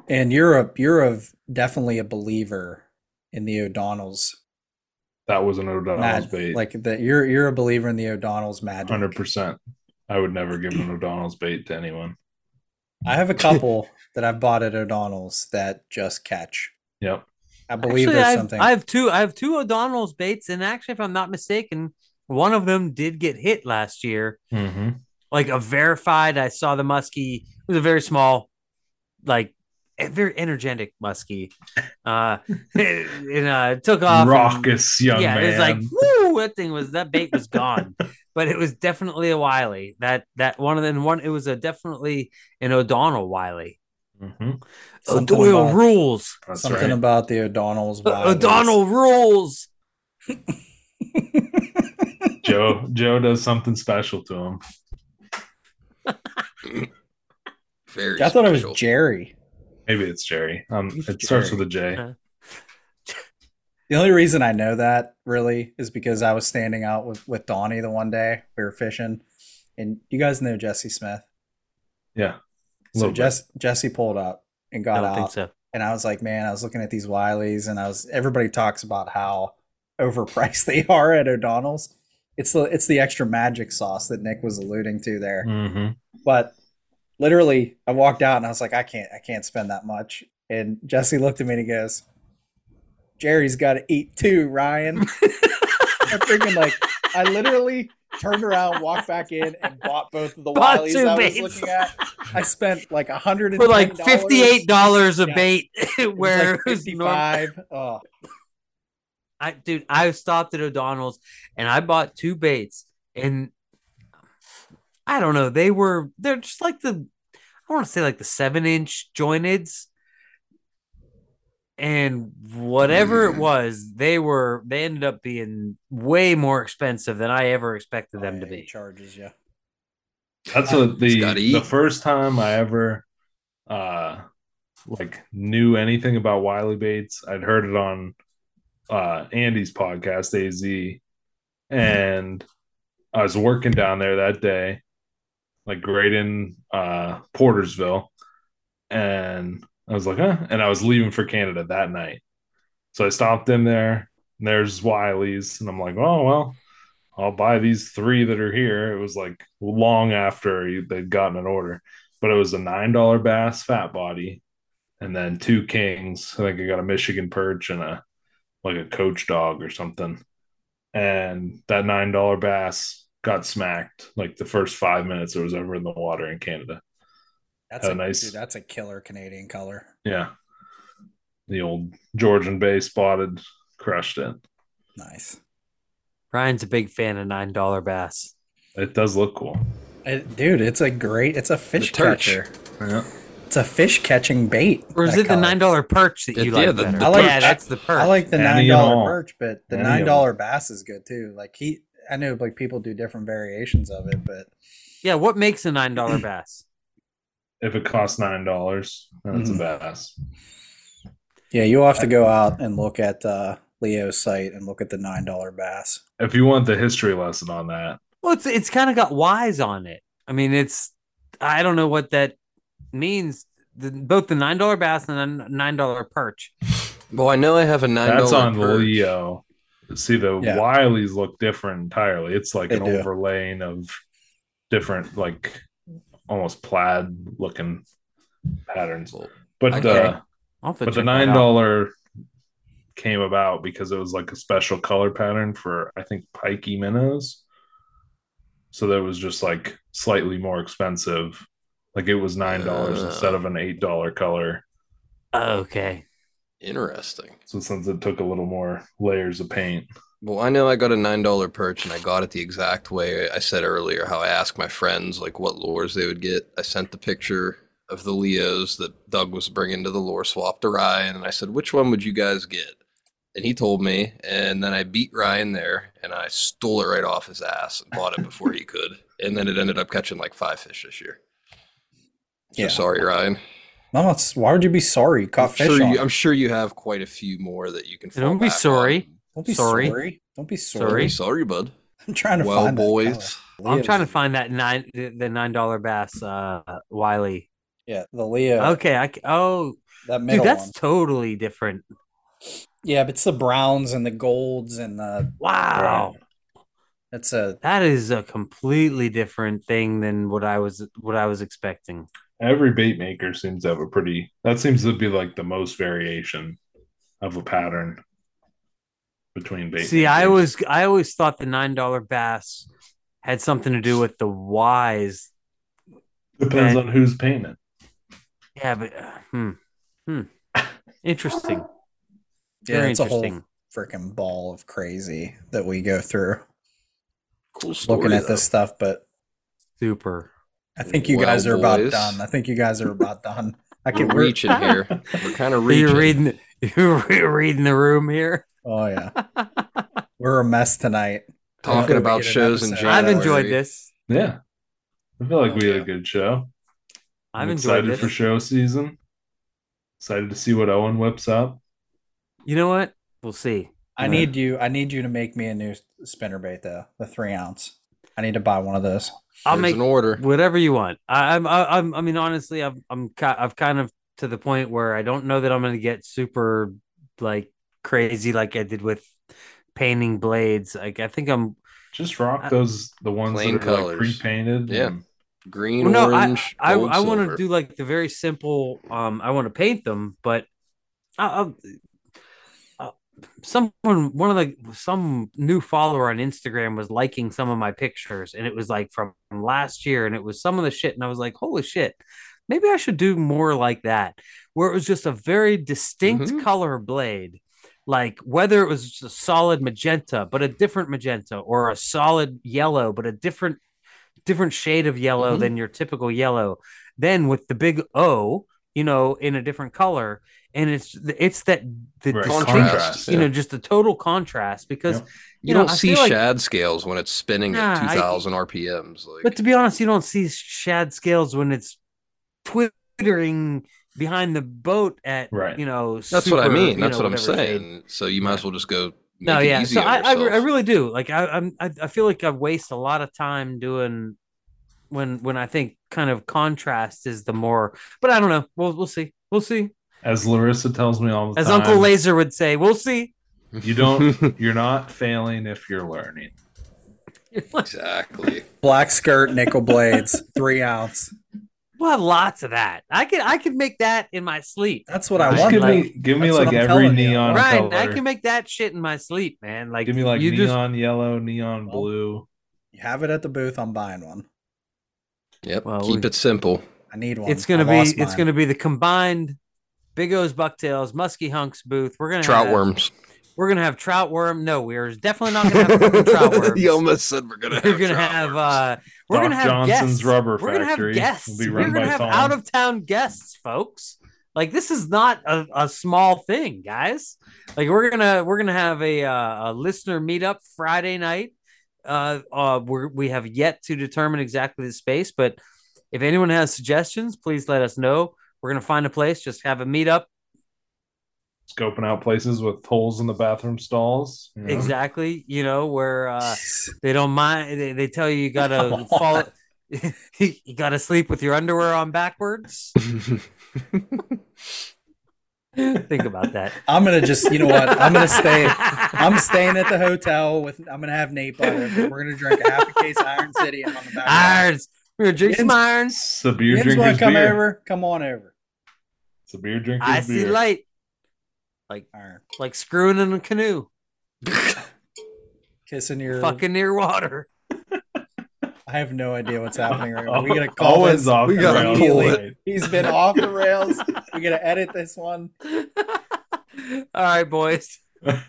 Speaker 2: And you're a you're a definitely a believer in the O'Donnell's
Speaker 4: That was an O'Donnell's
Speaker 2: magic.
Speaker 4: bait.
Speaker 2: Like that, you're you're a believer in the O'Donnell's magic.
Speaker 4: Hundred percent. I would never give an O'Donnell's bait to anyone.
Speaker 2: I have a couple that I've bought at O'Donnell's that just catch.
Speaker 4: Yep.
Speaker 2: I believe
Speaker 5: Actually,
Speaker 2: there's
Speaker 5: I've-
Speaker 2: something.
Speaker 5: I have two. I have two O'Donnell's baits, and actually, if I'm not mistaken, one of them did get hit last year.
Speaker 4: Mm-hmm.
Speaker 5: Like a verified, I saw the muskie. It was a very small, like a very energetic muskie, uh, (laughs) and uh, it took off. and-
Speaker 4: Raucous young
Speaker 5: yeah,
Speaker 4: man.
Speaker 5: it was like woo. That thing was that bait
Speaker 4: (laughs)
Speaker 5: was gone, but it was definitely a Wiley. That that one of them one. It was a definitely an O'Donnell Wiley.
Speaker 4: Mhm.
Speaker 2: Something
Speaker 5: O'Doyle
Speaker 2: about-
Speaker 5: rules.
Speaker 4: That's
Speaker 2: something
Speaker 4: right.
Speaker 2: about the O'Donnell's. Wileys.
Speaker 5: O'Donnell rules.
Speaker 4: Joe Joe does something special to him.
Speaker 3: Very
Speaker 2: I thought it was
Speaker 3: special.
Speaker 2: Jerry.
Speaker 4: Maybe it's Jerry. Um, it
Speaker 2: Jerry.
Speaker 4: starts with a J.
Speaker 5: Uh,
Speaker 2: The only reason I know that really is because I was standing out with, with Donnie the one day we were fishing, and you guys know Jesse Smith.
Speaker 4: Yeah.
Speaker 2: So
Speaker 4: Little bit.
Speaker 2: Jess, Jesse pulled up and
Speaker 5: I
Speaker 2: got
Speaker 5: don't think
Speaker 2: out,
Speaker 5: so.
Speaker 2: and I was like, man, I was looking at these Wileys, and I was everybody talks about how overpriced (laughs) they are at O'Donnell's. It's the it's the extra magic sauce that Nick was alluding to there.
Speaker 5: Mm.
Speaker 4: Mhm.
Speaker 2: But literally, I walked out and I was like, I can't, I can't spend that much. And Jesse looked at me and he goes, Jerry's got to eat too, Ryan.
Speaker 5: (laughs)
Speaker 2: I'm freaking like, I literally turned around, walked back in, and bought both of the
Speaker 5: Bought
Speaker 2: Wileys
Speaker 5: two
Speaker 2: I was
Speaker 5: baits.
Speaker 2: looking at. I spent like a hundred
Speaker 5: For like fifty-eight dollars a
Speaker 2: Yeah.
Speaker 5: bait,
Speaker 2: It was
Speaker 5: (laughs)
Speaker 2: (laughs)
Speaker 5: where
Speaker 2: like
Speaker 5: it was normal.
Speaker 2: 55. Oh,
Speaker 5: I dude, I stopped at O'Donnell's and I bought two baits, and I don't know, they were they're just like the I want to say like the seven-inch jointeds, and whatever it
Speaker 3: Mm.
Speaker 5: was, they were they ended up being way more expensive than I ever expected them to
Speaker 2: yeah, he
Speaker 5: be.
Speaker 2: charges you.
Speaker 4: That's what the
Speaker 3: gotta eat.
Speaker 4: the first time I ever uh like knew anything about Wiley Bates. I'd heard it on uh Andy's podcast, AZ, and I was working down there that day, like right in uh Portersville, and I was like, huh? And I was leaving for Canada that night. So I stopped in there. And there's Wiley's, and I'm like, oh well, I'll buy these three that are here. It was like long after you- they'd gotten an order, but it was a nine dollar bass fat body, and then two kings. I think I got a Michigan perch and a like a coach dog or something. And that nine dollar bass got smacked like the first five minutes it was ever in the water in Canada.
Speaker 2: That's
Speaker 4: Oh,
Speaker 2: a
Speaker 4: nice.
Speaker 2: Dude, that's a killer Canadian color.
Speaker 4: Yeah, the old Georgian Bay spotted crushed it.
Speaker 2: Nice.
Speaker 5: Ryan's a big fan of nine dollar bass.
Speaker 4: It does look cool.
Speaker 2: It- dude, it's a great. It's a fish
Speaker 3: perch.
Speaker 2: catcher.
Speaker 4: Yeah.
Speaker 2: It's a fish catching bait.
Speaker 5: Or is
Speaker 2: that
Speaker 5: it the
Speaker 2: color.
Speaker 5: nine dollar perch that
Speaker 3: Yeah,
Speaker 5: you like?
Speaker 3: yeah, the-
Speaker 5: better?
Speaker 3: the
Speaker 2: I like-
Speaker 5: yeah, that's the perch.
Speaker 2: I like the
Speaker 4: Any
Speaker 2: nine
Speaker 4: and
Speaker 2: dollar
Speaker 4: all.
Speaker 2: perch, but the
Speaker 4: Any
Speaker 2: nine
Speaker 4: and
Speaker 2: dollar bass is good too. Like he, I know like people do different variations of it, but
Speaker 5: yeah, what makes a
Speaker 4: (clears throat)
Speaker 5: nine dollar bass?
Speaker 4: If it costs nine dollars, then it's
Speaker 2: Mhm.
Speaker 4: a bass.
Speaker 2: yeah, you'll have to go out and look at uh, Leo's site and look at the nine dollar bass.
Speaker 4: if you want the history lesson on that,
Speaker 5: Well, it's it's kind of got Y's on it. I mean, it's I don't know what that means. The, both the nine dollar bass and the nine dollar perch.
Speaker 3: Well, I know I have a nine.
Speaker 4: that's on
Speaker 3: perch.
Speaker 4: Leo. See, the
Speaker 2: Yeah.
Speaker 4: Wileys look different entirely. It's like
Speaker 2: They
Speaker 4: an
Speaker 2: do.
Speaker 4: overlaying of different, like almost plaid looking patterns. But
Speaker 3: Okay.
Speaker 4: uh,
Speaker 5: I'll
Speaker 4: but
Speaker 5: have to
Speaker 4: the
Speaker 5: check that
Speaker 4: nine
Speaker 5: out.
Speaker 4: dollar came about because it was like a special color pattern for I think pikey minnows. So that was just like slightly more expensive. Like it was nine dollars
Speaker 3: Uh.
Speaker 4: instead of an eight dollar color.
Speaker 5: Okay,
Speaker 3: Interesting.
Speaker 4: So since it took a little more layers of paint,
Speaker 3: Well, I know I got a nine dollar perch, and I got it the exact way I said earlier. How I asked my friends like what lures they would get. I sent the picture of the Leos that Doug was bringing to the lore swap to Ryan, and I said, "Which one would you guys get?" And he told me, and then I beat Ryan there, and I stole it right off his ass and bought it before he could, and then it ended up catching like five fish this year. So
Speaker 2: Yeah.
Speaker 3: sorry, Ryan.
Speaker 2: No, it's, why would you be sorry? You Caught
Speaker 3: I'm
Speaker 2: fish
Speaker 3: sure,
Speaker 2: on.
Speaker 3: you,
Speaker 2: it.
Speaker 3: I'm sure you have quite a few more that you can.
Speaker 5: Don't
Speaker 3: fall
Speaker 5: be
Speaker 3: back
Speaker 5: sorry.
Speaker 3: on.
Speaker 2: Don't be sorry.
Speaker 5: sorry.
Speaker 2: Don't be sorry.
Speaker 3: Sorry,
Speaker 5: Sorry.
Speaker 3: sorry, bud.
Speaker 2: (laughs) I'm trying to
Speaker 3: Well,
Speaker 2: find that
Speaker 3: boys,
Speaker 2: color.
Speaker 5: I'm
Speaker 2: Leo's-
Speaker 5: trying to find that nine the the nine dollar bass uh Wiley.
Speaker 2: Yeah, the Leo.
Speaker 5: Okay, I c- oh
Speaker 2: That middle
Speaker 5: dude, that's
Speaker 2: one.
Speaker 5: totally different.
Speaker 2: Yeah, but it's the browns and the golds and the.
Speaker 5: Wow.
Speaker 2: That's a.
Speaker 5: That is a completely different thing than what I was what I was expecting.
Speaker 4: Every bait maker seems to have a pretty. That seems to be like the most variation of a pattern between bait.
Speaker 5: See, I
Speaker 4: makers.
Speaker 5: was I always thought the nine dollar bass had something to do with the wise.
Speaker 4: depends
Speaker 5: Okay.
Speaker 4: on who's paying it.
Speaker 5: Yeah, but uh, hmm,
Speaker 2: (laughs)
Speaker 5: hmm. Interesting.
Speaker 2: Yeah,
Speaker 5: Very
Speaker 2: it's a whole
Speaker 5: interesting.
Speaker 2: freaking ball of crazy that we go through
Speaker 3: cool story.
Speaker 2: looking at
Speaker 3: though.
Speaker 2: this stuff, but
Speaker 5: Super.
Speaker 2: I think you
Speaker 3: Well,
Speaker 2: guys are about
Speaker 3: boys.
Speaker 2: done. I think you guys
Speaker 5: (laughs)
Speaker 2: are about done. I can
Speaker 3: We're
Speaker 2: reach.
Speaker 3: reaching (laughs) here. We're kind of
Speaker 5: Are you
Speaker 3: reaching.
Speaker 5: reading (laughs) you're reading the room here?
Speaker 2: Oh
Speaker 5: (laughs)
Speaker 2: yeah, we're a mess tonight.
Speaker 3: talking
Speaker 2: Yeah.
Speaker 3: about
Speaker 2: Get an
Speaker 3: shows and
Speaker 2: episode.
Speaker 3: genres.
Speaker 5: I've enjoyed
Speaker 3: We-
Speaker 5: this.
Speaker 4: Yeah, I feel like we had
Speaker 2: Yeah.
Speaker 4: a good show.
Speaker 5: I've enjoyed
Speaker 4: excited
Speaker 5: this.
Speaker 4: for show season. Excited to see what Owen whips up.
Speaker 5: You know what? We'll see.
Speaker 2: I
Speaker 4: Yeah.
Speaker 2: need you. I need you to make me a new spinnerbait though, the three ounce. I need to buy one of those.
Speaker 5: I'll
Speaker 3: There's
Speaker 5: make
Speaker 3: an order.
Speaker 5: whatever you want. I, I'm, I, I'm, I mean, honestly, I'm, I'm, ki- I've kind of to the point where I don't know that I'm going to get super like crazy like I did with painting blades. Like I think I'm.
Speaker 4: Just rock
Speaker 5: I-
Speaker 4: those the ones
Speaker 3: Plain
Speaker 4: that are
Speaker 3: colors.
Speaker 4: like pre-painted.
Speaker 3: Yeah.
Speaker 4: and-
Speaker 3: Green,
Speaker 5: Well, no, I,
Speaker 3: orange,
Speaker 5: I,
Speaker 3: gold,
Speaker 5: I want
Speaker 3: silver.
Speaker 5: to do like the very simple. Um, I want to paint them, but I, I'll. uh, Someone, one of the some new follower on Instagram was liking some of my pictures, and it was like from last year, and it was some of the shit, and I was like, "Holy shit, maybe I should do more like that, where it was just a very distinct
Speaker 3: Mhm.
Speaker 5: color blade, like whether it was just a solid magenta, but a different magenta, or a solid yellow, but a different different shade of yellow
Speaker 3: Mhm.
Speaker 5: than your typical yellow. Then with the big O, you know, in a different color, and it's it's that the
Speaker 4: Right.
Speaker 5: distinct,
Speaker 3: Contrast,
Speaker 5: you
Speaker 3: yeah.
Speaker 5: know, just the total contrast because.
Speaker 4: Yeah.
Speaker 3: You,
Speaker 5: you know,
Speaker 3: don't
Speaker 5: I
Speaker 3: see
Speaker 5: feel like-
Speaker 3: shad scales when it's spinning
Speaker 5: Nah,
Speaker 3: at
Speaker 5: I-
Speaker 3: 2,000 RPMs. Like,
Speaker 5: But to be honest, you don't see shad scales when it's twittering behind the boat at
Speaker 4: Right.
Speaker 5: you know.
Speaker 3: that's what I
Speaker 5: super,
Speaker 3: mean.
Speaker 5: you
Speaker 3: That's
Speaker 5: know,
Speaker 3: what I'm
Speaker 5: whatever shade.
Speaker 3: saying. So you might as well just go. Make
Speaker 5: No,
Speaker 3: it
Speaker 5: yeah.
Speaker 3: Easy
Speaker 5: So
Speaker 3: on
Speaker 5: I, I, re- I
Speaker 3: yourself.
Speaker 5: really do like I, I'm I, I feel like I waste a lot of time doing when when I think kind of contrast is the more. But I don't know. We'll we'll see. We'll see.
Speaker 4: As Larissa tells me all the
Speaker 5: As
Speaker 4: time,
Speaker 5: Uncle Laser would say, we'll see.
Speaker 3: (laughs)
Speaker 4: you
Speaker 5: (laughs)
Speaker 4: don't. You're not failing if you're learning.
Speaker 5: we'll
Speaker 3: exactly.
Speaker 2: Black skirt, nickel
Speaker 5: (laughs)
Speaker 2: blades, three ounce.
Speaker 5: have lots of that. I could I could make that in my sleep.
Speaker 2: That's what I
Speaker 5: Just
Speaker 4: Just
Speaker 2: want.
Speaker 4: give
Speaker 5: like-
Speaker 4: me, give me
Speaker 2: that's what
Speaker 4: like
Speaker 2: I'm
Speaker 4: every
Speaker 2: telling you.
Speaker 4: neon
Speaker 5: Ryan,
Speaker 4: color.
Speaker 5: I can make that shit in my sleep, man. Like
Speaker 4: give me like
Speaker 5: you just
Speaker 4: neon yellow, neon blue.
Speaker 2: You have it at the booth. I'm buying one.
Speaker 3: Yep.
Speaker 5: Well,
Speaker 3: Keep
Speaker 5: we-
Speaker 3: it simple.
Speaker 2: I need one.
Speaker 5: It's gonna
Speaker 2: I
Speaker 5: be
Speaker 2: lost
Speaker 5: it's
Speaker 2: mine.
Speaker 5: gonna be the combined Big O's Bucktails, Musky Hunks booth. We're gonna
Speaker 3: Trout
Speaker 5: have,
Speaker 3: worms.
Speaker 5: We're gonna have trout worm. No, we're definitely not gonna have
Speaker 3: (laughs)
Speaker 5: fucking trout worms.
Speaker 3: you almost said we're gonna.
Speaker 5: we're gonna
Speaker 3: trout
Speaker 5: have
Speaker 3: worms.
Speaker 5: uh, we're
Speaker 4: Doc
Speaker 5: gonna have
Speaker 4: Johnson's
Speaker 5: guests.
Speaker 4: Rubber
Speaker 5: we're gonna have
Speaker 4: Factory
Speaker 5: guests.
Speaker 4: will be
Speaker 5: we're
Speaker 4: run
Speaker 5: gonna
Speaker 4: by
Speaker 5: have
Speaker 4: Thom.
Speaker 5: out of town guests, folks. Like this is not a, a small thing, guys. Like we're gonna we're gonna have a uh, a listener meetup Friday night. Uh, uh, we're, we have yet to determine exactly the space, but if anyone has suggestions, please let us know. We're gonna find a place, just have a meetup.
Speaker 4: scoping out places with holes in the bathroom stalls. you know?
Speaker 5: Exactly, you know where uh, they don't mind. They, they tell you you gotta
Speaker 2: Come
Speaker 5: fall. (laughs) you gotta sleep with your underwear on backwards. Think about that.
Speaker 2: I'm gonna just. You know what? I'm gonna
Speaker 5: (laughs)
Speaker 2: stay. I'm staying at the hotel with. I'm gonna have Nate butter. We're gonna drink a half a case of Iron City on the back.
Speaker 5: Irons. We're gonna drink some
Speaker 2: Yinz-
Speaker 5: irons.
Speaker 4: It's a beer
Speaker 2: You want
Speaker 4: drinker's
Speaker 2: to come
Speaker 4: beer.
Speaker 2: over? Come on over.
Speaker 4: It's a beer drinker's
Speaker 5: I
Speaker 4: beer. (laughs)
Speaker 5: see light,
Speaker 2: Iron.
Speaker 5: like screwing in a canoe, uh,
Speaker 2: Kissing your.
Speaker 5: fucking near water. (laughs)
Speaker 2: I have no idea what's happening right now.
Speaker 4: (laughs) Oh,
Speaker 2: We gotta call
Speaker 4: Owen's
Speaker 2: this.
Speaker 4: off
Speaker 3: We
Speaker 4: the
Speaker 3: gotta
Speaker 4: rails
Speaker 3: pull
Speaker 4: tonight.
Speaker 2: He's been off the rails. We gotta edit this one.
Speaker 5: All right, boys.
Speaker 3: (laughs)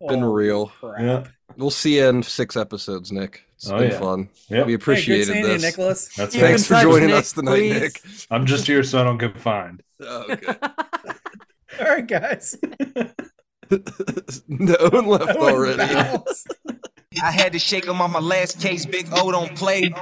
Speaker 3: Been real.
Speaker 2: Oh, Crap.
Speaker 4: Yeah.
Speaker 3: We'll see you in six episodes, Nick. It's
Speaker 4: Oh,
Speaker 3: been
Speaker 4: yeah.
Speaker 3: fun.
Speaker 4: Yep.
Speaker 3: We
Speaker 2: hey, good
Speaker 3: appreciated
Speaker 2: seeing you,
Speaker 3: this.
Speaker 2: Nicholas.
Speaker 4: That's
Speaker 5: Keep in
Speaker 3: Thanks
Speaker 4: it.
Speaker 3: for
Speaker 5: touch,
Speaker 3: joining
Speaker 5: Nick,
Speaker 3: us tonight,
Speaker 5: please.
Speaker 3: Nick.
Speaker 4: I'm just here so I don't get fined.
Speaker 3: (laughs) Oh, okay.
Speaker 2: All right, guys.
Speaker 3: (laughs) no
Speaker 2: (laughs)
Speaker 3: one left already.
Speaker 2: Bowels.
Speaker 1: I had to shake him on my last case. Big O don't play.